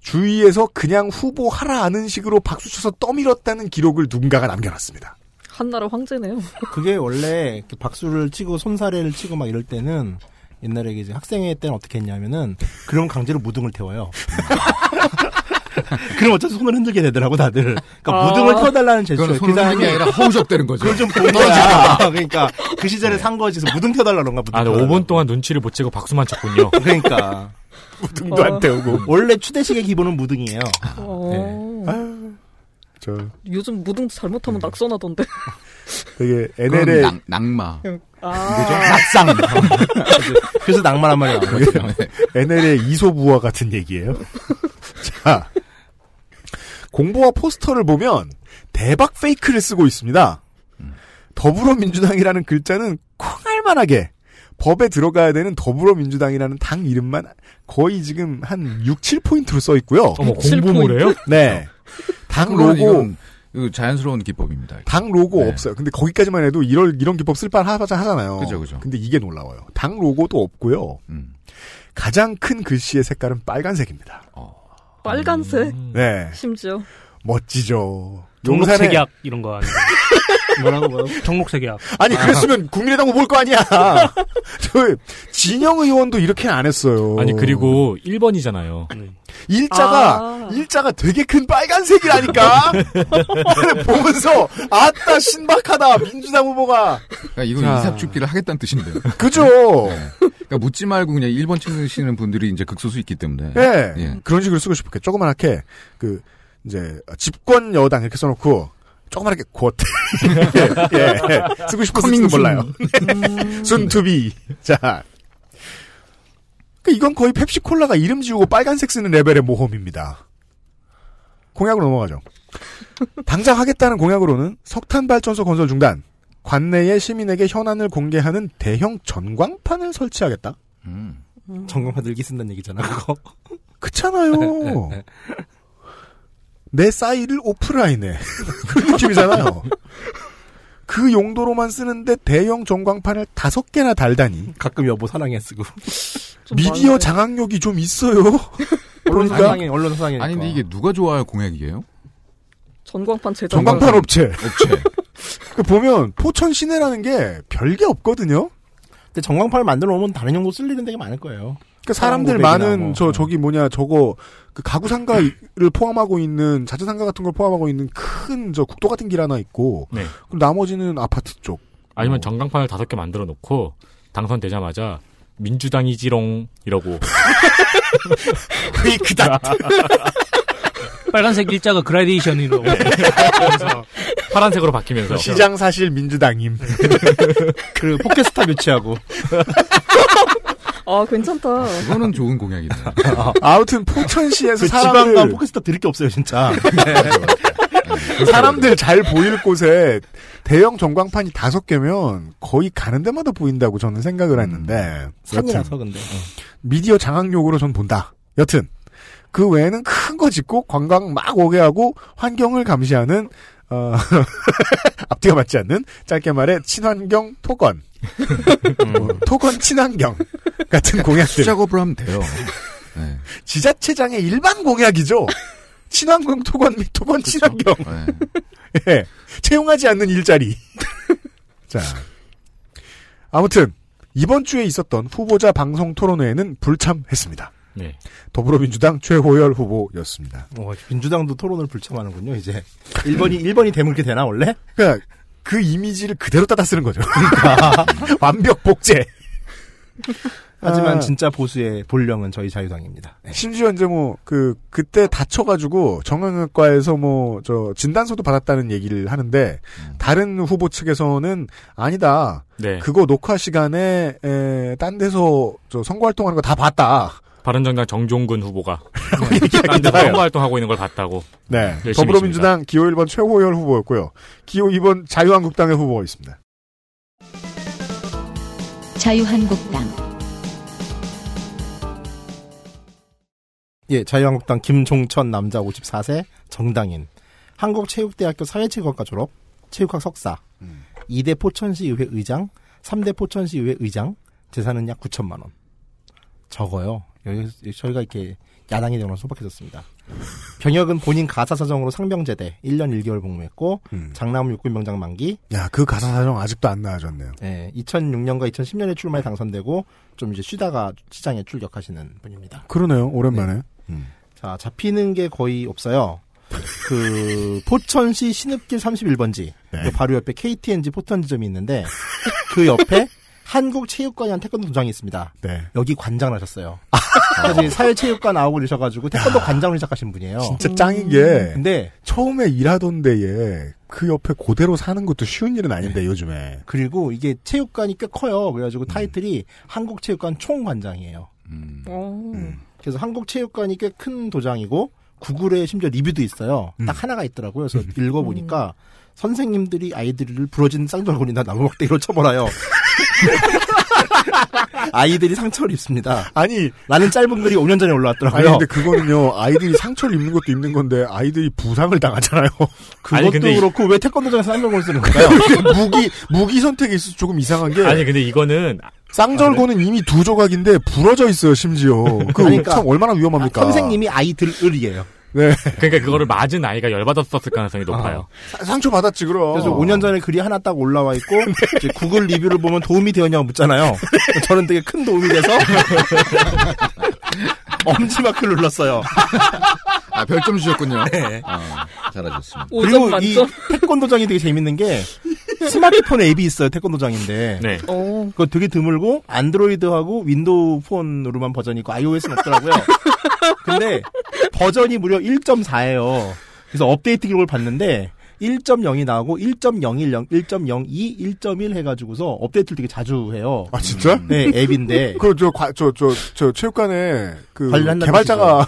S2: 주위에서 그냥 후보하라 하는 식으로 박수 쳐서 떠밀었다는 기록을 누군가가 남겨놨습니다.
S9: 한나라 황제네요.
S3: 그게 원래 이렇게 박수를 치고 손사래를 치고 막 이럴 때는 옛날에 이제 학생회 때는 어떻게 했냐면은 그럼 강제로 무등을 태워요. 그럼 어차피 손을 흔들게 되더라고 다들. 그러니까
S5: 아.
S3: 무등을 태워달라는 제스처.
S5: 그건 손을 흔드는 게 아니라 허우적대는 거죠.
S3: 그걸 좀
S5: 떨어지잖아. 네.
S3: 보여야. 그러니까 그 시절에 산 거지. 그래서 무등 태워달라던가 무등.
S11: 아, 네, 5분 동안 눈치를 못 채고 박수만 쳤군요.
S3: 그러니까.
S2: 뭐 무등도 안 태우고.
S3: 원래 추대식의 기본은 무등이에요.
S9: 어.
S2: 저
S9: 요즘 무등 잘못하면 낙선하던데.
S2: 되게
S5: 그건
S2: NL의
S5: 낙- 낙마.
S3: 낙상. 그래서 낙마란 말이 나온 거죠.
S2: NL의 이소부와 같은 얘기예요. 자, 공보와 포스터를 보면 대박 페이크를 쓰고 있습니다. 더불어민주당이라는 글자는 콩알만하게 법에 들어가야 되는 더불어민주당이라는 당 이름만 거의 지금 한 6, 7포인트로 써 있고요.
S11: 어머,
S10: 뭐,
S11: 공보물이에요?
S2: 네. 당
S5: 그럼
S2: 로고
S5: 그러니까 이건 이거 자연스러운 기법입니다.
S2: 당 로고 없어요. 근데 거기까지만 해도 이런 이런 기법 쓸 뻔하자 하잖아요.
S5: 그죠, 음. 그죠.
S2: 근데 이게 놀라워요. 당 로고도 없고요. 가장 큰 글씨의 색깔은 빨간색입니다.
S9: 빨간색.
S11: 음.
S2: 네.
S9: 심지어.
S2: 멋지죠. 용산에-
S10: 종록색약 이런 거 아니에요?
S3: 뭐라고 뭐라고?
S10: 종록색약.
S2: 아니 그랬으면 국민의당 후보일 거 아니야. 저 진영 의원도 이렇게는 안 했어요.
S11: 아니, 그리고 1번이잖아요.
S2: 일자가 일자가 되게 큰 빨간색이라니까. 나는 보면서 아따 신박하다 민주당 후보가.
S5: 그러니까 이건
S2: 자.
S5: 이삭줍기를 하겠다는 뜻인데요.
S2: 그죠.
S5: 그러니까 묻지 말고 그냥 1번 찍으시는 분들이 이제 극소수 있기 때문에.
S3: 네.
S2: 예.
S5: 예.
S2: 그런 식으로 쓰고 싶었게 조그맣게 그 이제 집권 여당 이렇게 써놓고 조그맣게 곧 예, 예. 쓰고 싶었을지도
S5: 커밍 순.
S2: 몰라요. 순투비 자. 그 이건 거의 펩시콜라가 이름 지우고 빨간색 쓰는 레벨의 모험입니다. 공약으로 넘어가죠. 당장 하겠다는 공약으로는 석탄 발전소 건설 중단, 관내의 시민에게 현안을 공개하는 대형 전광판을 설치하겠다.
S5: 음.
S3: 전광판 늘기 쓴다는 얘기잖아 그거.
S2: 그렇잖아요. 내 싸이를 오프라인에 그런 느낌이잖아요. 그 용도로만 쓰는데 대형 전광판을 다섯 개나 달다니
S3: 가끔 여보 사랑해 쓰고.
S2: 미디어 장악력이 좀 있어요.
S3: 언론
S2: 그러니까
S3: 사상이 언론 사상이니까.
S5: 아니 근데 이게 누가 좋아할 공약이에요?
S9: 전광판 제작.
S2: 전광판 업체.
S5: 업체.
S2: 그 보면 포천 시내라는 게 별게 없거든요.
S3: 근데 전광판을 만들어 놓으면 다른 용도 쓸 일은 되게 많을 거예요.
S2: 그 사람들
S3: 사람 고백이나
S2: 많은
S3: 뭐.
S2: 저 저기 뭐냐 저거 그 가구 상가를 포함하고 있는 자재 상가 같은 걸 포함하고 있는 큰 저 국도 같은 길 하나 있고
S11: 네.
S2: 그럼 나머지는 아파트 쪽. 어.
S11: 아니면 전광판을 다섯 개 만들어 놓고 당선되자마자 민주당이지롱 이러고
S2: 페이크다
S10: 빨간색 일자가 그라데이션으로.
S11: 파란색으로 바뀌면서
S2: 시장 사실 민주당임.
S3: 그 포켓스타 교체하고.
S9: 아 괜찮다.
S5: 그거는 좋은 공약이네.
S2: 어. 아무튼 포천시에서
S3: 그 지방간
S2: 사람들
S3: 포켓스타 들을 게 없어요 진짜.
S2: 사람들 잘 보일 곳에 대형 전광판이 다섯 개면 거의 가는 데마다 보인다고 저는 음. 생각을 했는데
S3: 산이라서
S2: 여튼
S3: 근데.
S2: 미디어 장악용으로 전 본다. 여튼 그 외에는 큰 거 짓고 관광 막 오게 하고 환경을 감시하는 어, 앞뒤가 맞지 않는 짧게 말해 친환경 토건 뭐, 토건 친환경 같은 공약들
S5: 수작업을 하면 돼요. 네.
S2: 지자체장의 일반 공약이죠. 친환경 토건 및 토건 친환경.
S5: 네.
S2: 예. 채용하지 않는 일자리. 자. 아무튼, 이번 주에 있었던 후보자 방송 토론회에는 불참했습니다.
S11: 네.
S2: 더불어민주당 최호열 후보였습니다.
S3: 어, 민주당도 토론을 불참하는군요 이제. 1번이 1번이 되면 이렇게 되나 원래?
S2: 그러니까 그 이미지를 그대로 따다 쓰는 거죠. 그러니까 완벽 복제.
S3: 하지만
S2: 아.
S3: 진짜 보수의 본령은 저희 자유당입니다.
S2: 심지어 이제 뭐 그 그때 다쳐가지고 정형외과에서 뭐 저 진단서도 받았다는 얘기를 하는데 다른 후보 측에서는 아니다.
S11: 네.
S2: 그거 녹화 시간에 에, 딴 데서 저 선거 활동하는 거 다 봤다.
S4: 바른정당 정종근 후보가
S2: 얘기하기
S4: 딴데
S2: 나요.
S4: 선거 활동하고 있는 걸 봤다고.
S2: 네.
S4: 열심히
S2: 더불어민주당 기호 1번 최호열 후보였고요. 기호 2번 자유한국당의 후보가 있습니다.
S1: 자유한국당
S3: 예, 자유한국당 김종천 남자 54세 정당인 한국체육대학교 사회체육학과 졸업 체육학 석사 2대 포천시의회 의장 3대 포천시의회 의장 재산은 약 9천만 원 적어요 여기, 저희가 이렇게 야당이 되거나 소박해졌습니다 병역은 본인 가사사정으로 상병제대 1년 1개월 복무했고 장남 육군병장 만기
S2: 야, 그 가사 사정 아직도 안 나아졌네요.
S3: 예, 2006년과 2010년에 출마해 당선되고 좀 이제 쉬다가 시장에 출격하시는 분입니다
S2: 그러네요. 오랜만에.
S3: 자, 잡히는 게 거의 없어요. 그 포천시 신읍길 31번지
S2: 네.
S3: 그 바로 옆에 KTNG 포천지점이 있는데 그 옆에 한국체육관이란 태권도 도장이 있습니다.
S2: 네.
S3: 여기 관장을 하셨어요.
S2: 아.
S3: 그래서 이 사회체육관 아홉을 이셔가지고 태권도 관장을 시작하신 분이에요.
S2: 진짜 짱인 게
S3: 근데
S2: 처음에 일하던 데에 그 옆에 그대로 사는 것도 쉬운 일은 아닌데 요즘에.
S3: 그리고 이게 체육관이 꽤 커요. 그래가지고
S2: 음.
S3: 타이틀이 한국체육관 총관장이에요.
S2: 음.
S3: 그래서 한국체육관이 꽤 큰 도장이고 구글에 심지어 리뷰도 있어요.
S2: 음.
S3: 딱 하나가 있더라고요. 그래서 읽어보니까 선생님들이 아이들을 부러진 쌍절곤이나 나무막대기로 쳐버려요. 아이들이 상처를 입습니다.
S2: 아니
S3: 라는 짧은 글이 5년 전에
S2: 아니
S3: 올라왔더라고요.
S2: 근데 그거는요 아이들이 상처를 입는 것도 입는 건데 아이들이 부상을 당하잖아요.
S3: 그것도 그렇고 왜 태권도장에서 쌍절곤을 쓰는 건가요?
S2: 무기 무기 선택이 있어서 조금 이상한 게
S11: 아니 근데 이거는
S2: 쌍절곤은 이미 두 조각인데 부러져 있어요 심지어. 아, 그참
S11: 그러니까.
S2: 얼마나 위험합니까?
S3: 선생님이 아이들을이에요.
S2: 네.
S4: 그러니까 그거를 맞은 아이가 열받았었을 가능성이 높아요.
S2: 상처 받았지 그럼.
S5: 어.
S3: 그래서 5년 전에 글이 하나 딱 올라와 있고
S5: 네.
S3: 이제 구글 리뷰를 보면 도움이 되었냐고 묻잖아요. 저는 되게 큰 도움이
S5: 네.
S3: 돼서 엄지마크를 눌렀어요.
S5: 아, 별점 주셨군요.
S3: 네.
S5: 아, 잘하셨습니다.
S3: 그리고
S5: 오점
S3: 이
S5: 만점?
S3: 태권도장이 되게 재밌는 게 스마트폰 앱이 있어요 태권도장인데
S4: 네.
S3: 그거 되게 드물고 안드로이드하고 윈도우 폰으로만 버전이 있고 iOS는 없더라고요 근데 버전이 무려 1.4예요 그래서 업데이트 기록을 봤는데 1.0이 나오고 1.010, 1.02, 1.1 해가지고서 업데이트를 되게 자주 해요.
S2: 아 진짜?
S3: 네 앱인데
S2: 그저저저 저 체육관에 그
S3: 관리한다는
S2: 개발자가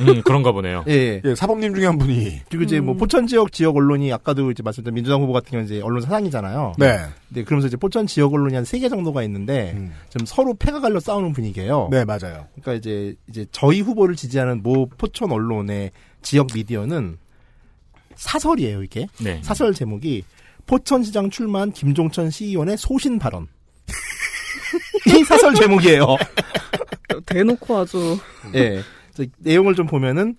S4: 음, 그런가 보네요.
S3: 예.
S2: 사범님 중에 한 분이
S3: 그리고 이제
S2: 음.
S3: 뭐 포천 지역 지역 언론이 아까도 이제 말씀드린 민주당 후보 같은 경우 이제 언론 사장이잖아요.
S2: 네.
S3: 네, 그러면서 이제 포천 지역 언론이 한 세 개 정도가 있는데 좀 서로 패가 갈려 싸우는 분위기예요.
S2: 음. 네, 맞아요.
S3: 그러니까 이제 이제 저희 후보를 지지하는 모 포천 언론의 지역 미디어는 사설이에요, 이게.
S4: 네.
S3: 사설 제목이 포천시장 출마한 김종천 시의원의 소신 발언. 이 사설 제목이에요.
S9: 대놓고 아주.
S3: 예. 그래서 내용을 좀 보면은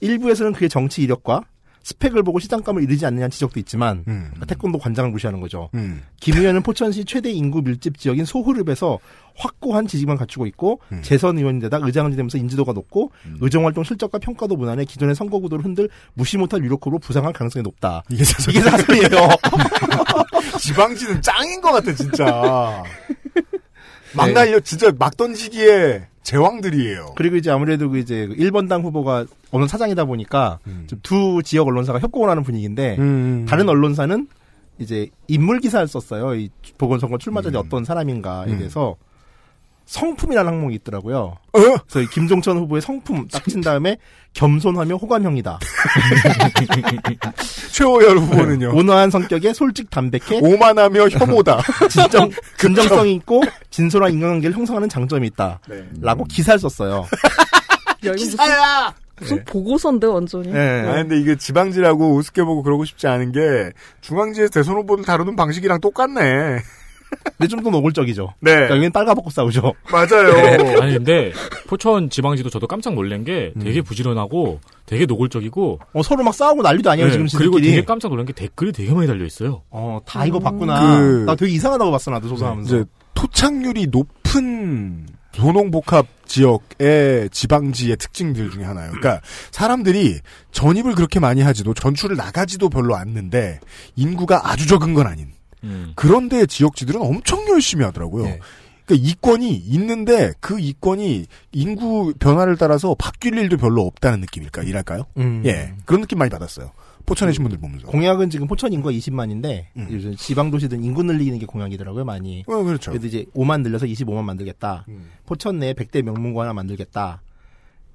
S3: 일부에서는 그의 정치 이력과 스펙을 보고 시장감을 잃지 않느냐는 지적도 있지만 그러니까 태권도 관장을 무시하는 거죠.
S2: 음.
S3: 김 의원은 포천시 최대 인구 밀집 지역인 소호읍에서 확고한 지지만 갖추고 있고 재선 의원인데다 의장을 지내면서 인지도가 높고 의정 활동 실적과 평가도 무난해 기존의 선거 구도를 흔들 무시 못할 유력후보로 부상할 가능성이 높다.
S2: 이게 사설.
S3: 이에요
S2: 지방지는 짱인 것 같아 진짜. 네. 막 날려 진짜 막 던지기에 제왕들이에요.
S3: 그리고 이제 아무래도 그 이제 1번당 후보가 언론 사장이다 보니까 좀 두 지역 언론사가 협공을 하는 분위기인데
S2: 음.
S3: 다른 언론사는 이제 인물 기사를 썼어요. 이 보건선거 출마자들이 어떤 사람인가에
S2: 음.
S3: 대해서 성품이라는 항목이 있더라고요.
S2: 어?
S3: 그래서 이 김종천 후보의 성품 딱 친 다음에 겸손하며 호감형이다.
S2: 최호열 후보는요.
S3: 네. 온화한 성격에 솔직 담백해
S2: 오만하며 혐오다.
S3: 진정 긍정성 있고 진솔한 인간관계를 형성하는 장점이 있다라고 기사를 썼어요.
S9: 야,
S2: 기사야!
S9: 무슨 보고서인데 완전히.
S3: 네.
S2: 아 근데 이게 지방지라고 우습게 보고 그러고 싶지 않은 게 중앙지에서 대선 후보를 다루는 방식이랑 똑같네.
S3: 근데 좀 더 노골적이죠.
S2: 네.
S3: 여기는 빨가벗고 싸우죠. 어.
S4: 아니 근데 포천 지방지도 저도 깜짝 놀란
S3: 음.
S4: 게 되게 부지런하고 되게 노골적이고 네,
S3: 어, 서로 막 싸우고 난리도 아니에요,
S2: 네.
S3: 지금
S4: 그리고
S3: 지들끼리.
S4: 되게 깜짝 놀란 게 댓글이 되게 많이 달려 있어요.
S3: 어, 다 이거 봤구나.
S2: 그-
S3: 나 되게 이상하다고 봤어, 나도 조사하면서.
S2: 이제 토착률이 높은 도농복합 지역의 지방지의 특징들 중에 하나예요. 그러니까 사람들이 전입을 그렇게 많이 하지도 전출을 나가지도 별로 않는데 인구가 아주 적은 건 아닌.
S3: 음.
S2: 그런데 지역지들은 엄청 열심히 하더라고요.
S3: 네.
S2: 그러니까 이권이 있는데 그 이권이 인구 변화를 따라서 바뀔 일도 별로 없다는 느낌일까 이랄까요?
S3: 음.
S2: 예 그런 느낌 많이 받았어요. 포천의 신분들 보면서.
S3: 공약은 지금 포천 인구가 20만인데, 요즘 지방도시든 인구 늘리는 게 공약이더라고요, 많이.
S2: 어, 음. 그렇죠. 음.
S3: 그래도 이제 5만 늘려서 25만 만들겠다. 포천 내에 100대 명문고 하나 만들겠다.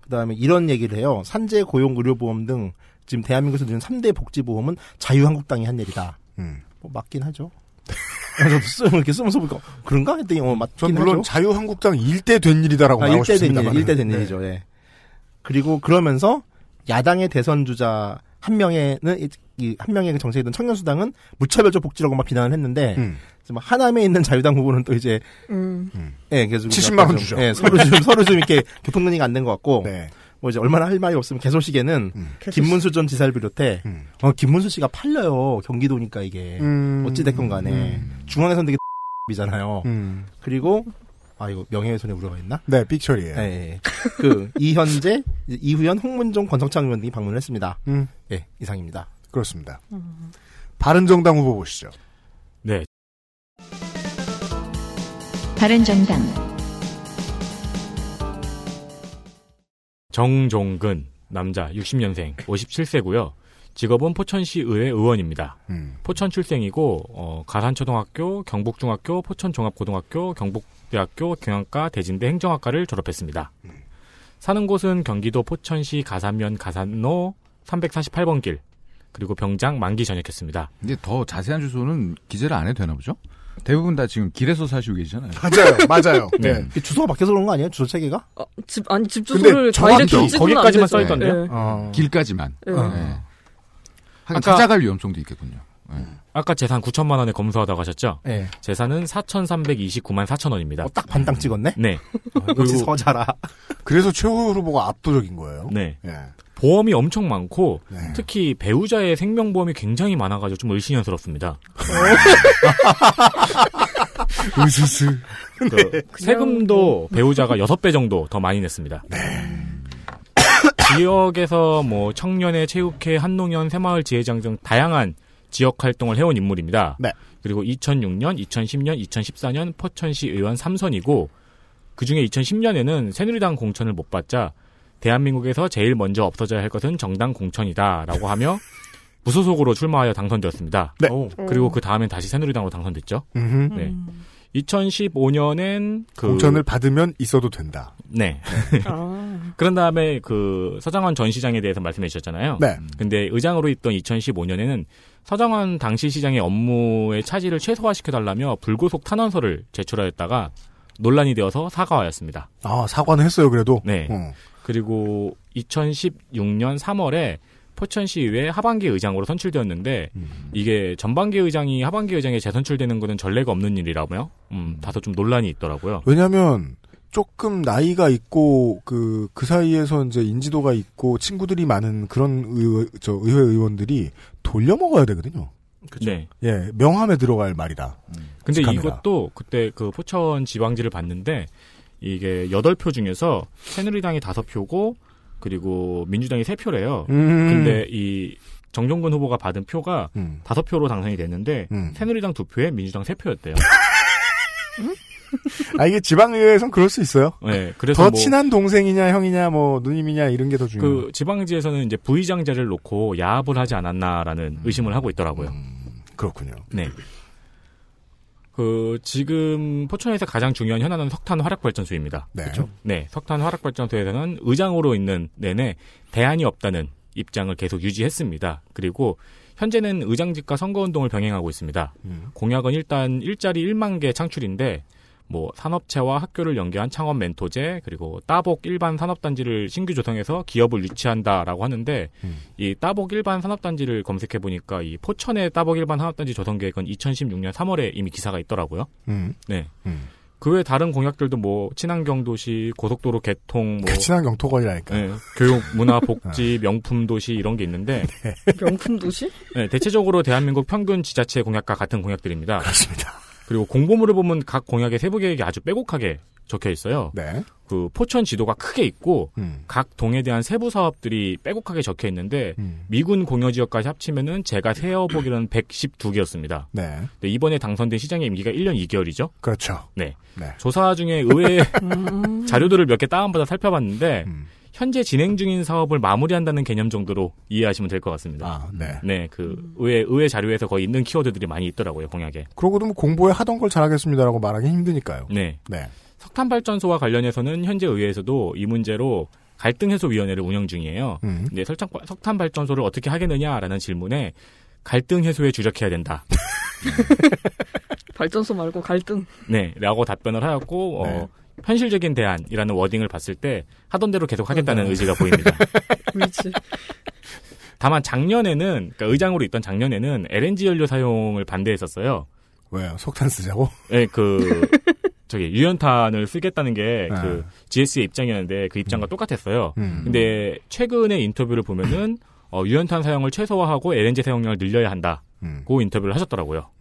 S3: 그다음에 이런 얘기를 해요. 산재 고용 의료보험 등 지금 대한민국에서 드는 3대 복지보험은 자유한국당이 한 일이다.
S2: 음.
S3: 뭐 맞긴 하죠. 저도 쓰, 이렇게 쓰면서 보니까 그런가 했더니 어, 맞긴
S2: 전 물론
S3: 하죠.
S2: 자유한국당 일대 된 일이다라고
S3: 아,
S2: 말하고
S3: 일대 된
S2: 싶습니다만.
S3: 일, 일대 된
S2: 네.
S3: 일이죠. 예. 그리고 그러면서 야당의 대선 주자 한 명에는 이- 이, 한 명의 그 정책이던 청년수당은 무차별적 복지라고 막 비난을 했는데
S2: 음.
S3: 지금 하남에 있는 자유당 후보는 또 이제
S9: 음.
S3: 예, 계속
S2: 70만 원
S3: 약간 좀,
S2: 주죠. 네.
S3: 예, 서로 좀 서로 좀 이렇게 교통론이가 안 된 것 같고. 뭐 이제 얼마나 할 말이 없으면 개소식에는
S2: 개소식.
S3: 김문수 전 지사를 비롯해 어 김문수 씨가 팔려요 경기도니까 이게
S2: 음.
S3: 예. 어찌 됐건 간에 어. 중앙에선 되게 이잖아요.
S2: 음.
S3: 그리고 아 이거 명예훼손에 우려가 있나?
S2: 네, 빅처리예요.
S3: 예, 예. 그 이현재, 이제 이후연, 홍문종, 권성창 의원 등이 방문을 했습니다.
S2: 음.
S3: 예, 이상입니다.
S2: 그렇습니다. 바른정당 후보 보시죠.
S11: 네.
S1: 바른정당
S11: 정종근 남자 60년생 57세고요. 직업은 포천시 의회 의원입니다.
S2: 음.
S11: 포천 출생이고 어, 가산초등학교, 경북중학교, 포천종합고등학교, 경북대학교 경영과 대진대 행정학과를 졸업했습니다. 사는 곳은 경기도 포천시 가산면 가산로 348번 길 그리고 병장 만기 전역했습니다.
S5: 이제 더 자세한 주소는 기재를 안 해도 되나 보죠? 대부분 다 지금 길에서 사시고 계시잖아요.
S2: 맞아요, 맞아요.
S5: 네.
S3: 이 주소가 바뀌어서 그런 거 아니에요? 주소 체계가?
S9: 집 아니 집 주소를 다이렉트 찍으면 안 돼서. 예.
S2: 어.
S5: 길까지만.
S9: 예.
S5: 네.
S2: 아.
S5: 하긴 찾아갈 위험성도 있겠군요.
S11: 아까 재산 9천만 원에 검수하다고 하셨죠?
S3: 네.
S11: 재산은 4,329만 4천 원입니다.
S3: 어, 딱 반당 찍었네?
S2: 어,
S11: 네.
S3: 역시 서자라.
S2: 그래서 최후 후보가 압도적인
S3: 음.
S2: 거예요.
S11: 네.
S2: 예.
S11: 보험이 엄청 많고 특히 배우자의 생명보험이 굉장히 많아가지고 좀 의심스럽습니다.
S2: 으스스.
S11: 그 세금도 배우자가 여섯 배 정도 더 많이 냈습니다. 지역에서 뭐 청년회, 체육회, 한농현, 새마을 지회장 등 다양한 지역 활동을 해온 인물입니다. 그리고 2006년, 2010년, 2014년 포천시 의원 3선이고 그중에 2010년에는 새누리당 공천을 못 받자 대한민국에서 제일 먼저 없어져야 할 것은 정당 공천이다라고 하며 무소속으로 출마하여 당선되었습니다. 오. 그리고 그 다음엔 다시 새누리당으로 당선됐죠.
S2: 음흠.
S11: 네. 2015년엔 그
S2: 공천을 받으면 있어도 된다.
S11: 네.
S9: 아,
S11: 그런 다음에 그 서장원 전 시장에 대해서 말씀해
S3: 어.
S11: 주셨잖아요.
S2: 네.
S3: 음.
S11: 근데 의장으로 있던 2015년에는 서장원 당시 시장의 업무의 차질을 최소화시켜 달라며 불구속 탄원서를 제출하였다가 논란이 되어서 사과하였습니다.
S2: 아 사과는 했어요 그래도.
S11: 네.
S2: 어.
S11: 그리고 2016년 3월에 포천시의회 하반기 의장으로 선출되었는데
S2: 음.
S11: 이게 전반기 의장이 하반기 의장에 재선출되는 것은 전례가 없는 일이라며 음, 다소 좀 논란이 있더라고요.
S2: 왜냐하면 조금 나이가 있고 그 그 사이에서 이제 인지도가 있고 친구들이 많은 그런 의회, 저 의회 의원들이 돌려 먹어야 되거든요.
S11: 네.
S2: 예, 명함에 들어갈 말이다.
S11: 근데
S2: 직함이다.
S11: 이것도 그때 그 포천 지방지를 봤는데 이게 여덟 표 중에서 새누리당이 다섯 표고 그리고 민주당이 세 표래요.
S2: 음.
S11: 근데 이 정종근 후보가 받은 표가 다섯 표로 당선이 됐는데
S2: 음.
S11: 새누리당 두 표에 민주당 세 표였대요.
S2: 아 이게 지방의회에선 그럴 수 있어요.
S11: 네, 그래서
S2: 더
S11: 뭐-
S2: 친한 동생이냐 형이냐 뭐 누님이냐 이런 게 더 중요해요.
S11: 그 지방지에서는 이제 부의장제를 놓고 야합을 하지
S2: 음.
S11: 않았나라는 의심을 하고 있더라고요.
S2: 그렇군요.
S11: 네. 그 지금 포천에서 가장 중요한 현안은 석탄 화력 발전소입니다.
S2: 네.
S11: 네, 석탄 화력 발전소에서는 의장으로 있는 내내 대안이 없다는 입장을 계속 유지했습니다. 그리고 현재는 의장직과 선거 운동을 병행하고 있습니다. 공약은 일단 일자리 1만 개 창출인데 뭐 산업체와 학교를 연계한 창업 멘토제 그리고 따복 일반 산업단지를 신규 조성해서 기업을 유치한다라고 하는데 이 따복 일반 산업단지를 검색해 보니까 이 포천의 따복 일반 산업단지 조성 계획은 2016년 3월에 이미 기사가 있더라고요.
S2: 음.
S11: 네. 그 외 다른 공약들도 뭐 친환경 도시, 고속도로 개통, 뭐
S2: 그 친한 경토걸이라니까.
S11: 네, 교육, 문화, 복지, 명품 도시 이런 게 있는데
S9: 명품 도시?
S11: 네, 대체적으로 대한민국 평균 지자체 공약과 같은 공약들입니다. 그렇습니다. 그리고 공보물을 보면 각 공약의 세부 계획이 아주 빼곡하게 적혀 있어요.
S2: 네.
S11: 그 포천 지도가 크게 있고
S2: 음.
S11: 각 동에 대한 세부 사업들이 빼곡하게 적혀 있는데 미군 공여 지역까지 합치면은 제가 세어보기로는 112개였습니다.
S2: 네.
S11: 네, 이번에 당선된 시장의 임기가 1년 2개월이죠.
S2: 그렇죠.
S11: 네.
S2: 네.
S11: 조사 중에 의회 자료들을 몇 개 다운받아 살펴봤는데 현재 진행 중인 사업을 마무리한다는 개념 정도로 이해하시면 될 것 같습니다.
S2: 네.
S11: 그 의회 의회 자료에서 거의 있는 키워드들이 많이 있더라고요, 공약에.
S2: 그러고도 뭐 공부에 하던 걸 잘하겠습니다라고 말하기 힘드니까요.
S11: 네.
S2: 네.
S11: 석탄 발전소와 관련해서는 현재 의회에서도 이 문제로 갈등 해소 위원회를 운영 중이에요. 근데 설탕 석탄 발전소를 어떻게 하겠느냐라는 질문에 갈등 해소에 주력해야 된다.
S9: 발전소 말고 갈등.
S11: 네, 라고 답변을 하였고, 어, 현실적인 대안이라는 워딩을 봤을 때 하던 대로 계속 하겠다는 의지가 보입니다. 다만 작년에는, 그러니까 의장으로 있던 작년에는 LNG 연료 사용을 반대했었어요.
S2: 왜요? 석탄 쓰자고?
S11: 네, 그, 저기, 유연탄을 쓰겠다는 게, 그, GS의 입장이었는데, 그 입장과 똑같았어요.
S2: 네. 음.
S11: 근데, 최근에 인터뷰를 보면은, 어, 유연탄 사용을 최소화하고 LNG 사용량을 늘려야 한다.
S2: 음.
S11: 고 인터뷰를 하셨더라고요.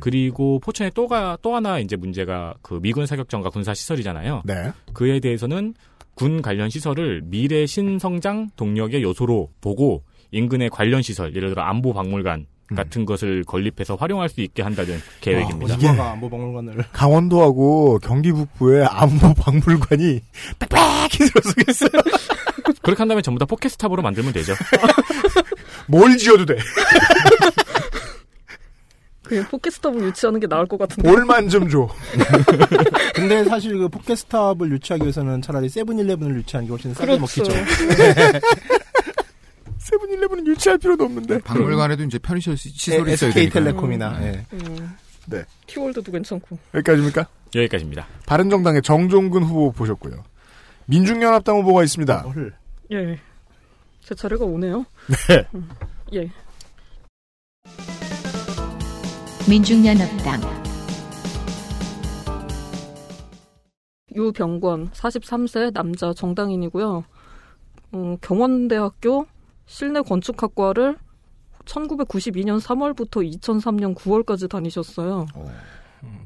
S11: 그리고 포천에 또가 또 하나 이제 문제가 그 미군 사격전과 군사 시설이잖아요.
S2: 네.
S11: 그에 대해서는 군 관련 시설을 미래 신성장 동력의 요소로 보고 인근의 관련 시설, 예를 들어 안보 박물관
S2: 음.
S11: 같은 것을 건립해서 활용할 수 있게 한다는 계획입니다.
S3: 누가가 안보 뭐 박물관을
S2: 강원도하고 경기 북부의 안보 박물관이 빽빽히 들어서겠어요. 아.
S11: 그렇게 한다면 전부 다 포켓스탑으로 만들면 되죠.
S2: 뭘 지어도 돼.
S9: 그냥 포켓스톱을 유치하는 게 나을 것 같은데.
S2: 볼만 좀 줘.
S3: 근데 사실 그 포켓스탑을 유치하기 위해서는 차라리 세븐일레븐을 유치하는 게 훨씬 싸게
S9: 그렇죠.
S3: 먹히죠.
S2: 세븐일레븐은 유치할 필요도 없는데.
S5: 박물관에도 이제 편의시설 시- 시설이 있어야 되니까.
S3: SK텔레콤이나
S2: 예.
S9: 음,
S2: 네.
S9: 키월드도 괜찮고.
S2: 여기까지입니까?
S11: 여기까지입니다.
S2: 바른정당의 정종근 후보 보셨고요. 민중연합당 후보가 있습니다.
S3: 뭐
S9: 예. 제 차례가 오네요.
S2: 네.
S9: 예.
S1: 민중연합당
S9: 유병권 43세 남자 정당인이고요. 어, 경원대학교 실내 건축학과를 1992년 3월부터 2003년 9월까지 다니셨어요.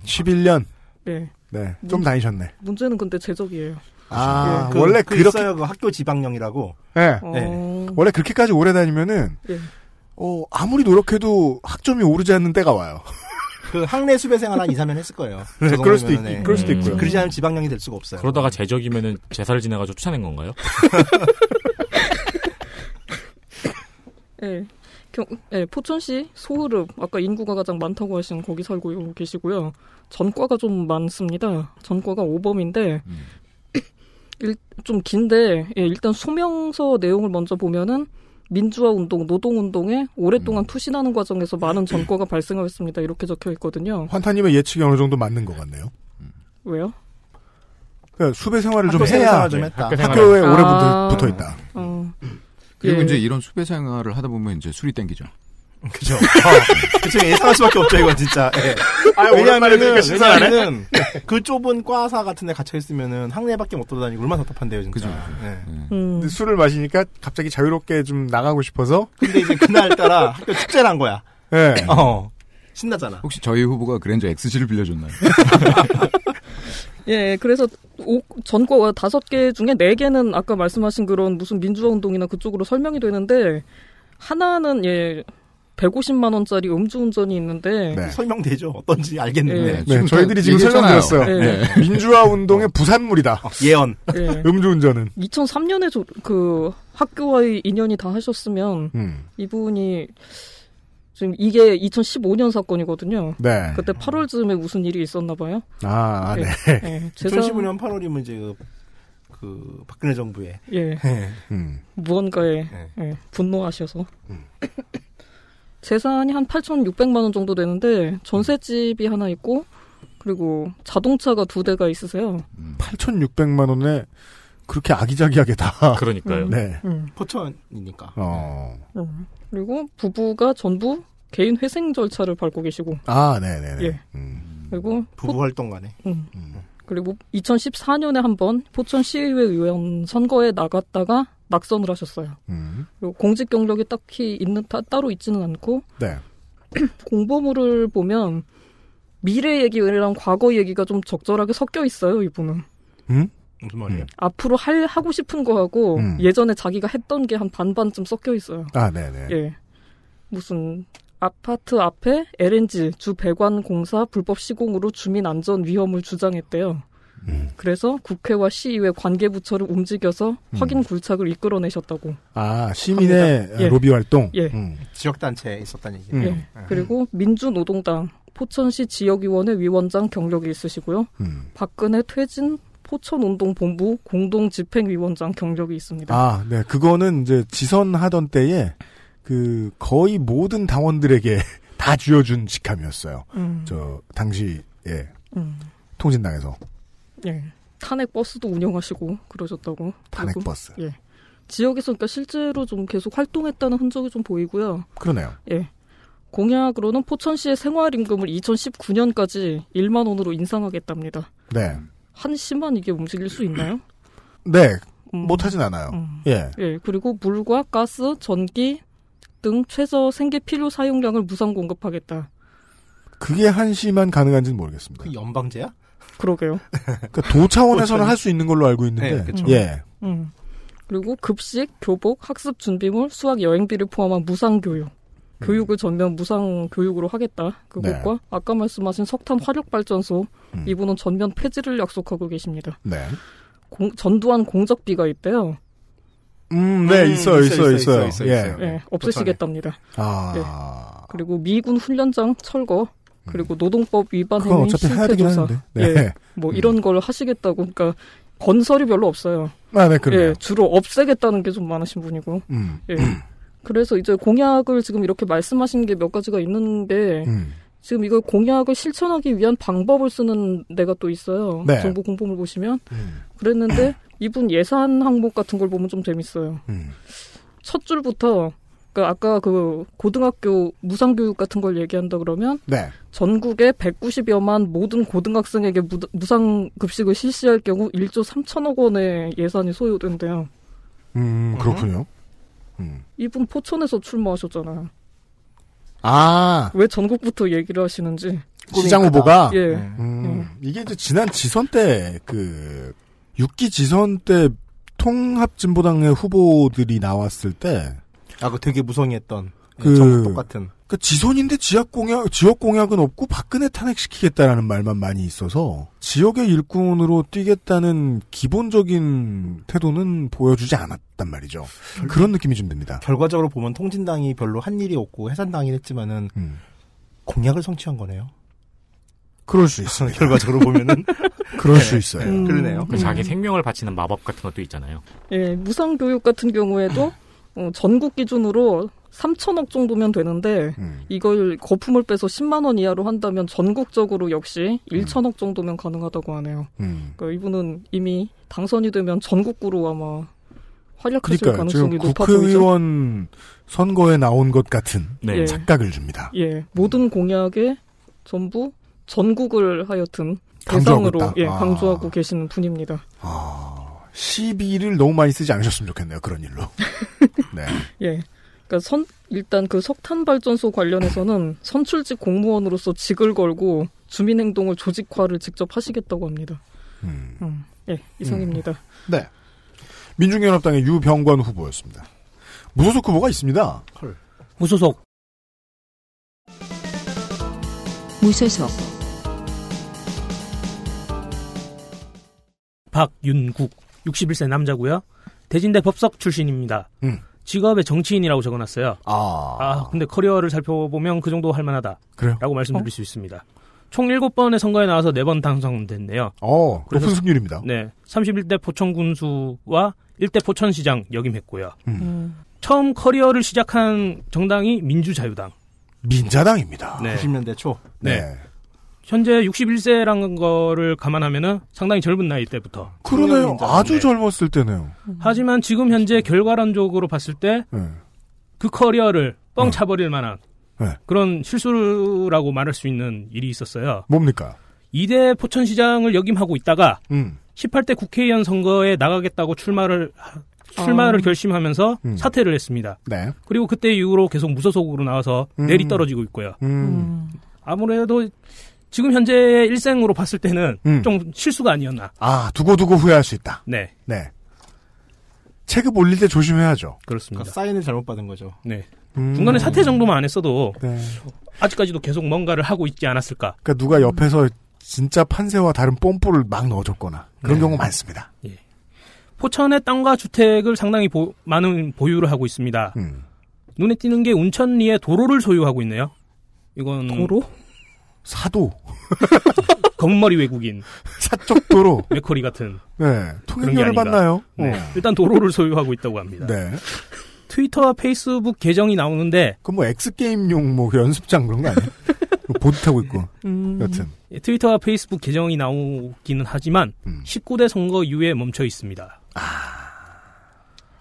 S2: 11년.
S9: 네.
S2: 네. 좀 다니셨네.
S9: 문제는 근데 제적이에요.
S2: 아, 원래
S3: 그
S2: 그렇게-
S3: 있어요. 그 학교 지방령이라고.
S2: 예.
S9: 어.
S2: 원래 그렇게까지 오래 다니면은
S9: 예.
S2: 어, 아무리 노력해도 학점이 오르지 않는 때가 와요.
S3: 그 학내 수배생활 한 2, 3년 했을 거예요.
S2: 네,
S3: 그
S2: 그럴 수도
S3: 정도면은,
S2: 있-
S3: 예.
S2: 그럴 수도
S3: 음.
S2: 있고요.
S3: 그러지 않으면 지방령이 될 수가 없어요.
S11: 그러다가 제적이면은 제사를 지내가지고 쫓아낸 건가요?
S9: 예. 경, 예, 포천시 소흐름 아까 인구가 가장 많다고 하신 거기 살고 계시고요. 전과가 좀 많습니다. 전과가 5범인데
S5: 음.
S9: 좀 긴데 예, 일단 소명서 내용을 먼저 보면은 민주화 운동, 노동 운동에 오랫동안 투신하는 과정에서 많은 전과가 발생하였습니다. 이렇게 적혀 있거든요.
S2: 환타님의 예측이 어느 정도 맞는 것 같네요.
S9: 왜요?
S2: 그러니까 수배 생활을
S9: 학교
S2: 좀
S9: 생활
S2: 해야
S9: 좀 했다.
S2: 학교
S9: 학교
S2: 학교에
S9: 생활을-
S2: 오래
S9: 아.
S2: 붙어, 붙어 있다.
S9: 어.
S5: 그리고
S9: 예.
S5: 이제 이런 수배 생활을 하다 보면 이제 술이 땡기죠.
S3: 그죠. 아, 그쵸, 예상할 수밖에 없죠, 이건 진짜. 예.
S5: 아유,
S2: 그러니까
S5: 오랜만에 들으니까 신선하네.
S3: 왜냐면은 그 좁은 과사 같은 데 갇혀있으면은 학내밖에 못 돌아다니고 얼마나 답답한데요, 진짜. 예. 그죠.
S9: 음.
S2: 근데 술을 마시니까 갑자기 자유롭게 좀 나가고 싶어서.
S3: 근데 이제 그날따라 학교 축제를 한 거야.
S2: 예.
S3: 어. 신나잖아.
S5: 혹시 저희 후보가 그랜저 XG를 빌려줬나요?
S2: 네.
S9: 예, 그래서 오- 전과가 다섯 개 중에 네 개는 아까 말씀하신 그런 무슨 민주화 운동이나 그쪽으로 설명이 되는데 하나는 예 150만 원짜리 음주운전이 있는데
S3: 네. 설명되죠. 어떤지 알겠는데.
S2: 네, 저희들이 지금 설명드렸어요. 네. 민주화 운동의 부산물이다.
S3: 어, 예언.
S9: 예.
S2: 음주운전은.
S9: 2003년에 조, 그 학교와의 인연이 다 하셨으면
S2: 음.
S9: 이분이 지금 이게 2015년 사건이거든요.
S2: 네.
S9: 그때 8월쯤에 무슨 일이 있었나 봐요.
S2: 아, 아, 네.
S9: 예, 예, 재산-
S3: 2015년 8월이면 이제 그, 그 박근혜 정부의
S9: 예.
S2: 음.
S9: 무언가에
S3: 네.
S9: 예, 분노하셔서
S3: 음.
S9: 재산이 한 8,600만 원 정도 되는데 전셋집이 하나 있고 그리고 자동차가 두 대가 있으세요.
S2: 8,600만 원에 그렇게 아기자기하게 다.
S11: 그러니까요.
S2: 네.
S3: 포천이니까.
S2: 어.
S9: 음. 그리고 부부가 전부 개인 회생 절차를 밟고 계시고
S2: 아, 네네네.
S9: 예. 그리고
S3: 음. 부부 활동가네.
S9: 음. 그리고 2014년에 한 번 포천 시의회 의원 선거에 나갔다가 낙선을 하셨어요.
S2: 음.
S9: 그리고 공직 경력이 딱히 있는 따, 따로 있지는 않고
S2: 네.
S9: 공보물을 보면 미래 얘기랑 과거 얘기가 좀 적절하게 섞여 있어요, 이분은.
S3: 무슨 말이에요?
S9: 앞으로 할 하고 싶은 거하고
S2: 음.
S9: 예전에 자기가 했던 게 한 반반쯤 섞여 있어요.
S2: 아, 네네.
S9: 예. 무슨 아파트 앞에 LNG 주 배관 공사 불법 시공으로 주민 안전 위험을 주장했대요.
S2: 음.
S9: 그래서 국회와 시의회 관계 부처를 움직여서 확인 굴착을 이끌어내셨다고.
S2: 아, 시민의
S9: 예.
S2: 로비 활동. 음.
S9: 예.
S3: 음. 지역단체에 있었다는 얘기.
S9: 예. 그리고
S2: 음.
S9: 민주노동당 포천시 지역위원회 위원장 경력이 있으시고요. 박근혜 퇴진 포천운동본부 공동집행위원장 경력이 있습니다.
S2: 아, 네. 그거는 이제 지선하던 때에 그 거의 모든 당원들에게 다 쥐어준 직함이었어요.
S9: 음.
S2: 저 당시 예.
S9: 음.
S2: 통진당에서
S9: 예. 탄핵 버스도 운영하시고 그러셨다고.
S2: 탄핵
S9: 그리고,
S2: 버스.
S9: 예. 지역에서 그러니까 실제로 좀 계속 활동했다는 흔적이 좀 보이고요.
S2: 그러네요.
S9: 예. 공약으로는 포천시의 생활임금을 2019년까지 1만 원으로 인상하겠답니다.
S2: 네.
S9: 한 시만 이게 움직일 수 있나요? 음.
S2: 네. 못하진 않아요. 예.
S9: 예, 그리고 물과 가스, 전기 등 최저 생계 필요 사용량을 무상 공급하겠다.
S2: 그게 한시만 가능한지는 모르겠습니다.
S3: 그 연방제야?
S9: 그러게요.
S2: 그러니까 도 차원에서는 할 수 있는 걸로 알고 있는데.
S3: 네, 그쵸.
S2: 예.
S9: 음. 그리고 급식, 교복, 학습 준비물, 수학 여행비를 포함한 무상 교육. 교육을 전면 무상 교육으로 하겠다. 그것과
S2: 음. 네. 음.
S9: 아까 말씀하신 석탄 화력 발전소 이분은 전면 폐지를 약속하고 계십니다.
S2: 네.
S9: 공- 전두환 공적비가 있대요.
S2: 음, 네, 있어요, 있어요, 있어요. 예.
S9: 예, 없애시겠답니다.
S2: 아.
S9: 예. 그리고 미군 훈련장 철거, 그리고 노동법 위반
S2: 음. 그건
S9: 행위
S2: 어차피 해야
S9: 실태
S2: 되긴
S9: 조사,
S2: 하는데. 네.
S9: 예, 뭐 이런 걸 하시겠다고 그러니까 건설이 별로 없어요.
S2: 아, 네, 그러네요.
S9: 예, 주로 없애겠다는 게 좀 많으신 분이고,
S2: 음.
S9: 예. 그래서 이제 공약을 지금 이렇게 말씀하신 게 몇 가지가 있는데.
S2: 음.
S9: 지금 이걸 공약을 실천하기 위한 방법을 쓰는 데가 또 있어요.
S2: 네.
S9: 정부 공보물 보시면 그랬는데 이분 예산 항목 같은 걸 보면 좀 재밌어요.
S2: 음.
S9: 첫 줄부터 그러니까 아까 그 고등학교 무상 교육 같은 걸 얘기한다 그러면
S2: 네.
S9: 전국에 190여만 모든 고등학생에게 무, 무상 급식을 실시할 경우 1조 3천억 원의 예산이 소요된대요.
S2: 음, 그렇군요.
S9: 이분 포천에서 출마하셨잖아요.
S2: 아.
S9: 왜 전국부터 얘기를 하시는지
S2: 시장 후보가?
S9: 예.
S3: 네.
S2: 음, 이게 이제 지난 지선 때, 그, 6기 지선 때 통합진보당의 후보들이 나왔을 때.
S3: 아, 그 되게 무성했던
S2: 그-
S3: 정부 똑같은.
S2: 그 지선인데 지역 공약, 지역 공약은 없고 박근혜 탄핵시키겠다라는 말만 많이 있어서 지역의 일꾼으로 뛰겠다는 기본적인 태도는 보여주지 않았단 말이죠. 그런 느낌이 좀 듭니다.
S3: 결과적으로 보면 통진당이 별로 한 일이 없고 해산당이 했지만은
S2: 음.
S3: 공약을 성취한 거네요.
S2: 그럴 수 음. 있어요.
S3: 결과적으로 보면은
S2: 그럴
S3: 네,
S2: 수 있어요.
S3: 네, 그러네요.
S11: 그 자기 생명을 바치는 마법 같은 것도 있잖아요.
S9: 예, 무상 교육 같은 경우에도 어, 전국 기준으로 3천억 정도면 되는데
S2: 음,
S9: 이걸 거품을 빼서 10만 원 이하로 한다면 전국적으로 역시 1천억 정도면 가능하다고 하네요.
S2: 음.
S9: 그러니까 이분은 이미 당선이 되면 전국구로 아마 활약하실
S2: 그러니까 지금
S9: 가능성이 높아 보이죠.
S2: 국회의원 선거에 나온 것 같은
S9: 네. 예.
S2: 착각을 줍니다.
S9: 예, 모든 공약에 전부 전국을 하여튼
S2: 강조하고
S9: 대상으로
S2: 있다.
S9: 예,
S2: 아.
S9: 강조하고 계시는 분입니다.
S2: 시비를 너무 많이 쓰지 않으셨으면 좋겠네요. 그런 일로. 네.
S9: 예. 그러니까 선 일단 그 석탄 발전소 관련해서는 선출직 공무원으로서 직을 걸고 주민 행동을 조직화를 직접 하시겠다고 합니다. 음, 예, 이상입니다.
S2: 네. 민중연합당의 유병관 후보였습니다. 무소속 후보가 있습니다.
S10: 무소속.
S1: 무소속
S10: 박윤국 61세 남자고요. 대진대 법석 출신입니다.
S2: 음.
S10: 직업에 정치인이라고 적어놨어요.
S2: 아.
S10: 근데 커리어를 살펴보면 그 정도 할 만하다.
S2: 그래요?
S10: 라고 말씀드릴 수 있습니다. 총 7번의 선거에 나와서 4번 당선됐네요.
S2: 어,
S10: 그래서-
S2: 높은 승률입니다.
S10: 네. 31대 포천군수와 1대 포천시장 역임했고요. 처음 커리어를 시작한 정당이 민주자유당.
S2: 민자당입니다.
S10: 네.
S3: 90년대 초.
S10: 네. 현재 61세라는 거를 감안하면은 상당히 젊은 나이 때부터.
S2: 그러네요. 아주 젊었을 때네요.
S10: 하지만 지금 현재 결과론적으로 봤을 때 그
S2: 네.
S10: 커리어를 뻥 차버릴 만한
S2: 네.
S10: 그런 실수라고 말할 수 있는 일이 있었어요.
S2: 뭡니까?
S10: 이대 포천시장을 역임하고 있다가
S2: 음.
S10: 18대 국회의원 선거에 나가겠다고 출마를 하- 출마를
S2: 아.
S10: 결심하면서
S2: 음.
S10: 사퇴를 했습니다.
S2: 네.
S10: 그리고 그때 이후로 계속 무소속으로 나와서
S2: 음.
S10: 내리 떨어지고 있고요.
S2: 음.
S10: 아무래도 지금 현재의 일생으로 봤을 때는
S2: 음.
S10: 좀 실수가 아니었나.
S2: 아, 두고두고 후회할 수 있다.
S10: 네.
S2: 네. 체급 올릴 때 조심해야죠.
S10: 그렇습니다.
S3: 그러니까 사인을 잘못 받은 거죠.
S10: 네.
S2: 음.
S10: 중간에 사퇴 정도만 안 했어도
S2: 네.
S10: 아직까지도 계속 뭔가를 하고 있지 않았을까.
S2: 그러니까 누가 옆에서 진짜 판세와 다른 뽐뿌를 막 넣어줬거나
S10: 네.
S2: 그런 경우 많습니다.
S10: 포천의 땅과 주택을 상당히 보- 많은 보유를 하고 있습니다. 눈에 띄는 게 운천리에 도로를 소유하고 있네요. 이건
S9: 도로?
S2: 사도
S10: 검은머리 외국인
S2: 사적 도로.
S10: 맥커리 같은.
S2: 네.
S10: 그런 게
S2: 통행료를
S10: 아닌가.
S2: 받나요?
S10: 네.
S2: 어.
S10: 일단 도로를 소유하고 있다고 합니다.
S2: 네.
S10: 트위터와 페이스북 계정이 나오는데.
S2: 그뭐 엑스게임용 뭐 연습장 그런 거 아니에요? 뭐 보드 타고 있고.
S9: 음.
S2: 여튼.
S10: 예, 트위터와 페이스북 계정이 나오기는 하지만 19대 선거 이후에 멈춰 있습니다.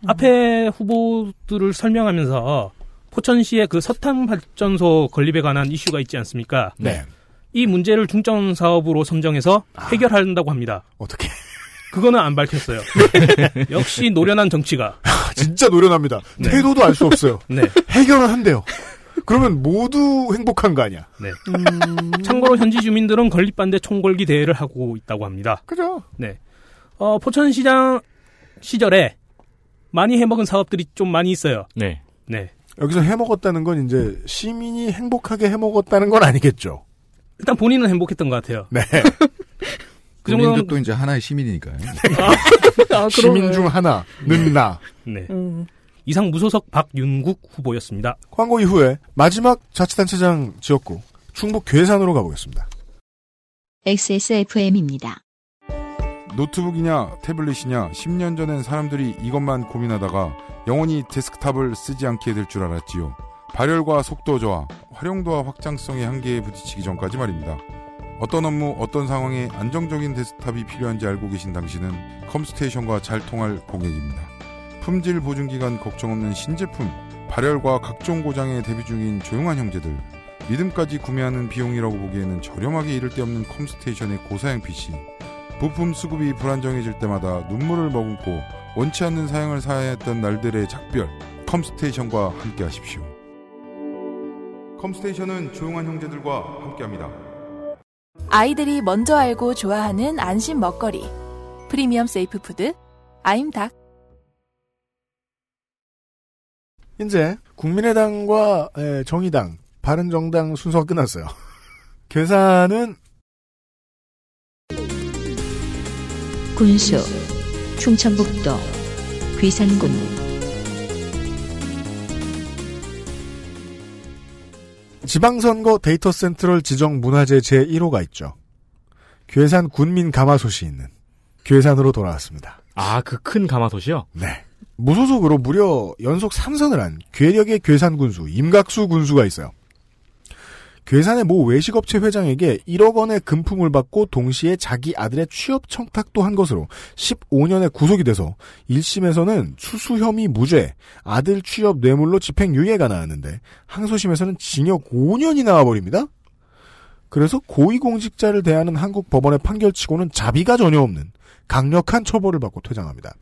S10: 앞에 후보들을 설명하면서 포천시의 그 서탄 발전소 건립에 관한 이슈가 있지 않습니까?
S2: 네.
S10: 이 문제를 중점 사업으로 선정해서 해결한다고 합니다.
S2: 어떻게?
S10: 그거는 안 밝혔어요. 역시 노련한 정치가
S2: 진짜 노련합니다.
S10: 네.
S2: 태도도 알 수 없어요.
S10: 네.
S2: 해결을 한대요. 그러면 모두 행복한 거 아니야?
S10: 네. 참고로 현지 주민들은 건립 반대 총궐기 대회를 하고 있다고 합니다.
S2: 그죠?
S10: 네. 어, 포천시장 시절에 많이 해먹은 사업들이 좀 많이 있어요.
S11: 네.
S10: 네.
S2: 여기서 해먹었다는 건 이제 시민이 행복하게 해먹었다는 건 아니겠죠.
S10: 일단 본인은 행복했던 것 같아요.
S2: 네.
S10: 그
S5: 본인도
S10: 정도는
S5: 또 이제 하나의 시민이니까요.
S9: 아, 음.
S2: 시민 중 하나는 나.
S10: 네. 이상 무소속 박윤국 후보였습니다.
S2: 광고 이후에 마지막 자치단체장 지역구 충북 괴산으로 가보겠습니다.
S1: XSFM입니다.
S14: 노트북이냐 태블릿이냐 10년 전엔 사람들이 이것만 고민하다가 영원히 데스크탑을 쓰지 않게 될 줄 알았지요. 발열과 속도 저하, 활용도와 확장성의 한계에 부딪히기 전까지 말입니다. 어떤 업무, 어떤 상황에 안정적인 데스크탑이 필요한지 알고 계신 당신은 컴스테이션과 잘 통할 고객입니다. 품질 보증 기간 걱정 없는 신제품, 발열과 각종 고장에 대비 중인 조용한 형제들, 믿음까지 구매하는 비용이라고 보기에는 저렴하게 이를 데 없는 컴스테이션의 고사양 PC, 부품 수급이 불안정해질 때마다 눈물을 머금고 원치 않는 사양을 사야 했던 날들의 작별 컴스테이션과 함께 하십시오. 컴스테이션은 조용한 형제들과 함께합니다.
S18: 아이들이 먼저 알고 좋아하는 안심 먹거리. 프리미엄 세이프 푸드 아임닭.
S2: 이제 국민의당과 에, 정의당, 바른정당 순서가 끝났어요. 괴산은
S1: 군수 충청북도 괴산군
S2: 지방선거 데이터 센트럴 지정 문화재 제1호가 있죠. 괴산 군민 가마솥이 있는 괴산으로 돌아왔습니다.
S11: 아, 그 큰 가마솥이요?
S2: 네. 무소속으로 무려 연속 3선을 한 괴력의 괴산 군수 임각수 군수가 있어요. 괴산의 모 외식업체 회장에게 1억 원의 금품을 받고 동시에 자기 아들의 취업 청탁도 한 것으로 15년에 구속이 돼서 1심에서는 수수 혐의 무죄, 아들 취업 뇌물로 집행유예가 나왔는데 항소심에서는 징역 5년이 나와버립니다. 그래서 고위공직자를 대하는 한국 법원의 판결치고는 자비가 전혀 없는 강력한 처벌을 받고 퇴장합니다.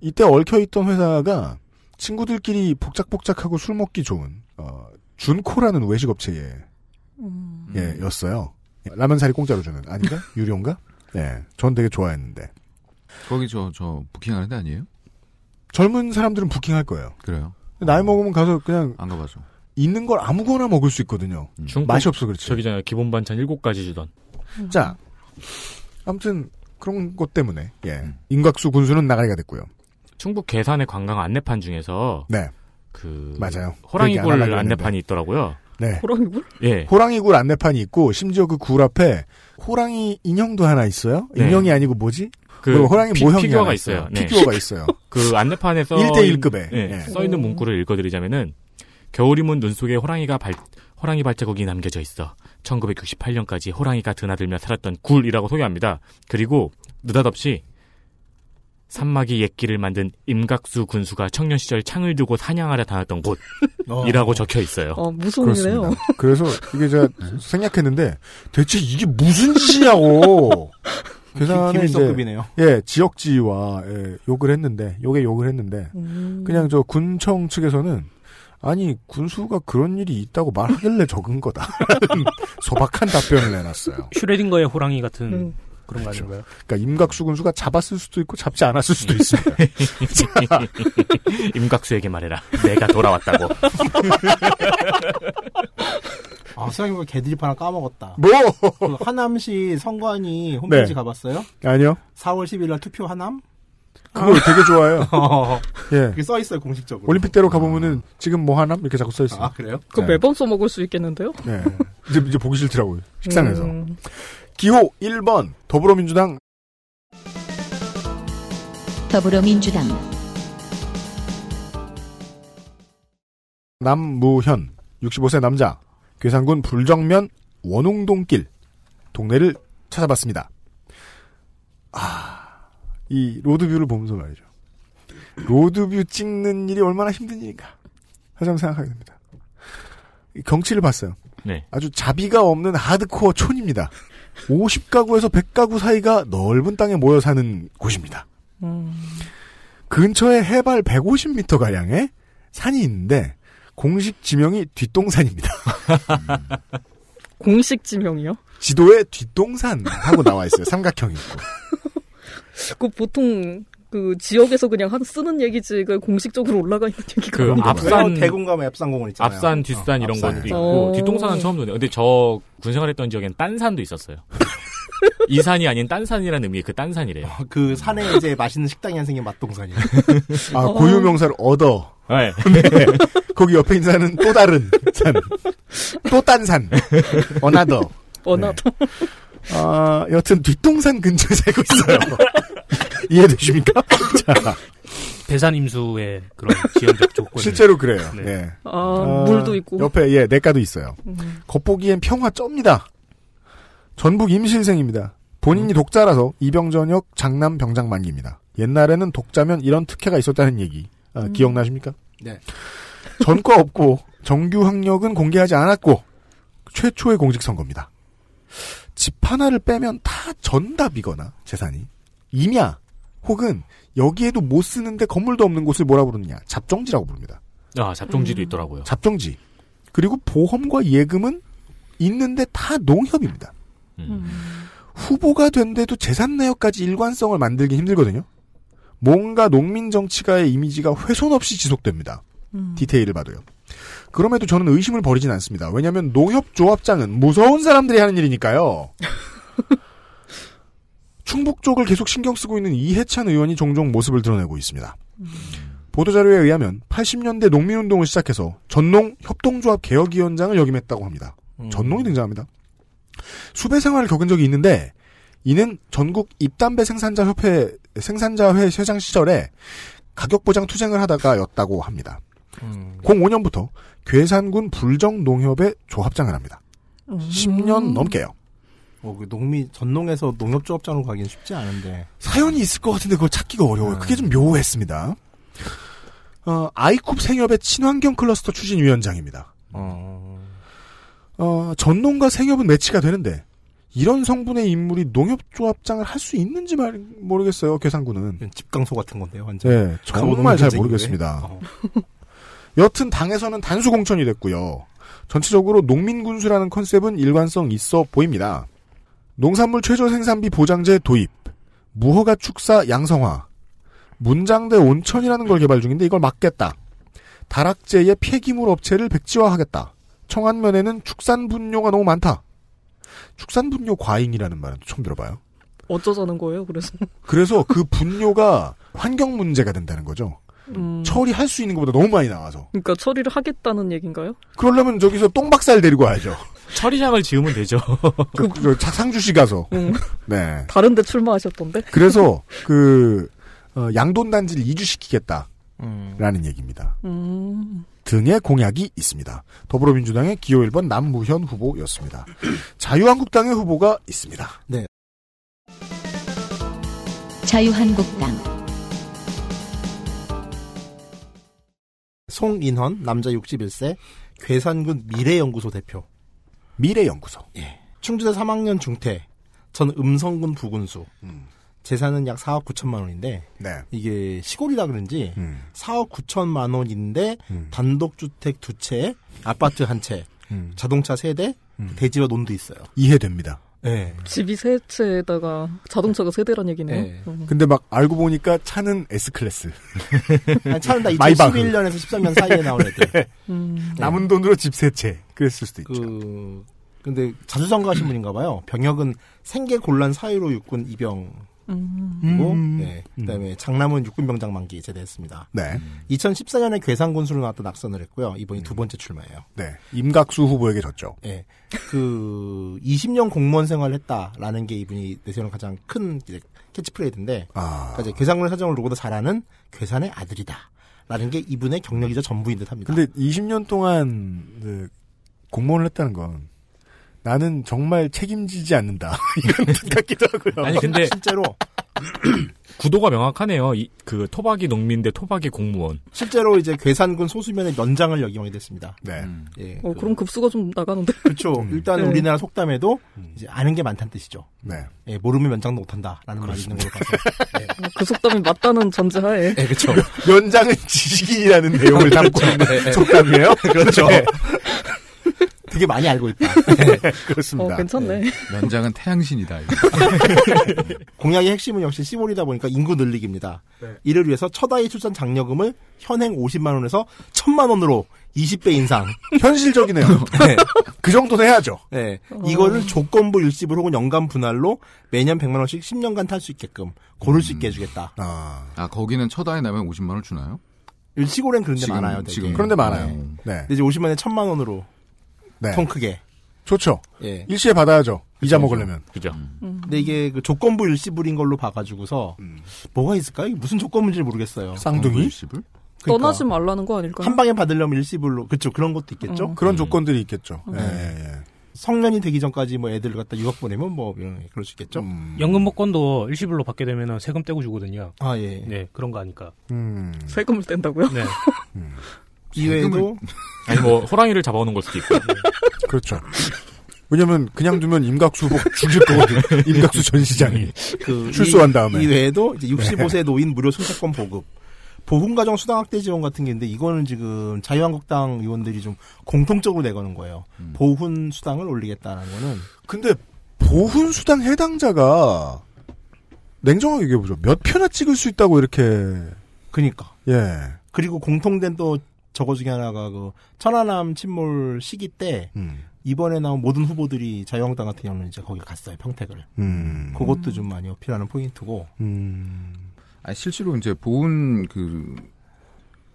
S2: 이때 얽혀있던 회사가 친구들끼리 복작복작하고 술 먹기 좋은 어, 준코라는 외식업체에
S11: 음.
S2: 예, 였어요. 라면 사리 공짜로 주는 아닌가? 유료인가? 예, 전 되게 좋아했는데
S5: 거기 저 저 부킹하는 데 아니에요?
S2: 젊은 사람들은 부킹할 거예요.
S5: 그래요.
S11: 음.
S2: 나이 먹으면 가서 그냥
S5: 안 가봐서
S2: 있는 걸 아무거나 먹을 수 있거든요. 맛이 없어 그렇지.
S11: 음. 저기잖아요. 음. 기본 반찬 7가지 주던.
S2: 자, 아무튼 그런 것 때문에 예,
S11: 음.
S2: 임각수 군수는 나가리가 됐고요.
S11: 충북 괴산의 관광 안내판 중에서
S2: 네.
S11: 그
S2: 맞아요. 얘기 안
S11: 호랑이굴
S2: 하려고
S11: 안내판이
S2: 했는데.
S11: 있더라고요.
S2: 네.
S9: 호랑이굴?
S11: 예.
S2: 호랑이굴 안내판이 있고 심지어 그 굴 앞에 호랑이 인형도 하나 있어요.
S11: 네.
S2: 인형이 아니고 뭐지?
S11: 그
S2: 그리고 호랑이
S11: 피-
S2: 모형이
S11: 피규어가
S2: 하나
S11: 있어요. 네.
S2: 피규어가 있어요.
S11: 그 안내판에서
S2: 1대1급에.
S11: 네,
S2: 예.
S11: 써 있는 문구를 읽어드리자면은 겨울이면 눈 속에 호랑이가 발 호랑이 발자국이 남겨져 있어 1968년까지 호랑이가 드나들며 살았던 굴이라고 소개합니다. 그리고 느닷없이 산막이 옛길을 만든 임각수 군수가 청년 시절 창을 들고 사냥하러 다녔던
S2: 어.
S11: 곳이라고 적혀 있어요.
S9: 아,
S2: 그렇습니다. 네. 그래서 이게 제가 생략했는데 대체 이게 무슨 짓이냐고. 계산에 그 이제
S3: 김일성급이네요.
S2: 예 지역지와 예, 욕을 했는데 욕에 욕을 했는데
S3: 음.
S2: 그냥 저 군청 측에서는 아니 군수가 그런 일이 있다고 말하길래 적은 거다 소박한 답변을 내놨어요.
S10: 슈레딩거의 호랑이 같은
S2: 음.
S10: 그런 거 아닌가요?
S2: 그러니까 임각수 군수가 잡았을 수도 있고 잡지 않았을 수도 있습니다. 자,
S11: 임각수에게 말해라. 내가 돌아왔다고.
S3: 아, 생각해보면 개드립 하나 까먹었다.
S2: 뭐?
S3: 그 하남시 선관위 홈페이지
S2: 네.
S3: 가봤어요?
S2: 아니요.
S3: 4월 10일 날 투표 하남?
S2: 그거 되게 좋아해요.
S3: 어.
S2: 예.
S3: 그게 써있어요, 공식적으로.
S2: 올림픽대로 네. 가보면은 지금 뭐 하나 이렇게 자꾸 써 있어요.
S3: 아, 그래요?
S9: 그 매번 써먹을 수 있겠는데요?
S2: 네. 이제, 이제 보기 싫더라고요. 식상해서.
S9: 음.
S2: 기호 1번 더불어민주당
S1: 더불어민주당
S2: 남무현 65세 남자 괴산군 불정면 원홍동길 동네를 찾아봤습니다. 아, 이 로드뷰를 보면서 말이죠. 로드뷰 찍는 일이 얼마나 힘든 일인가 항상 생각하게 됩니다. 이 경치를 봤어요.
S11: 네.
S2: 아주 자비가 없는 하드코어 촌입니다. 50가구에서 100가구 사이가 넓은 땅에 모여 사는 곳입니다.
S9: 음.
S2: 근처에 해발 150m 가량의 산이 있는데 공식 지명이 뒷동산입니다.
S9: 공식 지명이요?
S2: 지도에 뒷동산 하고 나와 있어요. 삼각형이 있고.
S9: 그 보통 그 지역에서 그냥 한 쓰는 얘기지 그 공식적으로 올라가 있는 얘기가
S11: 그
S9: 아니라.
S3: 대공감 앱상공원 있잖아요.
S11: 앞산, 뒷산
S3: 어,
S11: 이런
S3: 앞산.
S11: 것도 있고
S9: 어.
S11: 뒷동산은 처음 듣네요. 근데 저 군생활했던 지역엔 딴산도 있었어요. 이 산이 아닌 딴산이라는 의미의 그 딴산이래요.
S3: 그 산에 이제 맛있는 식당이 한 생긴 맛동산이에요.
S2: 아, 고유 명사를 얻어.
S11: 네.
S2: 거기 옆에 있는 산은 또 다른 산. 또 딴 산. 어나더.
S9: 어나더.
S2: 아, 여튼 뒷동산 근처에 살고 있어요. 이해되십니까? 자,
S10: 대산 임수의 그런 지형적 조건.
S2: 실제로 그래요. 예.
S9: 아, 물도 있고.
S2: 옆에 예, 내과도 있어요.
S9: 음.
S2: 겉보기엔 평화 쩝니다. 전북 임실생입니다. 본인이 독자라서 이병전역 장남 병장 만기입니다. 옛날에는 독자면 이런 특혜가 있었다는 얘기 아,
S3: 음.
S2: 기억나십니까?
S3: 네.
S2: 전과 없고 정규 학력은 공개하지 않았고 최초의 공직선거입니다. 집 하나를 빼면 다 전답이거나 재산이 임야 혹은 여기에도 못 쓰는데 건물도 없는 곳을 뭐라 부르느냐 잡정지라고 부릅니다.
S11: 아, 잡종지도 있더라고요.
S2: 잡정지 그리고 보험과 예금은 있는데 다 농협입니다.
S11: 음.
S2: 후보가 된데도 재산 내역까지 일관성을 만들기 힘들거든요. 뭔가 농민 정치가의 이미지가 훼손 없이 지속됩니다. 디테일을 봐도요. 그럼에도 저는 의심을 버리진 않습니다. 왜냐하면 농협 조합장은 무서운 사람들이 하는 일이니까요. 충북 쪽을 계속 신경 쓰고 있는 이해찬 의원이 종종 모습을 드러내고 있습니다. 보도자료에 의하면 80년대 농민운동을 시작해서 전농 협동조합 개혁위원장을 역임했다고 합니다. 전농이 등장합니다. 수배 생활을 겪은 적이 있는데 이는 전국 입담배 생산자 협회 생산자회 회장 시절에 가격 보장 투쟁을 하다가였다고 합니다.
S3: 음.
S2: 05년부터 괴산군 불정농협의 조합장을 합니다.
S9: 음.
S2: 10년 넘게요.
S3: 어, 그 농민 전농에서 농협조합장으로 가긴 쉽지 않은데.
S2: 사연이 있을 것 같은데 그걸 찾기가 어려워요. 그게 좀 묘했습니다. 어, 아이쿱 생협의 친환경 클러스터 추진위원장입니다. 어, 전농과 생협은 매치가 되는데 이런 성분의 인물이 농협조합장을 할 수 있는지 말 모르겠어요.
S3: 네.
S2: 괴산군은
S3: 집강소 같은 건데요, 완전.
S2: 네, 정말
S3: 강원도
S2: 잘
S3: 전쟁이
S2: 모르겠습니다.
S3: 왜? 어.
S2: 여튼 당에서는 단수 공천이 됐고요. 전체적으로 농민 군수라는 컨셉은 일관성 있어 보입니다. 농산물 최저 생산비 보장제 도입, 무허가 축사 양성화, 문장대 온천이라는 걸 개발 중인데 이걸 막겠다. 다락제의 폐기물 업체를 백지화하겠다. 청안면에는 축산 분뇨가 너무 많다. 축산 분뇨 과잉이라는 말은 처음 들어봐요.
S9: 어쩌자는 거예요, 그래서.
S2: 그래서 그 분뇨가 환경 문제가 된다는 거죠.
S9: 음.
S2: 처리할 수 있는 것보다 너무 많이 나와서.
S9: 그러니까 처리를 하겠다는 얘기인가요?
S2: 그러려면 저기서 똥박살 데리고 와야죠.
S11: 처리장을 지으면 되죠.
S2: 그, 그 상주시 가서.
S3: 예.
S2: 네.
S9: 다른 데 출마하셨던데?
S2: 그래서 그 어, 양돈 단지를 이주시키겠다라는 얘기입니다.
S9: 음.
S2: 등의 공약이 있습니다. 더불어민주당의 기호 1번 남무현 후보였습니다. 자유한국당의 후보가 있습니다.
S3: 네.
S1: 자유한국당
S3: 송인헌 남자 61세 괴산군 미래연구소 대표.
S2: 미래연구소.
S3: 예. 충주대 3학년 중퇴. 전 음성군 부군수. 재산은 약 4억 9천만 원인데
S2: 네.
S3: 이게 시골이라 그런지
S2: 음.
S3: 4억 9천만 원인데 단독주택 두 채, 아파트 한 채, 자동차 세 대, 대지와 논도 있어요.
S2: 이해됩니다.
S3: 네.
S9: 집이 세 채에다가 자동차가 세 대란 얘기네요.
S3: 네.
S9: 음.
S2: 근데 막 알고 보니까 차는 S클래스.
S3: 아니, 차는 다
S2: 마이바흐.
S3: 2011년에서 13년 사이에 나온 애들.
S9: 음.
S2: 남은 돈으로 집 세 채. 그랬을 수도 있죠.
S3: 그 근데 자주 선거하신 분인가 봐요. 병역은 생계 곤란 사유로 육군 입영 그리고 네, 그다음에 장남은 육군병장 만기 제대했습니다.
S2: 네.
S3: 2014년에 괴산군수로 나왔다 낙선을 했고요. 이번이 두 번째 출마예요.
S2: 네. 임각수 후보에게 졌죠.
S3: 예. 그 20년 공무원 생활을 했다라는 게 이분이 내세우는 가장 큰 이제 캐치프레이드인데
S2: 아.
S3: 그러니까 이제 괴산군 사정을 누구보다 잘하는 괴산의 아들이다라는 게 이분의 경력이자 전부인 듯합니다.
S2: 근데 20년 동안 이제 공무원을 했다는 건 나는 정말 책임지지 않는다. 이런 뜻 같기도 하고요.
S11: 아니, 근데-
S3: 그러니까 실제로
S11: 구도가 명확하네요. 이, 그 토박이 농민 대 토박이 공무원.
S3: 실제로 이제 괴산군 소수면의 연장을 여기게 됐습니다.
S2: 네.
S3: 예.
S9: 어, 그럼 급수가 좀 나가는데.
S3: 그렇죠. 일단
S9: 네.
S3: 우리나라 속담에도 이제 아는 게 많다는 뜻이죠.
S2: 네.
S3: 예, 모르면 면장도 못한다라는 말이 있는 걸로 봐서.
S9: 그 속담이 맞다는 전제하에.
S3: 예, 그렇죠.
S2: 연장은 지식인이라는 내용을 담고 있는 속담이에요?
S3: 네. 그렇죠.
S2: 네.
S3: 되게 많이 알고 있다.
S5: 네.
S9: 어, 괜찮네.
S5: 연장은 태양신이다.
S3: 공약의 핵심은 역시 시몰이다 보니까 인구 늘리기입니다.
S5: 네.
S3: 이를 위해서 첫아이 출산 장려금을 현행 50만 원에서 1000만 원으로 20배 인상.
S2: 현실적이네요. 그 정도는 해야죠.
S3: 네.
S2: 어.
S3: 이거를 조건부 일시불 혹은 연간 분할로 매년 100만 원씩 10년간 탈 수 있게끔 고를 수
S5: 음.
S3: 있게 해주겠다.
S2: 아,
S5: 거기는 첫아이 나면 50만 원 주나요?
S3: 시골엔 그런 데
S5: 지금,
S3: 많아요. 되게.
S5: 지금. 그런 데 많아요. 네.
S3: 음, 근데 이제 50만 원에 1000만 원으로
S2: 네.
S3: 통 그렇죠. 크게.
S2: 좋죠.
S3: 예.
S2: 일시에 받아야죠. 이자 먹으려면.
S11: 그죠.
S5: 음.
S3: 근데 이게 그 조건부 일시불인 걸로 봐가지고서 뭐가 있을까요? 이게 무슨 조건인지 모르겠어요.
S2: 쌍둥이? 조건부
S5: 일시불?
S9: 떠나지 말라는 거 아닐까요?
S3: 한 방에 받으려면 일시불로 그쵸 그런 것도 있겠죠.
S9: 그러니까. 어.
S2: 그런 조건들이 있겠죠.
S3: 음.
S2: 예, 예, 예.
S3: 성년이 되기 전까지 뭐 애들 갖다 유학 보내면 뭐 이런 그럴 수 있겠죠.
S2: 음.
S10: 연금복권도 일시불로 받게 되면 세금 떼고 주거든요.
S3: 아 예.
S10: 네 그런 거 아니까.
S2: 음.
S9: 세금을 뗀다고요?
S10: 네.
S3: 이외에도
S11: 아니 뭐 호랑이를 잡아오는 걸 수도 있고.
S2: 그렇죠. 왜냐면 그냥 두면 임각수 후보가 죽일 거거든. 임각수 전 시장이
S3: 그
S2: 출소한
S3: 이-
S2: 다음에
S3: 이외에도 이제 65세
S2: 네.
S3: 노인 무료 순차권 보급, 보훈가정 수당학대 지원 같은 게 있는데 이거는 지금 자유한국당 의원들이 좀 공통적으로 내거는 거예요.
S2: 음.
S3: 보훈 수당을 올리겠다는 거는
S2: 근데 보훈 수당 해당자가 냉정하게 얘기해 보죠. 몇 표나 찍을 수 있다고 이렇게
S3: 그니까
S2: 예.
S3: 그리고 공통된 또 저거 중에 하나가 그 천안함 침몰 시기 때
S2: 음.
S3: 이번에 나온 모든 후보들이 자유한국당 같은 경우는 이제 거기 갔어요 평택을.
S2: 음.
S3: 그것도 좀 많이 어필하는 포인트고.
S5: 아 실제로 이제 보은 그,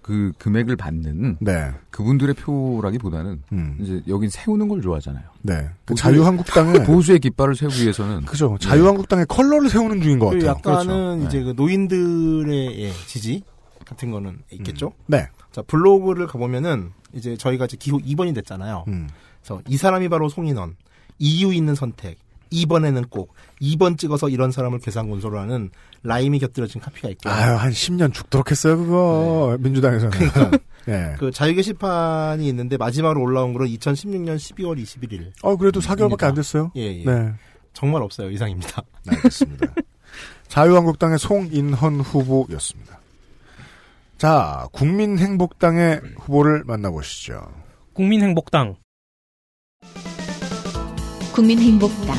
S5: 그 금액을 받는
S2: 네. 음.
S5: 그분들의 표라기보다는 이제 여긴 세우는 걸 좋아하잖아요.
S2: 네. 그
S5: 보수의-
S2: 자유한국당은
S5: 보수의 깃발을 세우기 위해서는
S2: 그죠. 자유한국당의 컬러를 세우는 중인 것
S3: 그
S2: 같아요. 그렇죠.
S3: 약간은 이제 그 노인들의 예, 지지 같은 거는 있겠죠.
S2: 네.
S3: 자 블로그를 가보면은 이제 저희가 이제 기호 2번이 됐잖아요.
S2: 음.
S3: 그래서 이 사람이 바로 송인원 이유 있는 선택 2번에는 꼭 2번 찍어서 이런 사람을 괴산군소로 하는 라임이 곁들여진 카피가 있고
S2: 아유 한 10년 죽도록 했어요 그거 민주당에서는. 예.
S3: 그 자유 게시판이 있는데 마지막으로 올라온 거는 2016년 12월 21일.
S2: 어 그래도 4개월밖에 안 됐어요.
S3: 예, 예.
S2: 네.
S3: 정말 없어요 이상입니다.
S2: 알겠습니다. 자유한국당의 송인헌 후보였습니다. 자, 국민행복당의 후보를 만나보시죠.
S10: 국민행복당
S1: 국민행복당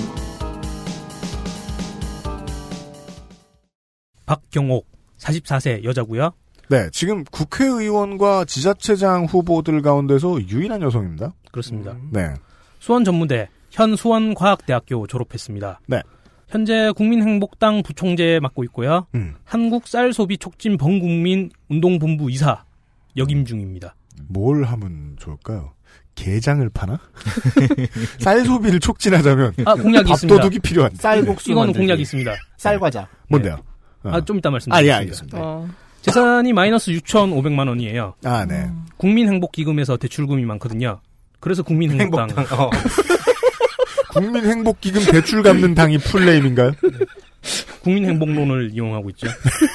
S10: 박경옥 44세 여자고요.
S2: 네, 지금 국회의원과 지자체장 후보들 가운데서 유일한 여성입니다.
S10: 그렇습니다.
S2: 네.
S10: 수원전문대 현 수원과학대학교 졸업했습니다.
S2: 네.
S10: 현재 국민행복당 부총재 맡고 있고요.
S2: 음.
S10: 한국쌀소비촉진범국민운동본부 이사 역임 중입니다.
S2: 뭘 하면 좋을까요? 게장을 파나? 쌀 소비를 촉진하자면
S10: 아, 공약이 있습니다.
S2: 그 밥도둑이 필요한
S10: 쌀국수 이거는 만들기. 공약이 있습니다.
S3: 쌀과자.
S2: 뭔데요?
S10: 아, 좀 어. 이따
S2: 어. 아, 예,
S10: 말씀드리겠습니다.
S2: 알겠습니다.
S9: 네.
S10: 재산이 마이너스 6,500만 원이에요.
S2: 아, 네.
S10: 음. 국민행복기금에서 대출금이 많거든요. 그래서 국민행복당.
S3: 어.
S2: 국민행복기금 대출 갚는 당이 풀네임인가요?
S10: 국민행복론을 이용하고 있죠.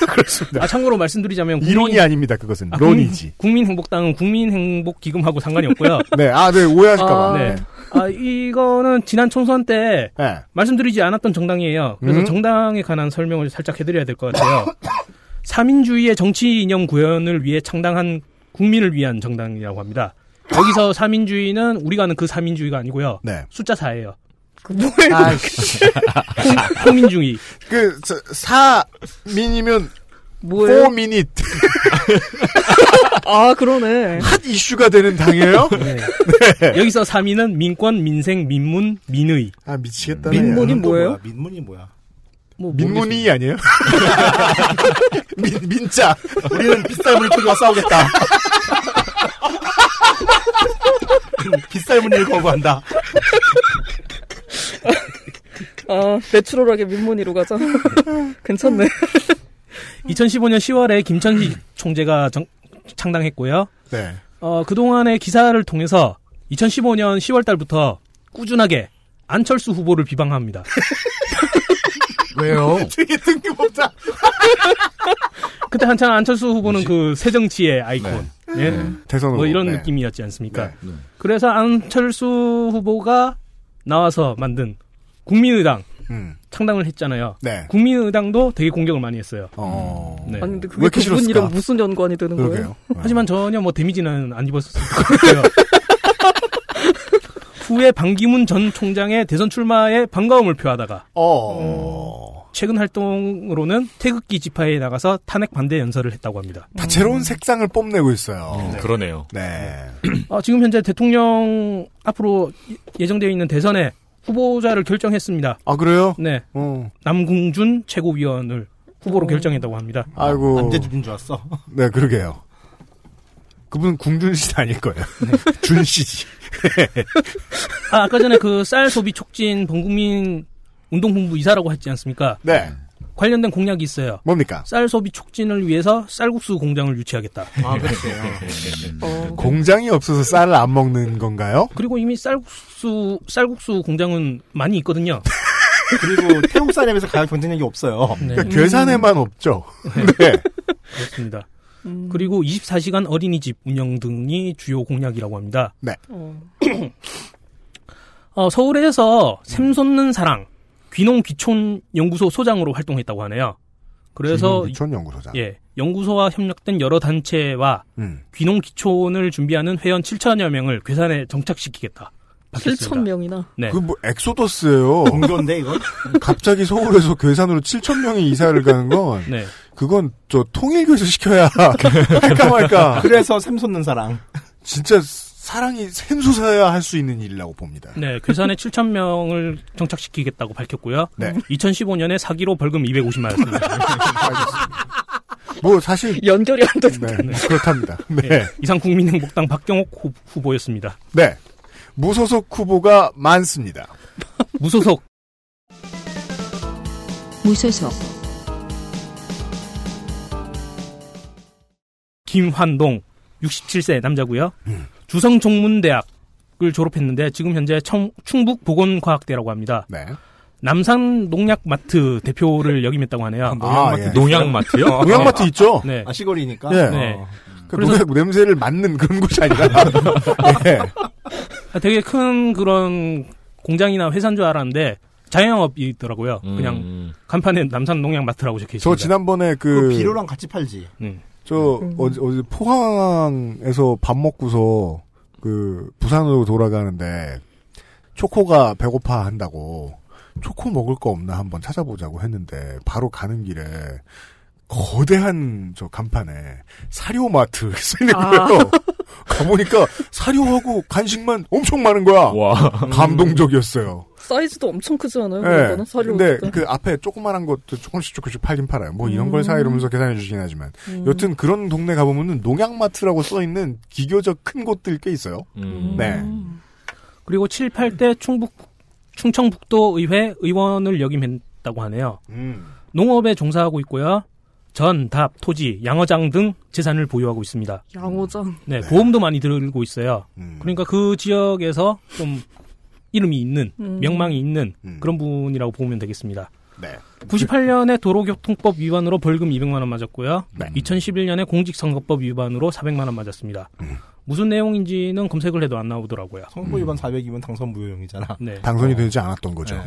S10: 그렇습니다. 아, 참고로 말씀드리자면 국민-
S2: 네. 이론이 아닙니다. 그것은
S10: 아, 국민-
S2: 론이지.
S10: 국민행복당은 국민행복기금하고 상관이 없고요.
S2: 네, 아, 네, 오해하실까봐.
S10: 아,
S2: 네.
S10: 네. 아, 이거는 지난 총선 때 말씀드리지 않았던 정당이에요. 그래서
S11: 음?
S10: 정당에 관한 설명을 살짝 해드려야 될 것 같아요. 사민주의의 정치 이념 구현을 위해 창당한 국민을 위한 정당이라고 합니다. 여기서 사민주의는 우리가 아는 그 사민주의가 아니고요.
S2: 네. 아,
S10: 숫자 4예요.
S9: 그 뭐예요?
S10: 호민주의.
S2: 그, 저, 사민이면,
S9: 뭐예요?
S2: 포미닛.
S9: 아, 그러네.
S2: 핫 이슈가 되는 당이에요?
S10: 네. 여기서 3위는 민권, 민생, 민문, 민의.
S2: 아, 미치겠다.
S10: 민문이 뭐예요?
S3: 민문이 뭐야?
S9: 뭐
S2: 민문이 아니에요? 민, 민자.
S3: 우리는 비쌀 물고기와 싸우겠다. 비쌀 문의를 거부한다.
S9: 아, 내추럴하게 민문이로 가자. 네. 괜찮네.
S10: 2015년 10월에 김천식 총재가 정- 창당했고요.
S2: 네.
S10: 어, 그동안의 기사를 통해서 2015년 10월 달부터 꾸준하게 안철수 후보를 비방합니다.
S5: 왜요?
S2: 되게 등급없다.
S10: 그때 한창 안철수 후보는 그 새정치의 아이콘.
S2: 네.
S10: 예?
S2: 네. 대선
S10: 뭐
S2: 후보.
S10: 이런
S2: 네.
S10: 느낌이었지 않습니까?
S2: 네. 네.
S10: 그래서 안철수 후보가 나와서 만든 국민의당
S2: 음.
S10: 창당을 했잖아요.
S2: 네.
S10: 국민의당도 되게 공격을 많이 했어요. 네.
S9: 아니, 근데 그게 그분이랑 무슨 연관이
S2: 네.
S9: 되는 거예요?
S10: 하지만 전혀 뭐 데미지는 안 입었을 것 같아요. 후에 반기문 전 총장의 대선 출마에 반가움을 표하다가
S2: 네. 어.
S10: 최근 활동으로는 태극기 집회에 나가서 탄핵 반대 연설을 했다고 합니다.
S2: 다채로운 색상을 뽐내고 있어요.
S11: 음. 그러네요.
S2: 네.
S10: 어, 지금 현재 대통령 앞으로 예정되어 있는 대선에 후보자를 결정했습니다.
S2: 아 그래요?
S10: 네.
S2: 어.
S10: 남궁준 최고위원을 후보로
S3: 어.
S10: 결정했다고 합니다.
S2: 아이고.
S3: 줄 알았어.
S2: 네, 그러게요. 그분은 궁준 씨는 아닐 거예요. 준 씨지.
S10: 아, 아까 전에 그 쌀 소비 촉진 본국민 운동본부 이사라고 했지 않습니까?
S2: 네.
S10: 관련된 공약이 있어요.
S2: 뭡니까?
S10: 쌀 소비 촉진을 위해서 쌀국수 공장을 유치하겠다.
S3: 아, 그렇죠.
S9: 네. 어,
S2: 공장이 없어서 쌀을 안 먹는 건가요?
S10: 그리고 이미 쌀국수 쌀국수 공장은 많이 있거든요.
S3: 그리고 태국 사람에서 가격 경쟁력이 없어요.
S2: 그러니까
S10: 네.
S2: 괴산에만 없죠. 네.
S10: 그렇습니다. 그리고 24시간 어린이집 운영 등이 주요 공약이라고 합니다.
S2: 네.
S10: 어, 서울에서 샘솟는 사랑 귀농 귀촌 연구소 소장으로 활동했다고 하네요. 그래서
S2: 귀농 귀촌 연구소장.
S10: 예, 연구소와 협력된 여러 단체와
S2: 음.
S10: 귀농 귀촌을 준비하는 회원 7천여 명을 괴산에 정착시키겠다.
S9: 7천 명이나.
S10: 네.
S2: 그 뭐 엑소더스예요.
S3: 공교인데 이건?
S2: 갑자기 서울에서 괴산으로 7천 명이 이사를 가는 건
S10: 네.
S2: 그건 저 통일교에서 시켜야 할까 말까.
S3: 그래서 샘 솟는 사랑.
S2: 진짜 사랑이 샘솟아야 할 수 있는 일이라고 봅니다.
S10: 네, 괴산에 7천 명을 정착시키겠다고 밝혔고요.
S2: 네.
S10: 2015년에 사기로 벌금 250만원입니다.
S2: 뭐 사실
S9: 연결이 안
S2: 되는데 그렇답니다. 네.
S10: 이상 국민행복당 박경옥 후- 후보였습니다.
S2: 네. 무소속 후보가 많습니다.
S10: 무소속.
S1: 무소속
S10: 김환동 67세 남자고요.
S2: 네.
S10: 주성종문대학을 졸업했는데 지금 현재 청- 충북 보건과학대라고 합니다.
S2: 네.
S10: 남산 농약마트 대표를 역임했다고 하네요.
S2: 농약마트 예. 있어요? 농약마트요? 농약마트 있죠.
S10: 네.
S2: 아, 시골이니까?
S3: 어.
S2: 예.
S10: 네.
S2: 그 농약 냄새를 맡는 그런 곳이 아니라. 예.
S10: 아, 되게 큰 그런 공장이나 회사인 줄 알았는데 자영업이 있더라고요.
S11: 음.
S10: 그냥 간판에 남산 농약마트라고 적혀
S2: 저
S10: 있습니다.
S2: 지난번에 그.
S3: 비료랑 같이 팔지.
S2: 저
S9: 음.
S2: 어제, 어제 포항에서 밥 먹고서 그 부산으로 돌아가는데 초코가 배고파 한다고 초코 먹을 거 없나 한번 찾아보자고 했는데 바로 가는 길에 거대한 저 간판에 사료마트 써 있는 거예요.
S9: 아.
S2: 가보니까 사료하고 간식만 엄청 많은 거야. 감동적이었어요.
S9: 사이즈도 엄청 크지 않아요?
S2: 예.
S9: 그거는 음. 사료
S2: 근데
S9: 진짜?
S2: 그 앞에 조그만한 것도 조금씩 조금씩 팔긴 팔아요. 뭐 이런 걸 사
S9: 음.
S2: 이러면서 계산해 주시긴 하지만
S9: 음.
S2: 여튼 그런 동네 가보면은 농약마트라고 써 있는 기교적 큰 곳들 꽤 있어요.
S9: 음.
S11: 음.
S2: 네.
S10: 그리고 7, 8대 충북 충청북도 의회 의원을 역임했다고 하네요. 음. 농업에 종사하고 있고요. 전, 답, 토지, 양어장 등 재산을 보유하고 있습니다.
S9: 양호장.
S10: 네, 보험도 많이 들고 있어요.
S2: 음,
S10: 그러니까 그 지역에서 좀 이름이 있는
S9: 음.
S10: 명망이 있는 그런 분이라고 보면 되겠습니다.
S2: 네.
S10: 98년에 도로교통법 위반으로 벌금 200만 원 맞았고요.
S2: 네. 음.
S10: 2011년에 공직선거법 위반으로 400만 원 맞았습니다. 무슨 내용인지는 검색을 해도 안 나오더라고요.
S3: 선거 위반 400이면 당선 무효용이잖아.
S10: 네.
S2: 당선이 되지 않았던 거죠.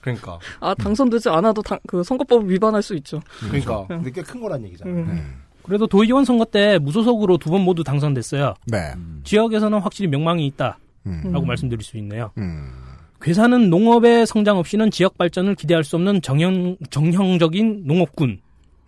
S3: 그러니까.
S9: 아, 당선되지 않아도 당, 그 선거법 위반할 수 있죠.
S3: 그러니까. 근데 꽤 큰 거란 얘기잖아.
S9: 음.
S10: 그래도 도의원 선거 때 무소속으로 두 번 모두 당선됐어요.
S2: 네.
S10: 지역에서는 확실히 명망이 있다라고
S2: 음.
S10: 말씀드릴 수 있네요.
S2: 음.
S10: 괴산은 농업의 성장 없이는 지역 발전을 기대할 수 없는 정형, 정형적인
S2: 음.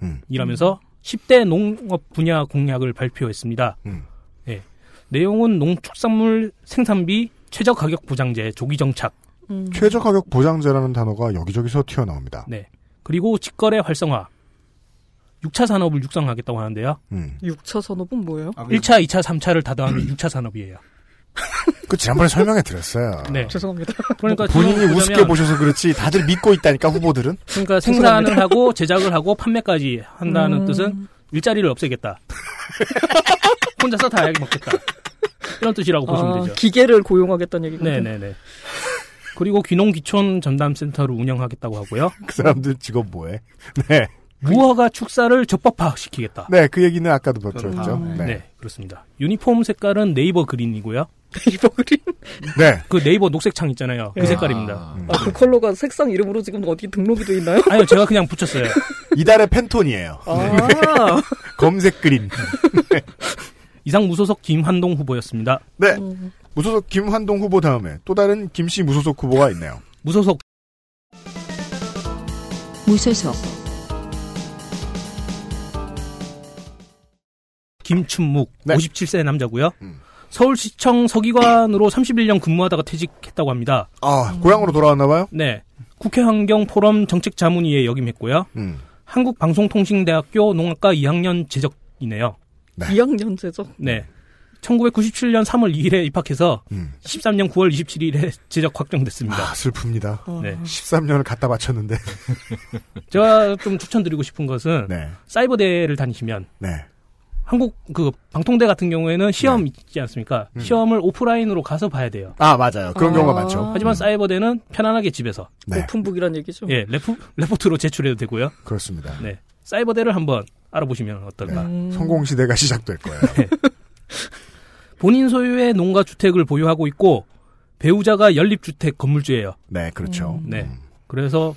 S10: 농업군이라면서 10대 농업 분야 공약을 발표했습니다.
S2: 음.
S10: 예. 내용은 농축산물 생산비 최저 가격 보장제 조기 정착
S9: 음.
S2: 최저가격 보장제라는 단어가 여기저기서 튀어나옵니다.
S10: 네. 그리고 직거래 활성화. 6차 산업을 육성하겠다고 하는데요.
S2: 음.
S9: 6차 산업은 뭐예요?
S3: 아,
S10: 1차, 2차, 3차를 다 더하면 6차 산업이에요.
S2: 그 지난번에 설명해 드렸어요.
S10: 네.
S9: 아, 죄송합니다.
S10: 그러니까
S2: 본인이
S10: 지금
S2: 우습게
S10: 보자면-
S2: 보셔서 그렇지 다들 믿고 있다니까 후보들은.
S10: 그러니까 생산을 하고 제작을 하고 판매까지 한다는
S2: 음.
S10: 뜻은 일자리를 없애겠다. 혼자서 다 약이 먹겠다. 이런 뜻이라고 보시면
S9: 아,
S10: 되죠.
S9: 기계를 고용하겠다는 얘기군요.
S10: 네네네. 그리고 귀농귀촌 전담센터를 운영하겠다고 하고요.
S2: 그 사람들 직업 뭐해? 네.
S10: 무화과 축사를 적법화시키겠다.
S2: 네, 그 얘기는 아까도 들었죠.
S10: 네.
S2: 네.
S10: 그렇습니다. 유니폼 색깔은 네이버 그린이고요. 네이버 그린?
S2: 네.
S10: 그 네이버 녹색 창 있잖아요. 그
S9: 네.
S10: 색깔입니다.
S9: 아, 그 컬러가 색상 이름으로 지금 어디 등록이 돼 있나요?
S10: 아니요, 제가 그냥 붙였어요.
S2: 이달의 팬톤이에요.
S9: 아.
S2: 검색 그림.
S10: 이상 무소속 김한동 후보였습니다.
S2: 네.
S9: 음.
S2: 무소속 김환동 후보 다음에 또 다른 김씨 무소속 후보가 있네요.
S10: 무소속.
S1: 무소속
S10: 김춘묵 57세 남자고요. 서울시청 서기관으로 31년 근무하다가 퇴직했다고 합니다.
S2: 아, 고향으로 돌아왔나 봐요?
S10: 네. 국회 환경 포럼 정책 자문위에 역임했고요.
S2: 음.
S10: 한국방송통신대학교 농학과 2학년 재적이네요.
S9: 2학년 제죠.
S10: 네. 1997년 3월 2일에 입학해서 13년 9월 27일에 재적 확정됐습니다.
S2: 음. 아, 슬픕니다.
S10: 네.
S2: 13년을 갖다 바쳤는데.
S10: 제가 좀 추천드리고 싶은 것은 사이버대를 다니시면
S2: 네.
S10: 한국 그 방통대 같은 경우에는 시험 있지 않습니까?
S2: 음.
S10: 시험을 오프라인으로 가서 봐야 돼요.
S2: 아, 맞아요. 그런 경우가 많죠.
S10: 하지만 사이버대는 편안하게 집에서
S9: 네. 오픈북이란 얘기죠.
S10: 예, 레포, 레포트로 제출해도 되고요.
S2: 네, 그렇습니다.
S10: 네. 사이버대를 한번 알아보시면 어떨까.
S2: 성공 시대가 시작될 거예요.
S10: 본인 소유의 농가 주택을 보유하고 있고 배우자가 연립 주택 건물주예요.
S2: 네, 그렇죠.
S10: 네. 그래서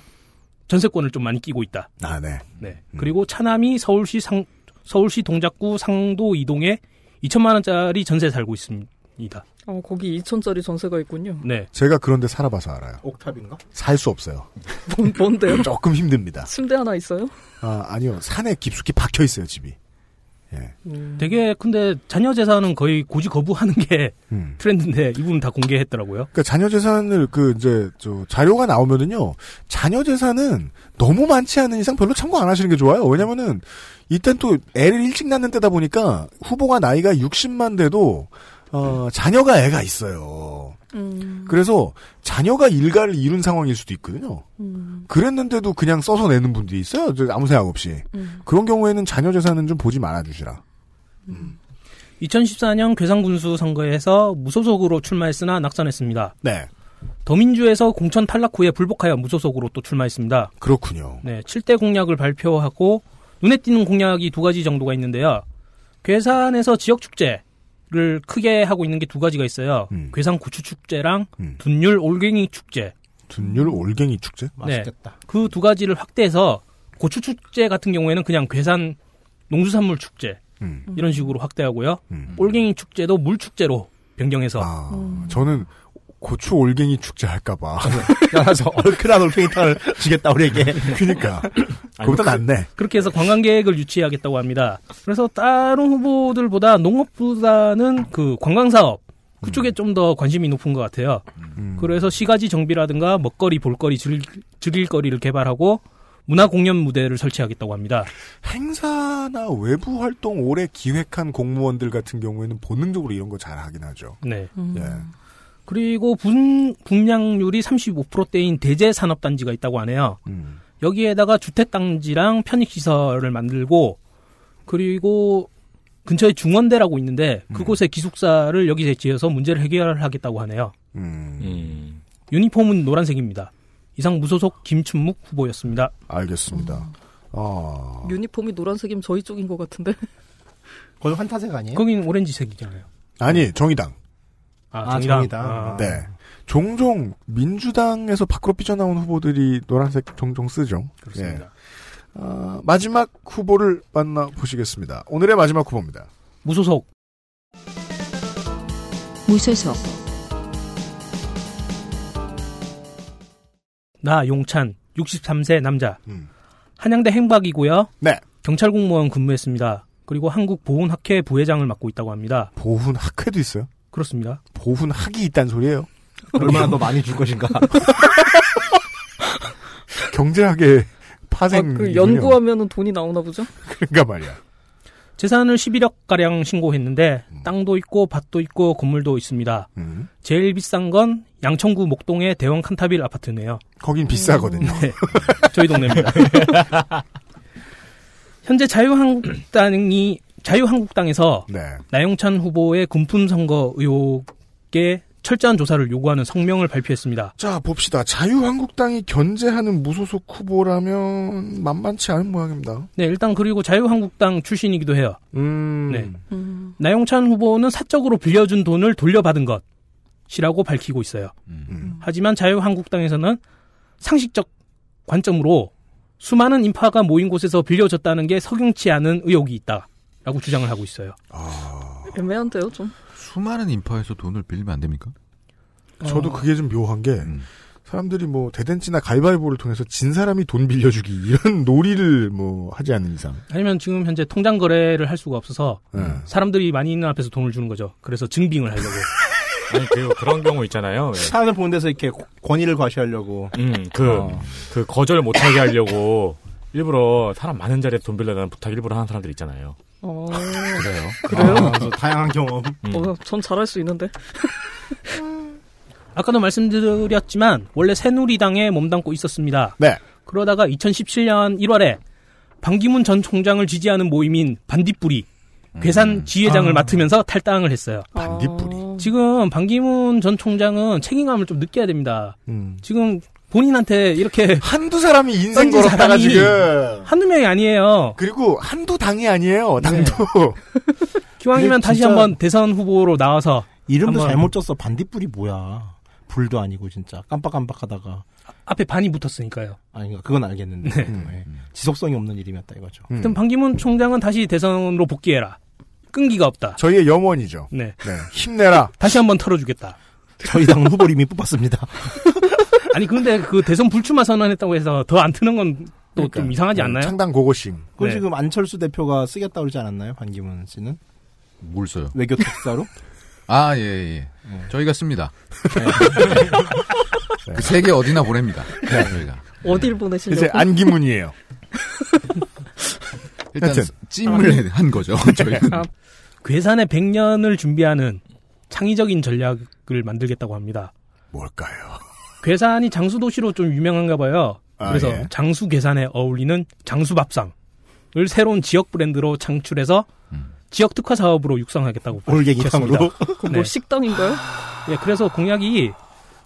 S10: 전세권을 좀 많이 끼고 있다.
S2: 아, 네.
S10: 네. 그리고 차남이 서울시 상 서울시 동작구 상도 이동에 2천만 원짜리 전세 살고 있습니다.
S9: 어, 거기 2천짜리 전세가 있군요.
S10: 네.
S2: 제가 그런데 살아봐서 알아요.
S3: 옥탑인가?
S2: 살 수 없어요.
S9: 뭔,
S10: 네.
S9: 뭔데요?
S2: 조금 힘듭니다.
S9: 침대 하나 있어요?
S2: 아, 아니요. 산에 깊숙이 박혀 있어요, 집이. 예.
S10: 되게 근데 자녀 재산은 거의 고지 거부하는 게 트렌드인데 이분 다 공개했더라고요.
S2: 그러니까 자녀 재산을 그 이제 저 자료가 나오면은요 자녀 재산은 너무 많지 않은 이상 별로 참고 안 하시는 게 좋아요. 왜냐면은 이땐 또 애를 일찍 낳는 때다 보니까 후보가 나이가 60만 돼도 어 자녀가 애가 있어요. 그래서 자녀가 일가를 이룬 상황일 수도 있거든요. 그랬는데도 그냥 써서 내는 분들이 있어요. 저 아무 생각 없이. 그런 경우에는 자녀 재산은 좀 보지 말아 주시라.
S10: 2014년 괴산군수 선거에서 무소속으로 출마했으나 낙선했습니다.
S2: 네.
S10: 더민주에서 공천 탈락 후에 불복하여 무소속으로 또 출마했습니다.
S2: 그렇군요.
S10: 네, 7대 공약을 발표하고 눈에 띄는 공약이 두 가지 정도가 있는데요. 괴산에서 지역 축제를 크게 하고 있는 게 두 가지가 있어요. 괴산 고추 축제랑 둔율 올갱이 축제.
S2: 음. 둔율 올갱이 축제?
S10: 맛있겠다. 그 두 가지를 확대해서 고추 축제 같은 경우에는 그냥 괴산 농수산물 축제
S2: 음.
S10: 이런 식으로 확대하고요. 올갱이 축제도 물 축제로 변경해서
S2: 아,
S10: 음.
S2: 저는 고추 올갱이 축제 할까봐.
S10: 아, 나가서
S2: 얼큰한 올팽이탕을 주겠다 우리에게. 그니까. 그러니까. 그보다 낫네.
S10: 네. 그렇게 해서 관광객을 유치하겠다고 합니다. 그래서 다른 후보들보다 농업보다는 그 관광사업 그쪽에 좀 더 관심이 높은 것 같아요.
S2: 음.
S10: 그래서 시가지 정비라든가 먹거리, 볼거리, 즐, 즐길거리를 개발하고 문화 공연 무대를 설치하겠다고 합니다.
S2: 행사나 외부 활동 오래 기획한 공무원들 같은 경우에는 본능적으로 이런 거 잘 하긴 하죠.
S10: 네.
S2: 예.
S10: 그리고 분, 분양률이 35%대인 대제산업단지가 있다고 하네요.
S2: 음.
S10: 여기에다가 주택단지랑 편익시설을 만들고, 그리고 근처에 중원대라고 있는데, 그곳에 기숙사를 여기에 지어서 문제를 해결하겠다고 하네요.
S2: 음.
S10: 예.
S11: 음.
S10: 유니폼은 노란색입니다. 이상 무소속 김춘묵 후보였습니다. 음.
S2: 알겠습니다.
S9: 어.
S2: 아.
S9: 유니폼이 노란색이면 저희 쪽인 것 같은데. 아,
S3: 거기 환타색 아니에요?
S10: 거긴 오렌지색이잖아요.
S2: 아니 정의당.
S10: 아, 정의당. 아.
S2: 네. 종종 민주당에서 밖으로 삐져나온 후보들이 노란색 종종 쓰죠.
S10: 그렇습니다.
S2: 예. 아, 마지막 후보를 만나 보시겠습니다. 오늘의 마지막 후보입니다.
S10: 무소속
S1: 무소속
S10: 나 용찬 63세 남자
S2: 음.
S10: 한양대 행박이고요.
S2: 네.
S10: 경찰 공무원 근무했습니다. 그리고 한국 보훈학회 부회장을 맡고 있다고 합니다.
S2: 보훈학회도 있어요?
S10: 그렇습니다.
S2: 보훈학이 있다는 소리예요?
S3: 얼마나 더 많이 줄 것인가.
S2: 경제학의
S9: 아,
S2: 파생.
S9: 그 연구하면은 돈이 나오나 보죠?
S2: 그러니까 말이야.
S10: 재산을 11억 가량 신고했는데 땅도 있고 밭도 있고 건물도 있습니다.
S2: 음.
S10: 제일 비싼 건 양천구 목동의 대형 칸타빌 아파트네요.
S2: 거긴 비싸거든요.
S10: 네. 저희 동네입니다. 현재 자유한국당이 자유한국당에서
S2: 네.
S10: 나영찬 후보의 군품 선거 의혹에 철저한 조사를 요구하는 성명을 발표했습니다.
S2: 자 봅시다. 자유한국당이 견제하는 무소속 후보라면 만만치 않은 모양입니다.
S10: 네, 일단 그리고 자유한국당 출신이기도 해요. 네.
S9: 어.
S10: 나영찬 후보는 사적으로 빌려준 돈을 돌려받은 것이라고 밝히고 있어요.
S2: 음.
S10: 하지만 자유한국당에서는 상식적 관점으로 수많은 인파가 모인 곳에서 빌려줬다는 게 석용치 않은 의혹이 있다라고 주장을 하고 있어요.
S9: 애매한데요, 좀.
S5: 수많은 인파에서 돈을 빌리면 안 됩니까?
S2: 저도 그게 좀 묘한 게 사람들이 뭐 대댄지나 가위바위보를 통해서 진 사람이 돈 빌려주기 이런 놀이를 뭐 하지 않는 이상.
S10: 아니면 지금 현재 통장 거래를 할 수가 없어서 사람들이 많이 있는 앞에서 돈을 주는 거죠. 그래서 증빙을 하려고.
S11: 아니 그 그런 경우 있잖아요. 왜
S3: 사람을 보는 데서 이렇게 권위를 과시하려고.
S11: 음, 그,
S2: 어.
S11: 그 거절 못하게 하려고 일부러 사람 많은 자리에서 돈 빌려달라는 부탁 일부러 하는 사람들 있잖아요.
S9: 어.
S11: 그래요?
S9: 그래요?
S11: 아, 그래서
S3: 다양한 경험.
S10: 음.
S9: 어, 전 잘할 수 있는데.
S10: 아까도 말씀드렸지만 원래 새누리당에 몸담고 있었습니다.
S2: 네.
S10: 그러다가 2017년 1월에 반기문 전 총장을 지지하는 모임인 반딧불이 괴산 지회장을
S11: 아.
S10: 맡으면서 탈당을 했어요.
S2: 반딧불이.
S10: 지금 반기문 전 총장은 책임감을 좀 느껴야 됩니다. 지금 본인한테 이렇게
S2: 한두 사람이 인생 걸었다가 지금
S10: 한두 명이 아니에요.
S2: 그리고 한두 당이 아니에요. 당도.
S10: 기왕이면
S3: 근데
S10: 다시
S3: 진짜
S10: 한번 대선 후보로 나와서
S3: 이름도
S10: 한번
S3: 잘못 쪘어. 반딧불이 뭐야. 불도 아니고 진짜 깜빡깜빡하다가
S10: 앞에 반이 붙었으니까요.
S3: 아니 그건 알겠는데 음, 예. 지속성이 없는 일이었다 이거죠.
S10: 하여튼 반기문 총장은 다시 대선으로 복귀해라. 끈기가 없다.
S2: 저희의 염원이죠.
S10: 네.
S2: 힘내라.
S10: 다시 한번 털어주겠다.
S3: 저희 당은 후보를 이미 뽑았습니다.
S10: 아니 근데 그 대선 불출마 선언했다고 해서 더 안 트는 건 또 좀
S3: 네.
S10: 이상하지 않나요?
S2: 창당 고고싱.
S3: 그 지금 안철수 대표가 쓰겠다 그러지 않았나요? 반기문 씨는
S5: 뭘 써요?
S3: 외교 특사로?
S5: 아, 예, 예. 저희가 씁니다. 그 세계 어디나 보냅니다. 저희가.
S9: 어딜 보내시려고?
S2: 그렇죠.
S5: 이제 안기문이에요. 일단
S10: 하여튼.
S5: 찜을 한 거죠. 저희는.
S10: 아, 괴산의 100년을 준비하는 창의적인 전략을 만들겠다고 합니다.
S2: 뭘까요?
S10: 괴산이 장수 도시로 좀 유명한가 봐요.
S2: 아,
S10: 그래서
S2: 예.
S10: 장수 괴산에 어울리는 장수 밥상을 새로운 지역 브랜드로 창출해서 지역 특화 사업으로 육성하겠다고
S3: 올갱이탕으로?
S10: 밝혔습니다. 네.
S9: 그뭐 식당인가요?
S10: 예, 그래서 공약이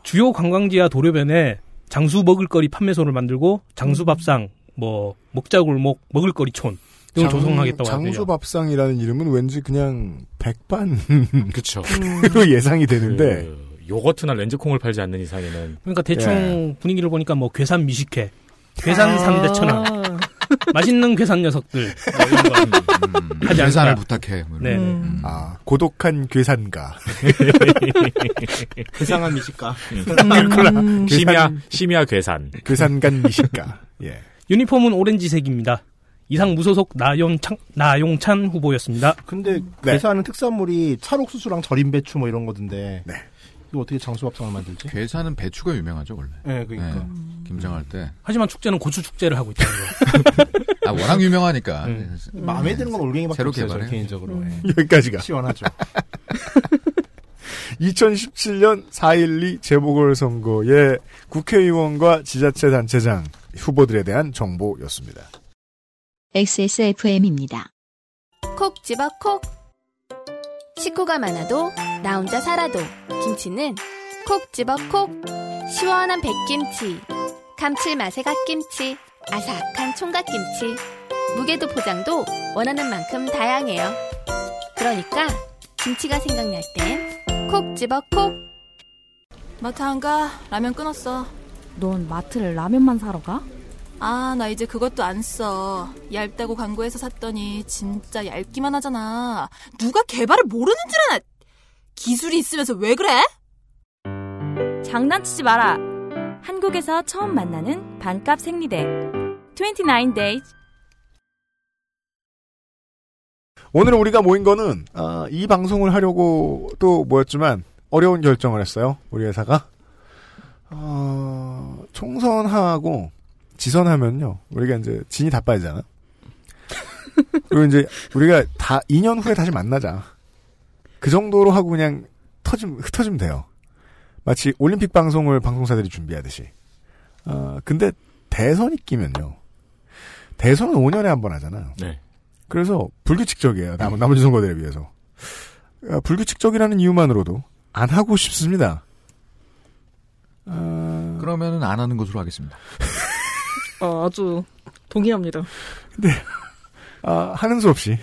S10: 주요 관광지와 도로변에 장수 먹을거리 판매소를 만들고 장수 밥상, 뭐 목자골목 먹을거리촌 등을 조성하겠다고 하네요.
S2: 장수 밥상이라는 이름은 왠지 그냥 백반
S11: 그쵸. 네.
S2: 로 예상이 되는데
S11: 그 요거트나 렌즈콩을 팔지 않는 이상에는
S10: 그러니까 대충
S2: 예.
S10: 분위기를 보니까 뭐 괴산 미식회, 괴산
S11: 아.
S10: 삼대천왕, 맛있는 괴산 녀석들 뭐 이런 거 하지 않을까.
S5: 괴산을 부탁해. 뭐 이런
S10: 네.
S5: 거.
S2: 아 고독한 괴산가.
S3: 괴상한 미식가.
S11: 음. 심야 심야 괴산.
S2: 괴산간 미식가. 예.
S10: 유니폼은 오렌지색입니다. 이상 무소속 나용찬, 나용찬 후보였습니다.
S3: 근데 괴산은 특산물이 찰옥수수랑 절임 배추 뭐 이런 거던데. 이거 어떻게 장수 밥상을 만들지?
S5: 괴산은 배추가 유명하죠, 원래.
S3: 네, 그러니까.
S5: 김장할 때.
S10: 하지만 축제는 고추 축제를 하고 있다는 거.
S5: 아, 워낙 유명하니까.
S3: 네. 마음에 드는 건 올갱이밖에
S5: 새로
S3: 없어요, 저는
S5: 개발해.
S3: 개인적으로. 예.
S2: 여기까지가.
S3: 시원하죠.
S2: 2017년 4.12 재보궐선거의 국회의원과 지자체 단체장 후보들에 대한 정보였습니다.
S1: XSFM입니다.
S15: 콕 집어 콕. 식구가 많아도 나 혼자 살아도 김치는 콕 집어 콕. 시원한 백김치, 감칠맛의 갓김치, 아삭한 총각김치. 무게도 포장도 원하는 만큼 다양해요. 그러니까 김치가 생각날 땐 콕 집어 콕.
S6: 마트 안 가? 라면 끊었어.
S19: 넌 마트를 라면만 사러 가?
S6: 아, 나 이제 그것도 안 써. 얇다고 광고해서 샀더니 진짜 얇기만 하잖아. 누가 개발을 모르는 줄 아나? 기술이 있으면서 왜 그래?
S7: 장난치지 마라. 한국에서 처음 만나는 반값 생리대. 29 days.
S2: 오늘 우리가 모인 어, 거는 아, 이 방송을 하려고 또 모였지만 어려운 결정을 했어요. 우리 회사가 어, 총선하고 지선하면요. 우리가 이제 진이 다 빠지잖아. 그리고 이제 우리가 다 2년 후에 다시 만나자. 그 정도로 하고 그냥 터짐 흩어지면 돼요. 마치 올림픽 방송을 방송사들이 준비하듯이. 어, 근데 대선이 끼면요. 대선은 5년에 한 번 하잖아요.
S11: 네.
S2: 그래서 불규칙적이에요. 남, 나머지 선거들에 비해서. 아, 불규칙적이라는 이유만으로도 안 하고 싶습니다. 아,
S5: 그러면은 안 하는 것으로 하겠습니다.
S9: 아, 아주 동의합니다. 뭐
S2: 아, 하는 수 없이.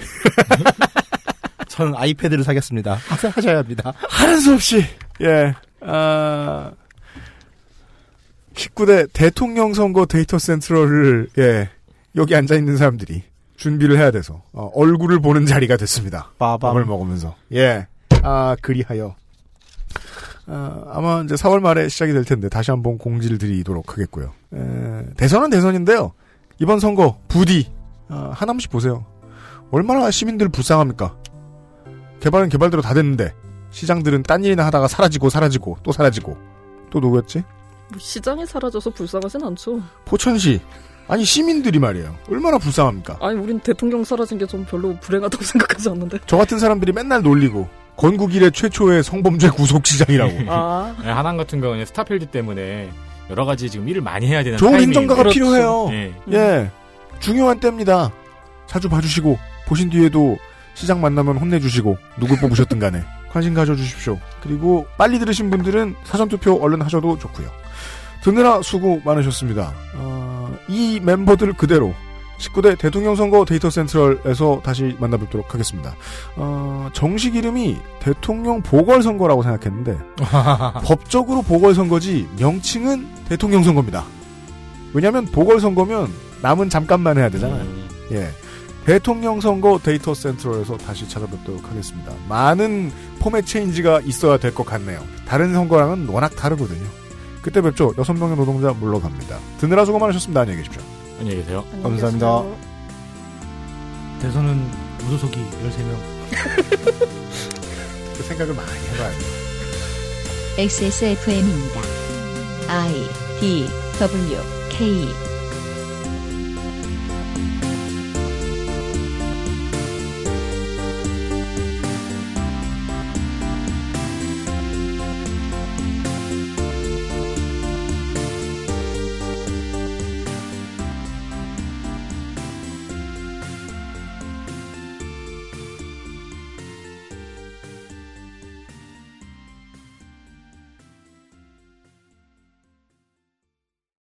S3: 저는 아이패드를 사겠습니다. 하- 하셔야 합니다.
S2: 하는 수 없이. 예. 아 19대 대통령 선거 데이터 센트럴을 예. 여기 앉아 있는 사람들이 준비를 해야 돼서 어, 얼굴을 보는 자리가 됐습니다. 밥을 먹으면서. 예. 아, 그리하여 아, 아마 이제 4월 말에 시작이 될 텐데 다시 한번 공지를 드리도록 하겠고요. 에, 대선은 대선인데요. 이번 선거 부디 아, 하나씩 보세요. 얼마나 시민들 불쌍합니까? 개발은 개발대로 다 됐는데 시장들은 딴 일이나 하다가 사라지고 사라지고 또 사라지고 또 누구였지?
S9: 뭐 시장이 사라져서 불쌍하진 않죠.
S2: 포천시 아니 시민들이 말이에요. 얼마나 불쌍합니까?
S9: 아니, 우린 대통령 사라진 게 좀 별로 불행하다고 생각하지 않는데.
S2: 저 같은 사람들이 맨날 놀리고 건국 이래 최초의 성범죄 구속 시장이라고.
S9: 아.
S11: 네, 하남 같은 경우는 스타필드 때문에 여러 가지 지금 일을 많이 해야 되는
S2: 좋은
S11: 타이밍.
S2: 행정가가
S11: 그렇죠.
S2: 필요해요.
S11: 예.
S2: 예. 중요한 때입니다. 자주 봐주시고 보신 뒤에도 시장 만나면 혼내주시고 누굴 뽑으셨든 간에 관심 가져주십시오. 그리고 빨리 들으신 분들은 사전투표 얼른 하셔도 좋고요. 듣느라 수고 많으셨습니다. 어, 이 멤버들 그대로 19대 대통령 선거 데이터 센트럴에서 다시 만나뵙도록 하겠습니다. 어, 정식 이름이 대통령 보궐선거라고 생각했는데 법적으로 보궐선거지 명칭은 대통령 선거입니다. 왜냐하면 보궐선거면 남은 잠깐만 해야 되잖아요. 예. 대통령 선거 데이터 센트럴에서 다시 찾아뵙도록 하겠습니다. 많은 포맷 체인지가 있어야 될 것 같네요. 다른 선거랑은 워낙 다르거든요. 그때 뵙죠. 여섯 명의 노동자 물러갑니다. 드느라 수고 많으셨습니다. 안녕히 계십시오.
S11: 안녕히 계세요.
S2: 감사합니다.
S10: 대선은 무소속이 13명.
S2: 그 생각을 많이 해봐야 돼요.
S1: XSFM입니다. I D W K